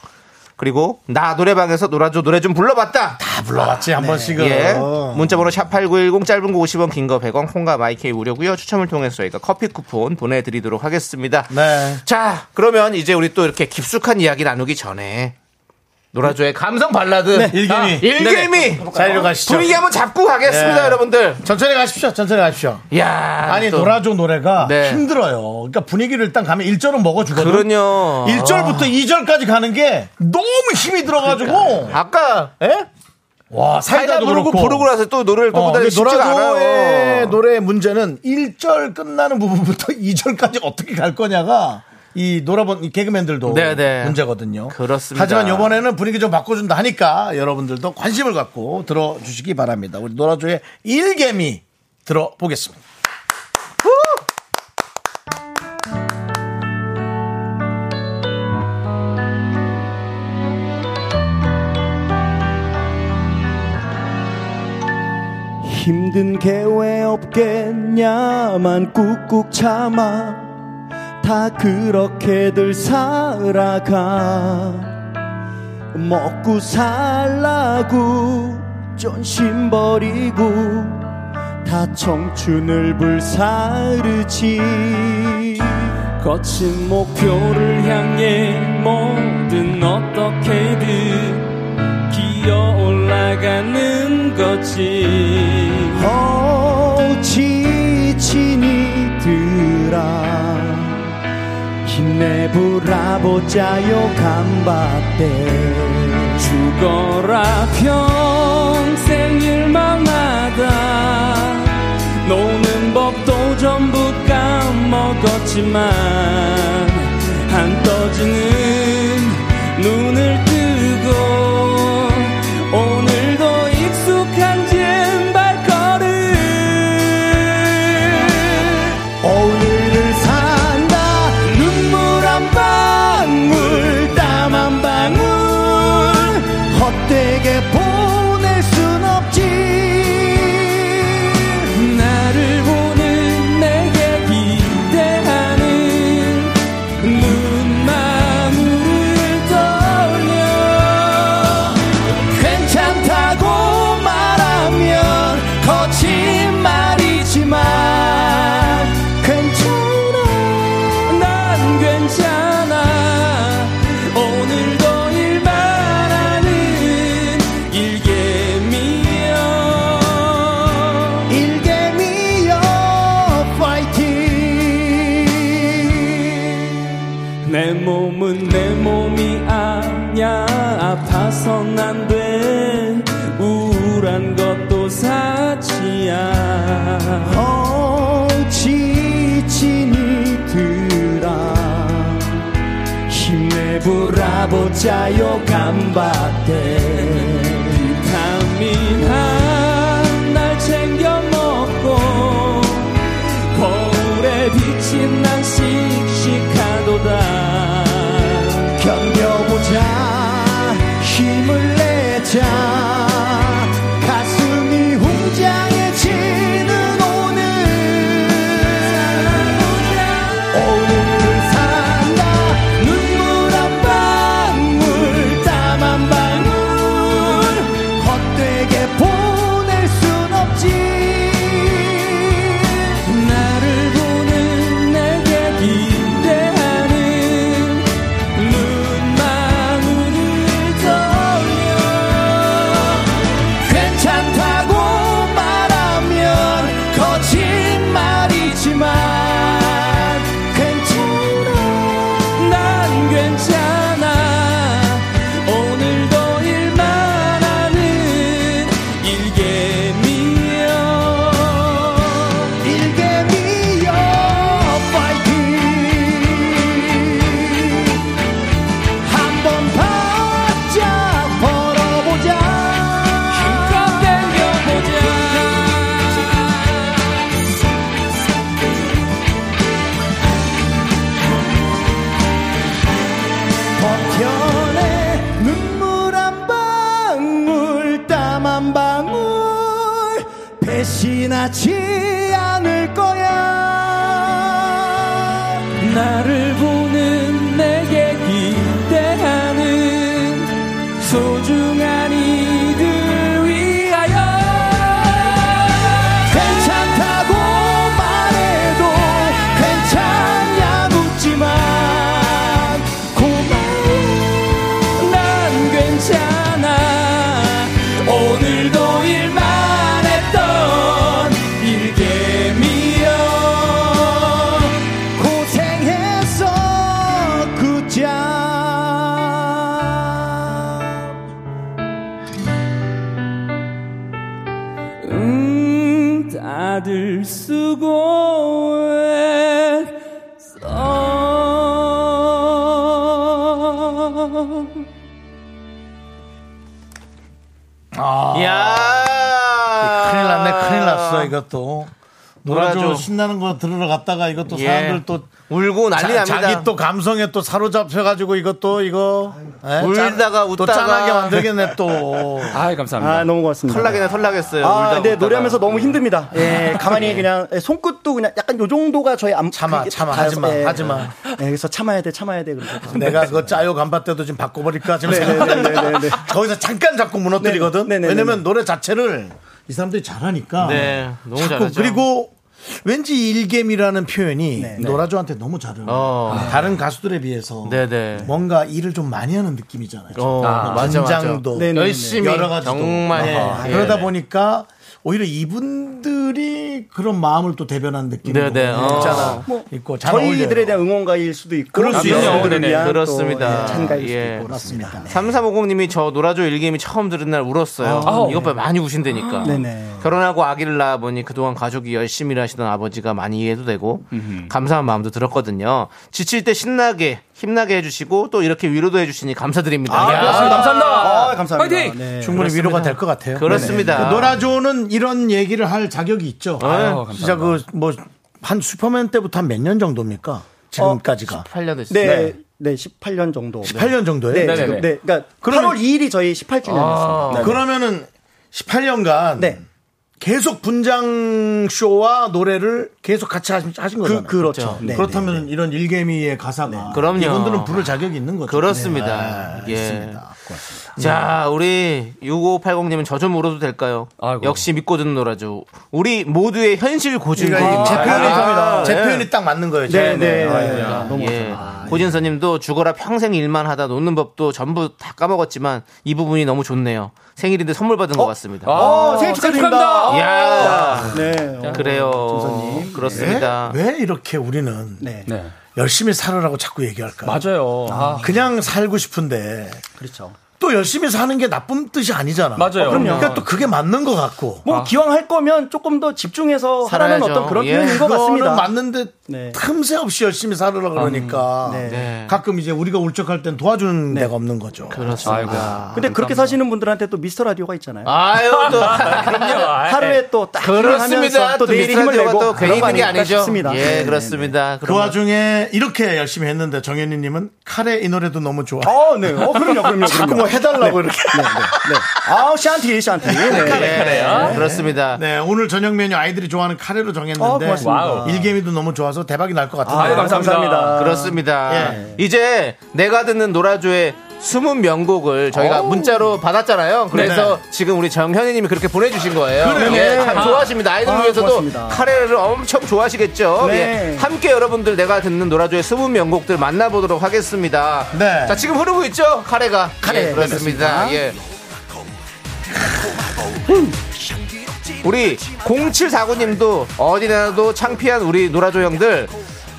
Speaker 2: 그리고 나 노래방에서 노라조 노래 좀 불러봤다.
Speaker 1: 다 불러봤지 한 번씩은
Speaker 2: 예.
Speaker 1: 음.
Speaker 2: 문자번호 샵8910 짧은 거 50원 긴 거 100원 콩과 마이케이 무료고요. 추첨을 통해서 저희가 커피 쿠폰 보내드리도록 하겠습니다.
Speaker 1: 네.
Speaker 2: 자 그러면 이제 우리 또 이렇게 깊숙한 이야기 나누기 전에 노라조의 감성 발라드
Speaker 1: 네, 일개미. 네,
Speaker 2: 아, 일개미
Speaker 1: 자, 이리로 가시죠.
Speaker 2: 분위기 한번 잡고 가겠습니다
Speaker 1: 네.
Speaker 2: 여러분들
Speaker 1: 천천히 가십시오. 천천히 가십시오.
Speaker 2: 야
Speaker 1: 아니
Speaker 2: 또
Speaker 1: 노라조 노래가
Speaker 2: 네. 그러니까.
Speaker 1: 힘들어요. 그러니까 분위기를 일단 가면 1절은 먹어주거든.
Speaker 2: 그럼요 아.
Speaker 1: 1절부터 2절까지 가는 게 너무 힘이 들어가지고
Speaker 2: 아까
Speaker 1: 예? 와
Speaker 2: 그러니까. 사이다
Speaker 1: 사이다도
Speaker 2: 부르고
Speaker 1: 그렇고.
Speaker 2: 부르고 나서 또 노래를 또
Speaker 1: 어,
Speaker 2: 보다
Speaker 1: 근데
Speaker 2: 쉽지가
Speaker 1: 노라조의
Speaker 2: 않아요
Speaker 1: 노래의 문제는 1절 끝나는 부분부터 2절까지 어떻게 갈 거냐가 이 노라본 이 개그맨들도
Speaker 2: 네네.
Speaker 1: 문제거든요.
Speaker 2: 그렇습니다.
Speaker 1: 하지만 이번에는 분위기 좀 바꿔준다 하니까 여러분들도 관심을 갖고 들어주시기 바랍니다. 우리 노라조의 일개미 들어보겠습니다.
Speaker 11: 힘든 게 왜 없겠냐만 꾹꾹 참아 다 그렇게들 살아가 먹고 살라고 쫀심 버리고 다 청춘을 불사르지
Speaker 10: 거친 목표를 향해 모든 어떻게든 기어 올라가는 거지
Speaker 5: 어 지친 이들아 힘내보라 보자요 간밭대
Speaker 10: 죽어라 평생 일만 하다 노는 법도 전부 까먹었지만 안 떠지는 눈을 뜨고 오늘도 익숙한 진 발걸음 오늘을 산다 눈물 한 방울 땀 한 방울 헛되게 보낼 순 없지 나를 보는 내게 기대하는 눈마음을 떨려 괜찮다고 말하면 거짓말이지만 괜찮아 난 괜찮아 오늘도 일만 하는 일개미여 일개미여 파이팅 내 몸은 내 몸이 아냐 아파선 안돼 우울한 것도 사치야 어 지친 이들아 힘내보라 보자요 간밭에 비타민 한 날 챙겨 먹고 거울에 비친 난 씩씩하도다 견뎌보자 힘을 내자 가슴이 웅장해지는 오늘 오늘 산다 눈물 한 방울 땀 한 방울 헛되게 보낼 순 없지 나를 보는 내게 기대하는 눈망울을 떨려 괜찮다고 말하면 거짓말이지만 괜찮아 난 괜찮아 오늘도 일만 하는 일개미여 일개미여 파이팅 한번 바짝 벌어보자 힘껏 당겨보자 버텨내 눈물 한 방울 땀 한 방울 배신하지 않을 거야 나를 보는 내게 기대하는 소중한 이들 위하여 괜찮다고 말해도 괜찮냐 묻지만 고마워 난 괜찮아 오늘도 일만 했던 일개미여 고생했어 굿잡 음 다들 수고했어
Speaker 2: 야 아.
Speaker 1: 큰일 났네, 큰일 났어, 이것도. 놀아줘
Speaker 2: 놀아줘.
Speaker 1: 신나는 거 들으러 갔다가 이것도
Speaker 2: 예.
Speaker 1: 사람들 또
Speaker 2: 울고 난리
Speaker 1: 자,
Speaker 2: 납니다.
Speaker 1: 자기 또 감성에 또 사로잡혀가지고 이것도 이거 예?
Speaker 2: 울다가
Speaker 1: 짠- 또
Speaker 2: 웃다가.
Speaker 1: 짠하게 만들겠네 또.
Speaker 10: 아 감사합니다
Speaker 11: 아 너무 고맙습니다.
Speaker 2: 털나게나 털나겠어요.
Speaker 11: 아,
Speaker 2: 울다
Speaker 11: 네,
Speaker 2: 웃다가.
Speaker 11: 노래하면서 너무 힘듭니다. 예, 가만히 그냥 예, 손끝도 그냥 약간 요 정도가 저희 암
Speaker 1: 참아,
Speaker 11: 그게
Speaker 1: 참아,
Speaker 11: 다여서,
Speaker 1: 하지 마,
Speaker 11: 예.
Speaker 1: 하지 마.
Speaker 11: 예, 그래서 참아야 돼, 참아야 돼. 그래서.
Speaker 1: 내가 그거 짜요 간바 때도 좀 바꿔버릴까 지금
Speaker 11: 네, 네,
Speaker 1: 생각하는데
Speaker 11: 네, 네, 네.
Speaker 1: 거기서 잠깐 자꾸 무너뜨리거든.
Speaker 11: 네, 네, 네, 네.
Speaker 1: 왜냐면 노래 자체를 이 사람들이 잘하니까.
Speaker 2: 네, 너무
Speaker 1: 자꾸
Speaker 2: 잘하죠.
Speaker 1: 그리고 왠지 일겜이라는 표현이
Speaker 11: 네,
Speaker 1: 노라조한테 너무 잘 어울려요.
Speaker 2: 어.
Speaker 1: 네. 다른 가수들에 비해서
Speaker 2: 네네.
Speaker 1: 뭔가 일을 좀 많이 하는 느낌이잖아요.
Speaker 2: 어,
Speaker 1: 아,
Speaker 2: 맞아, 맞아.
Speaker 1: 긴장도
Speaker 2: 네네네. 열심히
Speaker 1: 여러 가지도
Speaker 2: 정말
Speaker 1: 네.
Speaker 2: 해요. 예.
Speaker 1: 그러다 보니까 오히려 이분들이 그런 마음을 또 대변한 느낌이
Speaker 2: 네네. 어.
Speaker 1: 있잖아.
Speaker 11: 뭐
Speaker 1: 있고 잘
Speaker 11: 저희들에
Speaker 1: 어울려요.
Speaker 11: 대한 응원가일 수도 있고
Speaker 1: 그럴 수 있죠.
Speaker 11: 그들을
Speaker 2: 네네,
Speaker 11: 위한 또,
Speaker 2: 그렇습니다.
Speaker 11: 예, 찬가일 수도
Speaker 2: 예.
Speaker 11: 있고 그렇습니다.
Speaker 1: 네.
Speaker 2: 3350님이 저 놀아줘 일기임이 처음 들은 날 울었어요. 이것봐 많이 우신다니까.
Speaker 11: 아, 네네.
Speaker 2: 결혼하고 아기를 낳아보니 그동안 가족이 열심히 일하시던 아버지가 많이 이해도 되고 감사한 마음도 들었거든요. 지칠 때 신나게 힘나게 해주시고 또 이렇게 위로도 해주시니 감사드립니다.
Speaker 11: 아,
Speaker 2: 야.
Speaker 1: 아,
Speaker 11: 감사합니다. 감사합니다.
Speaker 10: 파이팅!
Speaker 11: 네.
Speaker 1: 충분히 위로가 될 것 같아요.
Speaker 2: 그렇습니다.
Speaker 1: 네네. 노라조는 이런 얘기를 할 자격이 있죠. 진짜 그 뭐 한 슈퍼맨 때부터 한 몇 년 정도입니까? 지금까지가
Speaker 2: 8년 됐어요.
Speaker 11: 네. 네. 18년 정도.
Speaker 1: 18년 정도예요.
Speaker 11: 네, 네, 지금. 네. 그러니까 8월 2일이 저희 18주년이었습니다.
Speaker 1: 아. 그러면은 18년간
Speaker 11: 네.
Speaker 1: 계속 분장 쇼와 노래를 계속 같이 하신, 하신 거잖아요.
Speaker 11: 그, 그렇죠. 네,
Speaker 1: 그렇다면 이런 일개미의 가사가
Speaker 2: 그럼요.
Speaker 1: 이분들은 부를 자격이 있는 거죠.
Speaker 2: 그렇습니다.
Speaker 1: 네,
Speaker 2: 예.
Speaker 1: 알겠습니다. 고맙습니다.
Speaker 2: 자, 우리 6580님은 저 좀 울어도 될까요?
Speaker 10: 아이고.
Speaker 2: 역시 믿고 듣는 노라조. 우리 모두의 현실 고증입니다.
Speaker 1: 그러니까 제 표현이
Speaker 2: 아,
Speaker 1: 제
Speaker 2: 예.
Speaker 1: 표현이 딱 맞는 거예요.
Speaker 11: 네,
Speaker 1: 제가.
Speaker 11: 네. 네.
Speaker 1: 아이고야.
Speaker 2: 예. 고진서님도 죽어라 평생 일만 하다 노는 법도 전부 다 까먹었지만 이 부분이 너무 좋네요. 생일인데 선물 받은 것 같습니다.
Speaker 11: 어, 생일 축하드립니다.
Speaker 2: 아. 이야,
Speaker 11: 네. 어.
Speaker 2: 그래요. 그렇습니다.
Speaker 1: 왜 이렇게 우리는
Speaker 11: 네.
Speaker 1: 열심히 살아라고 자꾸 얘기할까?
Speaker 10: 맞아요. 아,
Speaker 1: 그냥 살고 싶은데
Speaker 11: 그렇죠.
Speaker 1: 또 열심히 사는 게 나쁜 뜻이 아니잖아.
Speaker 10: 맞아요.
Speaker 1: 그럼요. 그러니까 또 그게 맞는 것 같고.
Speaker 10: 아.
Speaker 11: 뭐 기왕 할 거면 조금 더 집중해서 하라는
Speaker 2: 살아야죠.
Speaker 11: 어떤 그런
Speaker 2: 예.
Speaker 11: 표현인 것
Speaker 1: 네, 그거는
Speaker 11: 같습니다.
Speaker 1: 맞는데
Speaker 11: 네.
Speaker 1: 틈새 없이 열심히 살으라 그러니까
Speaker 2: 네.
Speaker 1: 가끔 이제 우리가 울적할 땐 도와주는 데가 없는 거죠.
Speaker 2: 그렇습니다.
Speaker 11: 근데 네, 그렇게 사시는 분들한테 또 미스터 라디오가
Speaker 2: 네.
Speaker 11: 있잖아요.
Speaker 2: 아유, 또. 그럼요. 아, 네.
Speaker 11: 하루에 또딱
Speaker 2: 그렇습니다.
Speaker 11: 또
Speaker 2: 또
Speaker 11: 내일
Speaker 2: 미스터
Speaker 11: 힘을
Speaker 2: 라디오가
Speaker 11: 내고
Speaker 2: 또 괜히 있는 게
Speaker 11: 아닐까
Speaker 2: 아니죠.
Speaker 11: 싶습니다.
Speaker 2: 예,
Speaker 11: 네.
Speaker 2: 그렇습니다.
Speaker 1: 그
Speaker 2: 그런 거-
Speaker 1: 와중에 이렇게 열심히 했는데 정현이님은 카레 이 노래도 너무 좋아.
Speaker 11: 어, 네. 어, 그럼요, 그럼요.
Speaker 1: 자꾸 뭐 해달라고 이렇게.
Speaker 11: 네, 네, 네. 아, 샨티, 샨티. 네.
Speaker 2: 예, 그렇습니다.
Speaker 1: 네 오늘 저녁 메뉴 아이들이 좋아하는 카레로
Speaker 11: 어,
Speaker 1: 정했는데
Speaker 11: 고맙습니다. 음. 와우.
Speaker 1: 일개미도 너무 좋아서 대박이 날 것 같은데.
Speaker 10: 아유, 감사합니다.
Speaker 2: 그렇습니다.
Speaker 1: 예.
Speaker 2: 이제 내가 듣는 노라조의 숨은 명곡을 저희가 문자로 받았잖아요. 그래서
Speaker 11: 네,
Speaker 2: 지금 우리 정현이님이 그렇게 보내주신 거예요. 예, 참 좋아하십니다. 아이들
Speaker 11: 아,
Speaker 2: 중에서도
Speaker 11: 고맙습니다.
Speaker 2: 카레를 엄청 좋아하시겠죠.
Speaker 11: 네.
Speaker 2: 예, 함께 여러분들 내가 듣는 노라조의 숨은 명곡들 만나보도록 하겠습니다.
Speaker 1: 네.
Speaker 2: 자 지금 흐르고 있죠. 카레가.
Speaker 11: 카레,
Speaker 2: 예, 그렇습니다.
Speaker 11: 그렇습니다.
Speaker 2: 예. 우리 0749님도 어디나도 창피한 우리 노라조 형들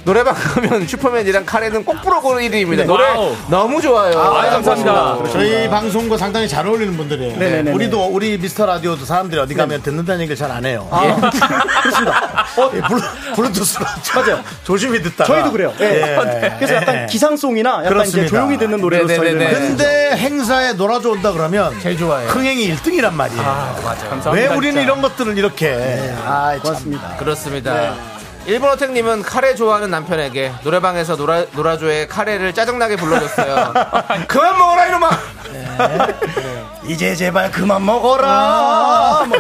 Speaker 2: 노래방 가면 슈퍼맨이랑 카레는 꼭 부르고 1위입니다. 노래
Speaker 10: 와우.
Speaker 2: 너무 좋아요. 네,
Speaker 10: 아유, 감사합니다.
Speaker 1: 저희 방송과 상당히 잘 어울리는 분들이에요.
Speaker 11: 네네네네. 네.
Speaker 1: 우리도 우리 미스터 라디오도 사람들이 어디 가면 듣는다는 얘기를 잘 안 해요.
Speaker 11: 아. 그렇습니다. 어,
Speaker 1: 예, 블루, 블루투스로 맞아요. 조심히 듣다.
Speaker 11: 저희도 그래요. 예. 그래서 약간 기상송이나 약간
Speaker 1: 그렇습니다.
Speaker 11: 이제 조용히 듣는 노래로
Speaker 2: 네, 네,
Speaker 11: 저희는
Speaker 2: 네, 네.
Speaker 1: 근데 행사에 놀아줘 온다 그러면 제일 좋아요. 흥행이 1등이란 말이에요.
Speaker 11: 아,
Speaker 1: 왜
Speaker 10: 감사합니다.
Speaker 1: 우리는 이런 것들을 이렇게
Speaker 11: 네.
Speaker 1: 아, 고맙습니다.
Speaker 2: 그렇습니다. 일본 어택님은 카레 좋아하는 남편에게 노래방에서 노라, 노라조의 카레를 짜증나게 불러줬어요. 그만 먹어라 이놈아.
Speaker 11: 네.
Speaker 1: 이제 제발 그만 먹어라.
Speaker 11: 뭐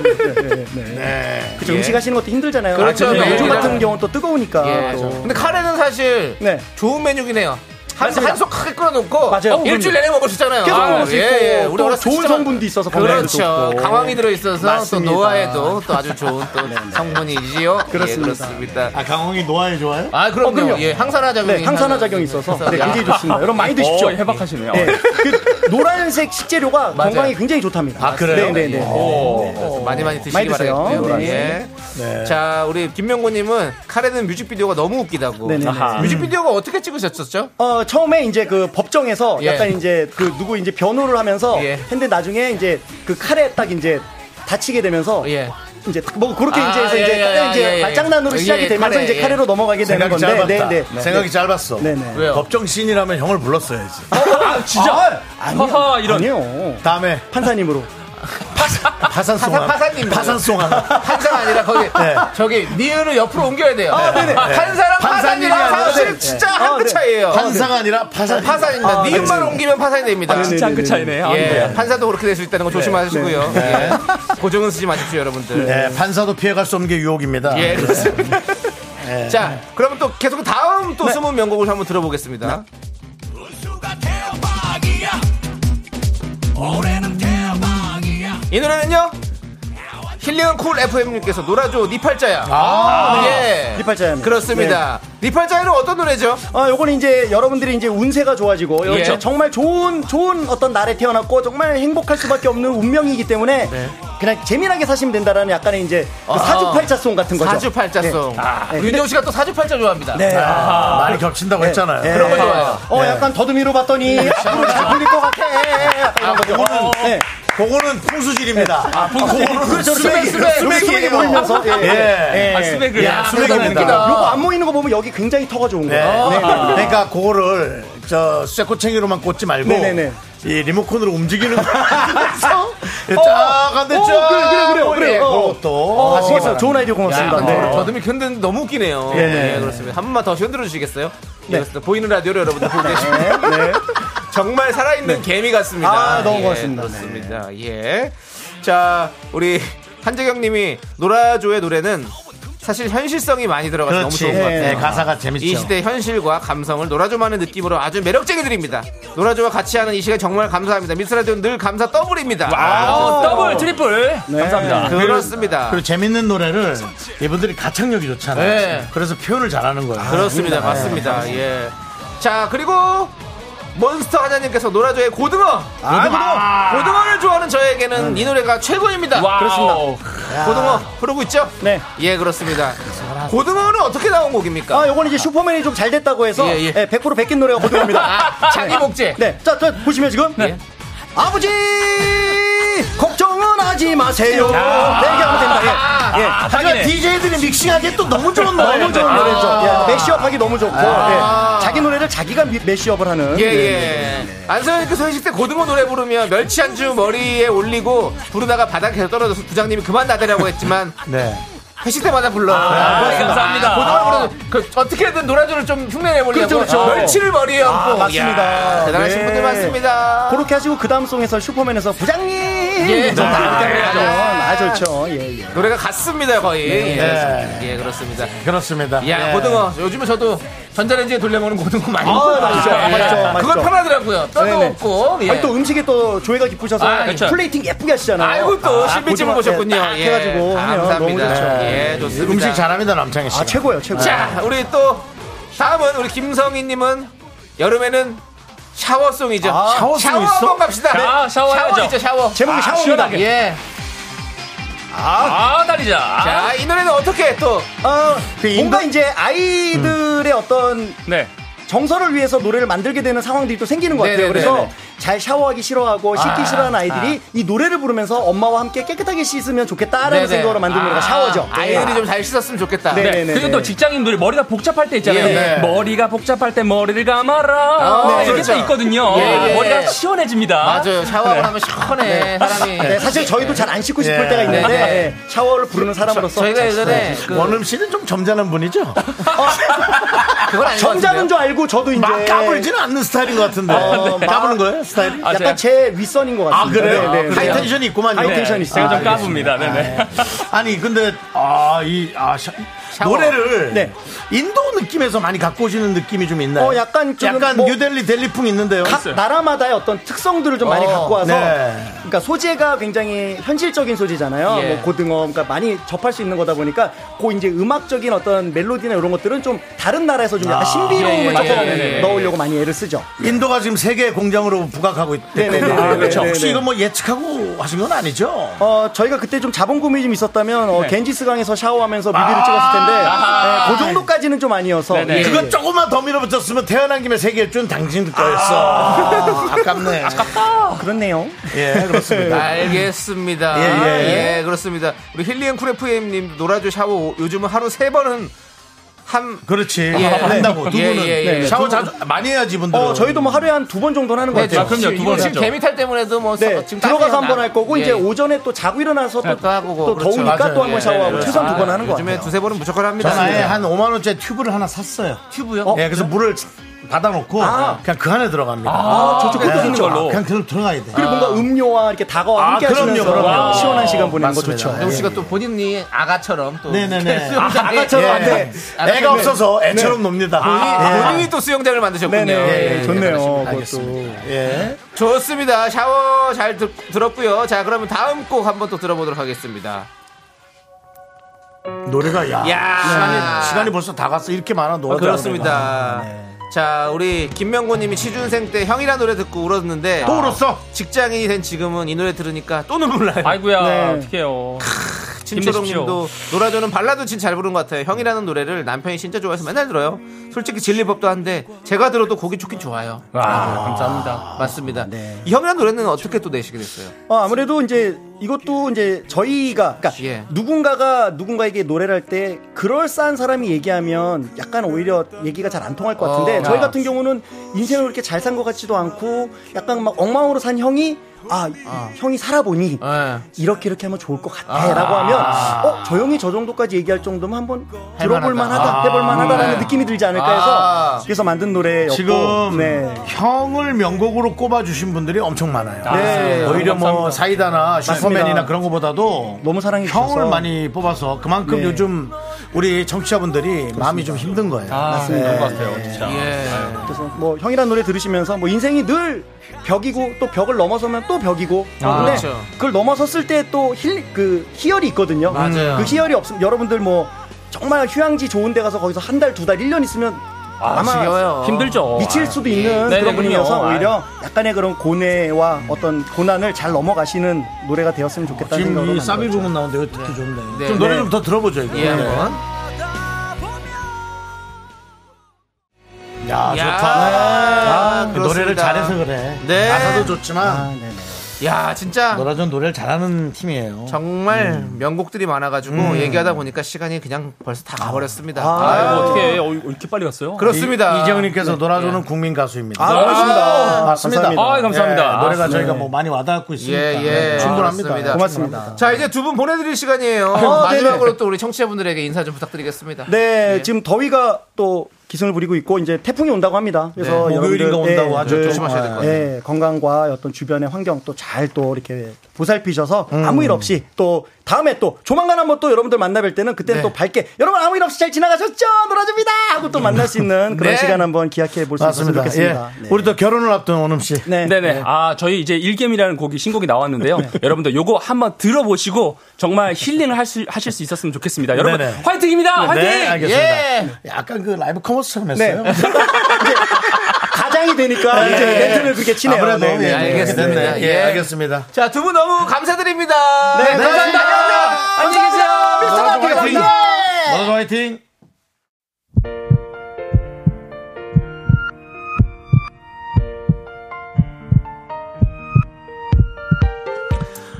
Speaker 11: 네, 그쵸, 음식 하시는 것도 힘들잖아요.
Speaker 2: 아. 네. 예. 그렇죠.
Speaker 11: 아,
Speaker 2: 네.
Speaker 11: 요즘 같은 경우는 또 뜨거우니까.
Speaker 2: 예.
Speaker 11: 또.
Speaker 2: 근데 카레는 사실
Speaker 11: 네.
Speaker 2: 좋은 메뉴이네요. 한,
Speaker 11: 맞습니다.
Speaker 2: 한속 크게 끓여놓고
Speaker 11: 맞아요.
Speaker 2: 어, 일주일 내내 먹을 수 있잖아요.
Speaker 11: 계속
Speaker 2: 아,
Speaker 11: 먹을 수
Speaker 2: 예,
Speaker 11: 있고
Speaker 2: 예.
Speaker 11: 또
Speaker 2: 어렸을 때
Speaker 11: 좋은
Speaker 2: 진짜
Speaker 11: 성분도 있어서 건강에도
Speaker 2: 그렇죠.
Speaker 11: 좋고.
Speaker 2: 강황이 들어있어서
Speaker 11: 맞습니다.
Speaker 2: 또 노화에도 또 아주 좋은 또 성분이지요. 그렇습니다. 예, 그렇습니다.
Speaker 1: 아, 강홍이 노아에 좋아요?
Speaker 2: 아 그럼요. 예, 항산화 작용이
Speaker 11: 어, 네, 항산화 작용이 있어서 네,
Speaker 2: 야. 어,
Speaker 11: 굉장히 좋습니다. 여러분 많이 드십시오.
Speaker 10: 오, 해박하시네요.
Speaker 11: 네. 그 노란색 식재료가 건강에 굉장히 좋답니다.
Speaker 2: 아, 그래요?
Speaker 11: 네, 네, 네.
Speaker 2: 그래서 어, 많이 많이 드시기
Speaker 11: 많이 드세요.
Speaker 2: 바라겠고요.
Speaker 11: 네.
Speaker 2: 예. 자 우리 김명곤님은 카레는 뮤직비디오가 너무 웃기다고.
Speaker 11: 네네네.
Speaker 2: 아하. 뮤직비디오가 어떻게 찍으셨었죠?
Speaker 11: 어, 처음에 이제 그 법정에서
Speaker 2: 예.
Speaker 11: 약간 이제 그 누구 이제 변호를 하면서
Speaker 2: 예.
Speaker 11: 했는데 나중에 이제 그 칼에 딱 이제 다치게 되면서
Speaker 2: 예.
Speaker 11: 이제 딱 뭐 그렇게
Speaker 2: 아,
Speaker 11: 이제 해서
Speaker 2: 예,
Speaker 11: 이제
Speaker 2: 예,
Speaker 11: 약간
Speaker 2: 예,
Speaker 11: 이제
Speaker 2: 예, 예.
Speaker 11: 말장난으로
Speaker 2: 예,
Speaker 11: 시작이
Speaker 2: 예,
Speaker 11: 되면서
Speaker 2: 카레,
Speaker 11: 이제
Speaker 2: 예.
Speaker 11: 카레로 넘어가게 되는
Speaker 1: 생각이
Speaker 11: 건데
Speaker 1: 짧았다.
Speaker 11: 네, 네.
Speaker 1: 생각이 짧았어.
Speaker 11: 네, 네.
Speaker 2: 왜요?
Speaker 1: 법정 신이라면 형을 불렀어야지.
Speaker 10: 진짜?
Speaker 11: 아니요.
Speaker 10: 하하, 이런.
Speaker 11: 아니요.
Speaker 1: 다음에
Speaker 11: 네. 판사님으로.
Speaker 1: 파산송 하나.
Speaker 2: 파산님.
Speaker 1: 파산송 하나.
Speaker 2: 한상 아니라 거기
Speaker 11: 네.
Speaker 2: 저기 니은을 옆으로 옮겨야 돼요.
Speaker 11: 아,
Speaker 2: 한 사람
Speaker 1: 판사님이
Speaker 2: 파산이랑
Speaker 1: 아니라
Speaker 2: 사실
Speaker 1: 네.
Speaker 2: 진짜
Speaker 11: 네. 아,
Speaker 2: 한끗
Speaker 11: 네.
Speaker 2: 차이예요.
Speaker 1: 판사가 아니라 파산.
Speaker 2: 파산입니다. 니은만 옮기면 파산이 됩니다.
Speaker 10: 진짜
Speaker 11: 그
Speaker 10: 한끗 차이네. 아,
Speaker 2: 예,
Speaker 10: 네.
Speaker 2: 판사도 그렇게 될 수 있다는
Speaker 11: 네.
Speaker 2: 거 조심하시고요. 예. 고정은 쓰지 마십시오, 여러분들.
Speaker 1: 네, 판사도 피해갈 수 없는 게 유혹입니다.
Speaker 11: 아,
Speaker 1: 아,
Speaker 2: 예, 그렇습니다.
Speaker 11: 네.
Speaker 2: 자, 그러면 또 계속 다음 또 숨은 명곡을 한번 들어보겠습니다.
Speaker 11: 네.
Speaker 2: 이 노래는요? 힐링은 쿨 FM님께서 놀아줘 니 팔자야.
Speaker 11: 아,
Speaker 2: 예.
Speaker 11: 니 팔자야입니다. 네.
Speaker 2: 그렇습니다. 니 팔자야는 어떤 노래죠?
Speaker 11: 아, 요건 이제 여러분들이 이제 운세가 좋아지고
Speaker 2: 예.
Speaker 11: 저- 정말 좋은 좋은 어떤 날에 태어났고 정말 행복할 수밖에 없는 운명이기 때문에
Speaker 10: 네.
Speaker 11: 그냥 재미나게 사시면 된다라는 약간의 이제 그
Speaker 2: 아.
Speaker 11: 사주팔자송 같은 거죠.
Speaker 2: 사주팔자송.
Speaker 11: 네.
Speaker 2: 윤정 씨가 또 사주팔자 좋아합니다.
Speaker 11: 네.
Speaker 1: 아, 많이 겹친다고 했잖아요.
Speaker 11: 네.
Speaker 2: 그렇죠. 그런 거 좋아요. 네.
Speaker 11: 어, 약간 더듬이로 봤더니 앞으로 잘 풀릴 것 같아. 약간 이런 거죠.
Speaker 1: 그거는-
Speaker 11: 네.
Speaker 1: 그거는 풍수질입니다. 아,
Speaker 11: 그렇죠.
Speaker 2: 수맥, 수맥,
Speaker 11: 수맥이
Speaker 2: 수맥이에요.
Speaker 11: 모이면서. 예.
Speaker 1: 예.
Speaker 2: 아, 수맥을.
Speaker 1: 야, 수맥입니다.
Speaker 11: 그러니까 요거 안 모이는 거 보면 여기 굉장히 터가 좋은
Speaker 1: 네.
Speaker 11: 거예요.
Speaker 1: 네. 그러니까 그거를 저 쇠꼬챙이로만 꽂지 말고
Speaker 11: 네네네.
Speaker 1: 이 리모컨으로 움직이는 거. 예, 쫙 안돼 쫙.
Speaker 11: 어. 그래, 그래, 그래, 그래.
Speaker 1: 예,
Speaker 11: 어.
Speaker 1: 그것도
Speaker 11: 아, 좋았어요. 좋은 아이디어 고맙습니다.
Speaker 2: 야,
Speaker 11: 네. 예.
Speaker 2: 어, 더듬이 흔드는 너무 웃기네요. 네, 그렇습니다. 한 번만 더 흔들어 주시겠어요? 네. 그렇습니다. 보이는 라디오를 여러분들 보고 계십니다. 정말 살아있는 개미 같습니다.
Speaker 11: 네. 아, 너무
Speaker 2: 예,
Speaker 11: 고맙습니다. 네.
Speaker 2: 그렇습니다. 예. 자, 우리 한재경 님이 노라조의 노래는 사실 현실성이 많이 들어가서 너무
Speaker 1: 그렇지.
Speaker 2: 좋은 것 같아요.
Speaker 1: 네, 가사가
Speaker 2: 이
Speaker 11: 그렇죠.
Speaker 1: 재밌죠.
Speaker 2: 시대 현실과 감성을 노라조만의 느낌으로 아주 매력쟁이 드립니다. 노라조와 같이 하는 이 시간 정말 감사합니다. 미스라디오는 늘 감사 더블입니다.
Speaker 10: 아, 더블, 트리플. 감사합니다.
Speaker 2: 그렇습니다.
Speaker 1: 네. 그리고 재밌는 노래를 이분들이 가창력이 좋잖아요.
Speaker 2: 네.
Speaker 1: 그래서 표현을 잘하는 거예요.
Speaker 2: 그렇습니다. 맞습니다. 예. 자, 그리고 몬스터 하나님께서 노라조의 고등어.
Speaker 11: 아,
Speaker 2: 고등어. 고등어를 좋아하는 저에게는 이 노래가 최고입니다.
Speaker 10: 그렇습니다.
Speaker 2: 고등어 부르고 있죠?
Speaker 11: 네.
Speaker 2: 예, 그렇습니다. 고등어는 어떻게 나온 곡입니까?
Speaker 11: 아, 요건 이제 슈퍼맨이 좀 잘 됐다고 해서
Speaker 2: 예, 예.
Speaker 11: 예, 100% 베낀 노래가 고등어입니다.
Speaker 2: 아, 자기 목재.
Speaker 11: 네. 자, 자, 보시면 지금.
Speaker 2: 네.
Speaker 11: 아버지! 걱정은 하지 마세요. 네,
Speaker 2: 아,
Speaker 11: 얘기하면 됩니다. 예. 예.
Speaker 1: 하지만 DJ들이 믹싱하기에 또 너무 좋은 노래.
Speaker 11: 너무 좋은 노래죠.
Speaker 2: 아.
Speaker 11: 예, 메시업하기 너무 좋고 예. 자기 노래를 자기가 미- 메시업을 하는.
Speaker 2: 예,
Speaker 11: 예.
Speaker 2: 예. 안소연님께서 회식 때 고등어 노래 부르면 멸치 한 주 머리에 올리고 부르다가 바닥에서 떨어져서 부장님이 그만 나대라고 했지만
Speaker 1: 네.
Speaker 2: 회식 때마다 불러. 아,
Speaker 10: 네, 감사합니다.
Speaker 2: 고등어 부르는 그 어떻게든 노라조를 좀 흉내내보려고
Speaker 11: 그렇죠, 그렇죠.
Speaker 2: 멸치를 머리에 얹고.
Speaker 11: 맞습니다.
Speaker 2: 이야, 대단하신
Speaker 11: 네.
Speaker 2: 분들 많습니다.
Speaker 11: 그렇게 하시고 그 다음 송에서 슈퍼맨에서 부장님
Speaker 2: 예,
Speaker 11: 좀
Speaker 2: 아,
Speaker 11: 부탁드려요.
Speaker 2: 아.
Speaker 11: 아 좋죠. 예, 예.
Speaker 2: 노래가 같습니다 거의.
Speaker 11: 네,
Speaker 2: 예, 그렇습니다. 예, 그렇습니다.
Speaker 1: 그렇습니다.
Speaker 2: 야
Speaker 1: 예.
Speaker 2: 고등어 요즘에 저도 전자레인지에 돌려 먹는 고등어 많이
Speaker 11: 아,
Speaker 2: 먹어요. 예.
Speaker 11: 맛있죠, 맛있죠, 맛있죠.
Speaker 2: 그건 편하더라고요. 떠도
Speaker 11: 네네.
Speaker 2: 없고. 예.
Speaker 11: 아니, 또 음식에 또 조예가 깊으셔서
Speaker 2: 아, 그렇죠.
Speaker 11: 플레이팅 예쁘게 하시잖아요.
Speaker 2: 아이고 또
Speaker 11: 아, 고등어
Speaker 2: 신비집을 보셨군요.
Speaker 11: 딱
Speaker 2: 예.
Speaker 11: 해가지고 하면 너무
Speaker 2: 감사합니다.
Speaker 11: 좋죠.
Speaker 2: 예, 좋습니다.
Speaker 1: 음식 잘합니다 남창희 씨.
Speaker 11: 아 최고예요, 최고.
Speaker 2: 자, 우리 또 다음은 우리 김성희님은 여름에는 샤워송이죠.
Speaker 11: 아, 네.
Speaker 2: 샤워송 샤워
Speaker 1: 있어?
Speaker 2: 한번 갑시다.
Speaker 10: 아, 샤워해야죠.
Speaker 2: 샤워이죠, 샤워.
Speaker 11: 제목이
Speaker 10: 아,
Speaker 11: 샤워입니다.
Speaker 10: 시원하게.
Speaker 2: 예.
Speaker 10: 아, 다리자.
Speaker 2: 자, 이 노래는 어떻게 또
Speaker 11: 어,
Speaker 1: 그
Speaker 11: 뭔가 이제
Speaker 2: 음.
Speaker 11: 아이들의 어떤
Speaker 10: 네.
Speaker 11: 정서를 위해서 노래를 만들게 되는 상황들이 또 생기는 것 같아요.
Speaker 2: 네네네네. 아,
Speaker 11: 그래서 잘 샤워하기 싫어하고 씻기 싫어하는 아이들이 이 노래를 부르면서 엄마와 함께 깨끗하게 씻으면 좋겠다라는
Speaker 2: 네네.
Speaker 11: 생각으로 만든 노래가
Speaker 2: 아,
Speaker 11: 샤워죠.
Speaker 2: 아이들이 좀 잘 씻었으면 좋겠다.
Speaker 11: 네.
Speaker 10: 네.
Speaker 11: 네네네.
Speaker 10: 그리고 또 직장인들 머리가 복잡할 때 있잖아요.
Speaker 2: 예, 네.
Speaker 10: 머리가 복잡할 때 머리를 감아라.
Speaker 2: 아, 네.
Speaker 10: 이게
Speaker 2: 그렇죠.
Speaker 10: 또 있거든요.
Speaker 2: 예, 예.
Speaker 10: 머리가 시원해집니다.
Speaker 2: 맞아요. 샤워하고 나면 시원해 사람이.
Speaker 11: 네, 사실 저희도 잘 안 씻고 싶을
Speaker 1: 예.
Speaker 11: 때가 있는데
Speaker 2: 네네.
Speaker 11: 샤워를 부르는 사람으로서 네.
Speaker 2: 저희가 예전에 그,
Speaker 1: 원음 씨는 좀 점잖은 분이죠.
Speaker 2: 그건 아닌 것
Speaker 11: 정자는
Speaker 2: 같은데요.
Speaker 11: 줄 알고 저도 이제
Speaker 1: 막 까불지는 않는 스타일인 것 같은데.
Speaker 11: 어, 네.
Speaker 1: 까부는 거예요 스타일이? 아,
Speaker 10: 아,
Speaker 11: 약간 제 윗선인 것 같습니다.
Speaker 1: 그래요?
Speaker 11: 네, 네,
Speaker 1: 하이
Speaker 11: 네.
Speaker 1: 텐션이 있구만.
Speaker 11: 하이 텐션이 있어요.
Speaker 10: 제가 좀
Speaker 11: 아,
Speaker 10: 까봅니다. 네네.
Speaker 1: 예. 아니 근데 아이 아, 샤- 노래를
Speaker 11: 네.
Speaker 1: 인도 느낌에서 많이 갖고 오시는 느낌이 좀 있나요?
Speaker 11: 어, 약간 좀
Speaker 1: 약간
Speaker 11: 뭐-
Speaker 1: 뉴델리 델리풍 있는데요.
Speaker 11: 각 나라마다의 어떤 특성들을 좀 많이
Speaker 2: 어,
Speaker 11: 갖고 와서
Speaker 1: 네.
Speaker 11: 그러니까 소재가 굉장히 현실적인 소재잖아요.
Speaker 2: 예.
Speaker 11: 뭐 고등어 그러니까 많이 접할 수 있는 거다 보니까 그 이제 음악적인 어떤 멜로디나 이런 것들은 좀 다른 나라에서 좀 약간
Speaker 2: 예, 예,
Speaker 11: 신비로움을 조금
Speaker 2: 예, 예.
Speaker 11: 넣으려고 많이 애를 쓰죠.
Speaker 1: 인도가 지금 세계 공장으로 부각하고
Speaker 11: 네네네.
Speaker 1: 있대요. 아, 그렇죠.
Speaker 11: 네네네.
Speaker 1: 혹시 이거 뭐 예측하고 하신 건 아니죠?
Speaker 11: 어, 저희가 그때 좀 자본 구매이 좀 있었다면 어, 겐지스 강에서 샤워하면서 뮤비를
Speaker 1: 네. 아.
Speaker 11: 찍었을 텐데
Speaker 1: 아하.
Speaker 11: 네, 그 정도까지는 좀 아니어서
Speaker 10: 네네.
Speaker 11: 예,
Speaker 1: 그거
Speaker 11: 예.
Speaker 1: 조금만 더 밀어붙였으면 태어난 김에 세계 일주는 당신 거였어. 아, 아깝네.
Speaker 11: 그렇네요.
Speaker 1: 예, 그렇습니다.
Speaker 2: 알겠습니다.
Speaker 1: 예, 예,
Speaker 2: 예, 그렇습니다. 우리 힐리앤쿨FM님 노라조 샤워 요즘은 하루 세 번은 한
Speaker 1: 그렇지. 뭐
Speaker 2: 예.
Speaker 1: 한다고 두
Speaker 2: 예,
Speaker 1: 분은
Speaker 2: 예, 예.
Speaker 1: 네, 샤워 자주 많이 해야지 분들.
Speaker 11: 어, 저희도 뭐 하루에 한 두 번 정도는
Speaker 2: 네,
Speaker 11: 하는 것 같아요.
Speaker 10: 아, 그럼요. 두
Speaker 2: 지금
Speaker 10: 번
Speaker 2: 지금
Speaker 10: 했죠.
Speaker 2: 개미탈 때문에도 뭐
Speaker 11: 네,
Speaker 2: 서- 지금
Speaker 11: 들어가서
Speaker 2: 땀이
Speaker 11: 한 번
Speaker 2: 나-
Speaker 11: 할 거고
Speaker 2: 예,
Speaker 11: 이제
Speaker 2: 예.
Speaker 11: 오전에 또 자고 일어나서 또,
Speaker 2: 또 하고
Speaker 11: 또
Speaker 2: 그렇죠.
Speaker 11: 더우니까
Speaker 1: 맞아요.
Speaker 11: 또 한 번
Speaker 1: 예,
Speaker 11: 샤워하고
Speaker 1: 네,
Speaker 11: 최소한
Speaker 2: 아,
Speaker 11: 두 번 하는 것
Speaker 2: 요즘에
Speaker 11: 같아요.
Speaker 2: 두세 번은 무조건 합니다.
Speaker 1: 전 아예
Speaker 2: 진짜.
Speaker 1: 한 5만 원짜리 튜브를 하나 샀어요.
Speaker 2: 튜브요?
Speaker 1: 예,
Speaker 11: 네.
Speaker 1: 그래서 물을 받아놓고 그냥 그 안에 들어갑니다.
Speaker 10: 아, 저쪽
Speaker 1: 네.
Speaker 10: 있는 걸로.
Speaker 1: 그냥 들어 들어가야 돼.
Speaker 11: 그리고 뭔가 음료와 이렇게 다가와
Speaker 1: 아,
Speaker 11: 함께
Speaker 1: 그럼요,
Speaker 11: 하시면서
Speaker 1: 그럼요.
Speaker 11: 시원한 시간 보내는 거
Speaker 1: 맞습니다. 예.
Speaker 11: 좋죠.
Speaker 2: 예. 정우 씨가 또 본인이 아가처럼 또
Speaker 1: 네네네.
Speaker 2: 수영장에-
Speaker 11: 아, 아가처럼 네.
Speaker 2: 예.
Speaker 11: 안 돼.
Speaker 2: 아가처럼
Speaker 1: 애가 없어서 애처럼 놉니다.
Speaker 2: 본인이,
Speaker 1: 아,
Speaker 2: 본인이 또 수영장을 만드셨군요.
Speaker 11: 네네.
Speaker 2: 예, 예,
Speaker 11: 좋네요.
Speaker 1: 알겠습니다.
Speaker 11: 그것도.
Speaker 1: 예.
Speaker 2: 좋습니다. 샤워 잘 들, 들었고요. 자, 그러면 다음 곡 한번 또 들어보도록 하겠습니다.
Speaker 1: 노래가 야,
Speaker 2: 야.
Speaker 1: 시간이 시간이 벌써 다 갔어 이렇게 많아 네. 노래.
Speaker 10: 아,
Speaker 2: 그렇습니다.
Speaker 10: 네.
Speaker 2: 자, 우리 김명곤 님이 시준생 때 형이란 노래 듣고 울었는데 아,
Speaker 1: 또 울었어.
Speaker 2: 직장인이 된 지금은 이 노래 들으니까 또 눈물 나요.
Speaker 10: 아이고야
Speaker 1: 네.
Speaker 10: 어떡해요
Speaker 2: 진초롱
Speaker 10: 힘내십시오.
Speaker 2: 님도 노라조는 발라드 진짜 잘 부른 것 같아요. 형이라는 노래를 남편이 진짜 좋아해서 맨날 들어요. 솔직히 진리법도 한데 제가 들어도 곡이 좋긴 좋아요.
Speaker 10: 감사합니다 네.
Speaker 2: 맞습니다. 이 형이라는 노래는 어떻게 또 내시게 됐어요?
Speaker 11: 어, 아무래도 이제 이것도 이제 저희가 그러니까
Speaker 2: 예.
Speaker 11: 누군가가 누군가에게 노래를 할 때 그럴싸한 사람이 얘기하면 약간 오히려 얘기가 잘 안 통할 것 같은데
Speaker 2: 어.
Speaker 11: 저희 같은 경우는 인생을 그렇게 잘 산 것 같지도 않고 약간 막 엉망으로 산 형이 아, 이 형이 살아보니
Speaker 2: 예.
Speaker 11: 이렇게 이렇게 하면 좋을 것 같아라고 하면 어, 저 형이 저 정도까지 얘기할 정도면 한번
Speaker 2: 할
Speaker 11: 들어볼
Speaker 2: 만하다.
Speaker 11: 만하다, 해볼 만하다라는
Speaker 2: 네.
Speaker 11: 느낌이 들지 않을까
Speaker 2: 아.
Speaker 11: 해서 그래서 만든 노래였고
Speaker 1: 지금
Speaker 11: 네.
Speaker 1: 형을 명곡으로 꼽아 주신 분들이 엄청 많아요.
Speaker 11: 네.
Speaker 1: 오히려 뭐
Speaker 10: 감사합니다.
Speaker 1: 사이다나 슈퍼맨이나
Speaker 11: 맞습니다.
Speaker 1: 그런 것보다도
Speaker 11: 너무 사랑해 주셔서
Speaker 1: 형을 많이 뽑아서 그만큼
Speaker 11: 네.
Speaker 1: 요즘 우리 정치자분들이 마음이 좀 힘든 거예요.
Speaker 10: 아,
Speaker 1: 네.
Speaker 10: 그런 것 같아요 진짜
Speaker 2: 예.
Speaker 11: 그래서 뭐 형이란 노래 들으시면서 뭐 인생이 늘 벽이고 또 벽을 넘어서면 또 벽이고 근데
Speaker 2: 그렇죠.
Speaker 11: 그걸 넘어섰을 때 또 힐 그 희열이 있거든요.
Speaker 2: 맞아요.
Speaker 11: 그 희열이 없으면 여러분들 뭐 정말 휴양지 좋은 데 가서 거기서 한 달, 두 달, 일 년 있으면 아, 마
Speaker 2: 지겨워요.
Speaker 10: 힘들죠
Speaker 11: 미칠 수도 있는
Speaker 10: 네, 네,
Speaker 11: 그런 분이어서
Speaker 10: 그럼요. 아이.
Speaker 11: 오히려 약간의 그런 고뇌와 어떤 고난을 잘 넘어가시는 노래가 되었으면 좋겠다는
Speaker 1: 지금
Speaker 11: 생각으로
Speaker 1: 이 싸비
Speaker 11: 만들었죠.
Speaker 1: 부분 나오는데 이거 듣기 좋네.
Speaker 2: 네.
Speaker 1: 좀 노래
Speaker 11: 네.
Speaker 1: 좀 더 들어보죠. 이거. 네.
Speaker 2: 예, 한번.
Speaker 1: 야,
Speaker 2: 야.
Speaker 1: 좋다. 아, 그
Speaker 2: 그렇습니다.
Speaker 1: 노래를 잘해서 그래.
Speaker 2: 네.
Speaker 1: 가사도 좋지만
Speaker 2: 야, 진짜
Speaker 1: 노라전 노래를 잘하는 팀이에요.
Speaker 2: 정말
Speaker 10: 음.
Speaker 2: 명곡들이 많아가지고 얘기하다 보니까 시간이 그냥 벌써 다 가버렸습니다.
Speaker 10: 아이고,
Speaker 2: 아유,
Speaker 10: 어떻게 이렇게 빨리 갔어요
Speaker 2: 그렇습니다.
Speaker 1: 이- 이재훈님께서 노라조는 국민 가수입니다.
Speaker 11: 아, 그렇습니다.
Speaker 1: 맞습니다.
Speaker 11: 감사합니다.
Speaker 10: 아, 감사합니다.
Speaker 1: 예, 노래가
Speaker 10: 아,
Speaker 1: 저희가 뭐 많이 와닿고 있으니까
Speaker 2: 예, 예.
Speaker 1: 네, 충분합니다.
Speaker 2: 그렇습니다.
Speaker 11: 고맙습니다.
Speaker 2: 자, 이제 두 분 보내드릴 시간이에요. 아,
Speaker 1: 어,
Speaker 2: 마지막으로 또 우리 청취자분들에게 인사 좀 부탁드리겠습니다.
Speaker 11: 네,
Speaker 2: 예.
Speaker 11: 지금 더위가 또 기승을 부리고 있고 이제 태풍이 온다고 합니다. 그래서
Speaker 1: 네,
Speaker 11: 여러분들,
Speaker 1: 목요일인가 온다고 하죠.
Speaker 11: 늘,
Speaker 2: 조심하셔야 될것 같아요.
Speaker 11: 예, 건강과 어떤 주변의 환경 또 잘 또 이렇게 보살피셔서
Speaker 1: 음.
Speaker 11: 아무 일 없이 또 다음에 또 조만간 한번 또 여러분들 만나뵐 때는 그때는
Speaker 2: 네.
Speaker 11: 또 밝게 여러분 아무 일 없이 잘 지나가셨죠? 놀아줍니다 하고 또 만날 수 있는 그런
Speaker 2: 네.
Speaker 11: 시간 한번 기약해 볼 수 있으면
Speaker 1: 음. 맞습니다.
Speaker 11: 좋겠습니다.
Speaker 1: 예.
Speaker 11: 네.
Speaker 1: 우리 또 결혼을 앞둔 원음 씨.
Speaker 11: 네.
Speaker 10: 네네. 아, 저희 이제 일겜이라는 곡이 신곡이 나왔는데요. 여러분들 요거 한번 들어보시고 정말 힐링을 할 수, 하실 수 있었으면 좋겠습니다. 여러분
Speaker 1: 네네.
Speaker 10: 화이팅입니다. 화이팅!
Speaker 1: 네, 알겠습니다.
Speaker 2: 예.
Speaker 1: 약간 그 라이브 커머스처럼 했어요.
Speaker 11: 네. 가장이 되니까 이제
Speaker 1: 예.
Speaker 11: 멘트를 그렇게 치네요.
Speaker 1: 아무래도
Speaker 11: 네, 네.
Speaker 1: 예,
Speaker 2: 알겠습니다.
Speaker 1: 그렇게 됐네. 예,
Speaker 2: 예.
Speaker 1: 알겠습니다.
Speaker 2: 자, 두 분 너무 감사드립니다.
Speaker 1: 네, 감사합니다. 아,
Speaker 2: 안녕히 계세요. 예.
Speaker 1: 노라조
Speaker 2: 미스터
Speaker 1: 화이팅.
Speaker 2: 라디오. 네.
Speaker 1: 노라조 화이팅.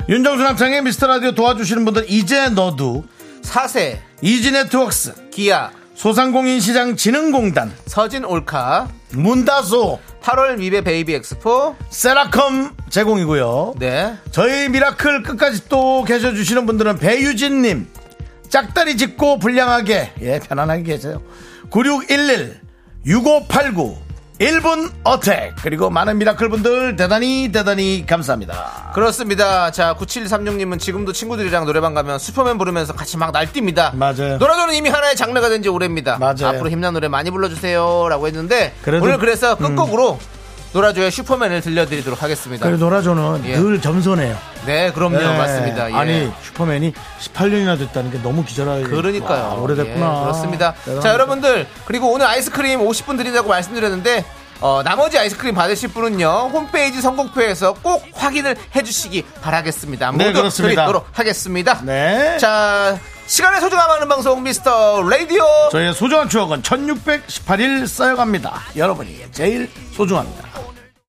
Speaker 1: 윤정수 남창의 미스터 라디오 도와주시는 분들 이제 너도
Speaker 2: 사세,
Speaker 1: 이지 네트웍스
Speaker 2: 기아,
Speaker 1: 소상공인시장진흥공단
Speaker 2: 서진 올카,
Speaker 1: 문다소
Speaker 2: 8월 미베 베이비 엑스포.
Speaker 1: 세라컴 제공이고요.
Speaker 2: 네.
Speaker 1: 저희 미라클 끝까지 또 계셔주시는 분들은 배유진님, 짝다리 짚고 불량하게, 예, 편안하게 계세요. 9611, 6589, 1분 어택, 그리고 많은 미라클 분들 대단히 대단히 감사합니다.
Speaker 2: 그렇습니다. 자, 9736님은 지금도 친구들이랑 노래방 가면 슈퍼맨 부르면서 같이 막 날뜁니다.
Speaker 1: 맞아요.
Speaker 2: 노래조는 이미 하나의 장르가 된 지 오래입니다.
Speaker 1: 맞아요.
Speaker 2: 앞으로 힘난 노래 많이 불러주세요. 라고 했는데,
Speaker 1: 그래도- 음.
Speaker 2: 오늘 그래서 끝곡으로 노라조의 슈퍼맨을 들려드리도록 하겠습니다.
Speaker 1: 그리고 노라조는
Speaker 2: 예.
Speaker 1: 늘 점선해요.
Speaker 2: 네, 그럼요.
Speaker 1: 네.
Speaker 2: 맞습니다. 예.
Speaker 1: 아니, 슈퍼맨이 18년이나 됐다는 게 너무 기절할
Speaker 2: 그러니까요.
Speaker 1: 예. 와, 오래됐구나.
Speaker 2: 예, 그렇습니다.
Speaker 1: 대단합니다.
Speaker 2: 자, 여러분들, 그리고 오늘 아이스크림 50분 드린다고 말씀드렸는데, 어, 나머지 아이스크림 받으실 분은요, 홈페이지 선곡표에서 꼭 확인을 해주시기 바라겠습니다.
Speaker 1: 네,
Speaker 2: 모두
Speaker 1: 그렇습니다.
Speaker 2: 드리도록 하겠습니다.
Speaker 1: 네.
Speaker 2: 자, 시간의 소중함 하는 방송 미스터 라디오.
Speaker 1: 저희의 소중한 추억은 1618일 쌓여갑니다. 여러분이 제일 소중합니다.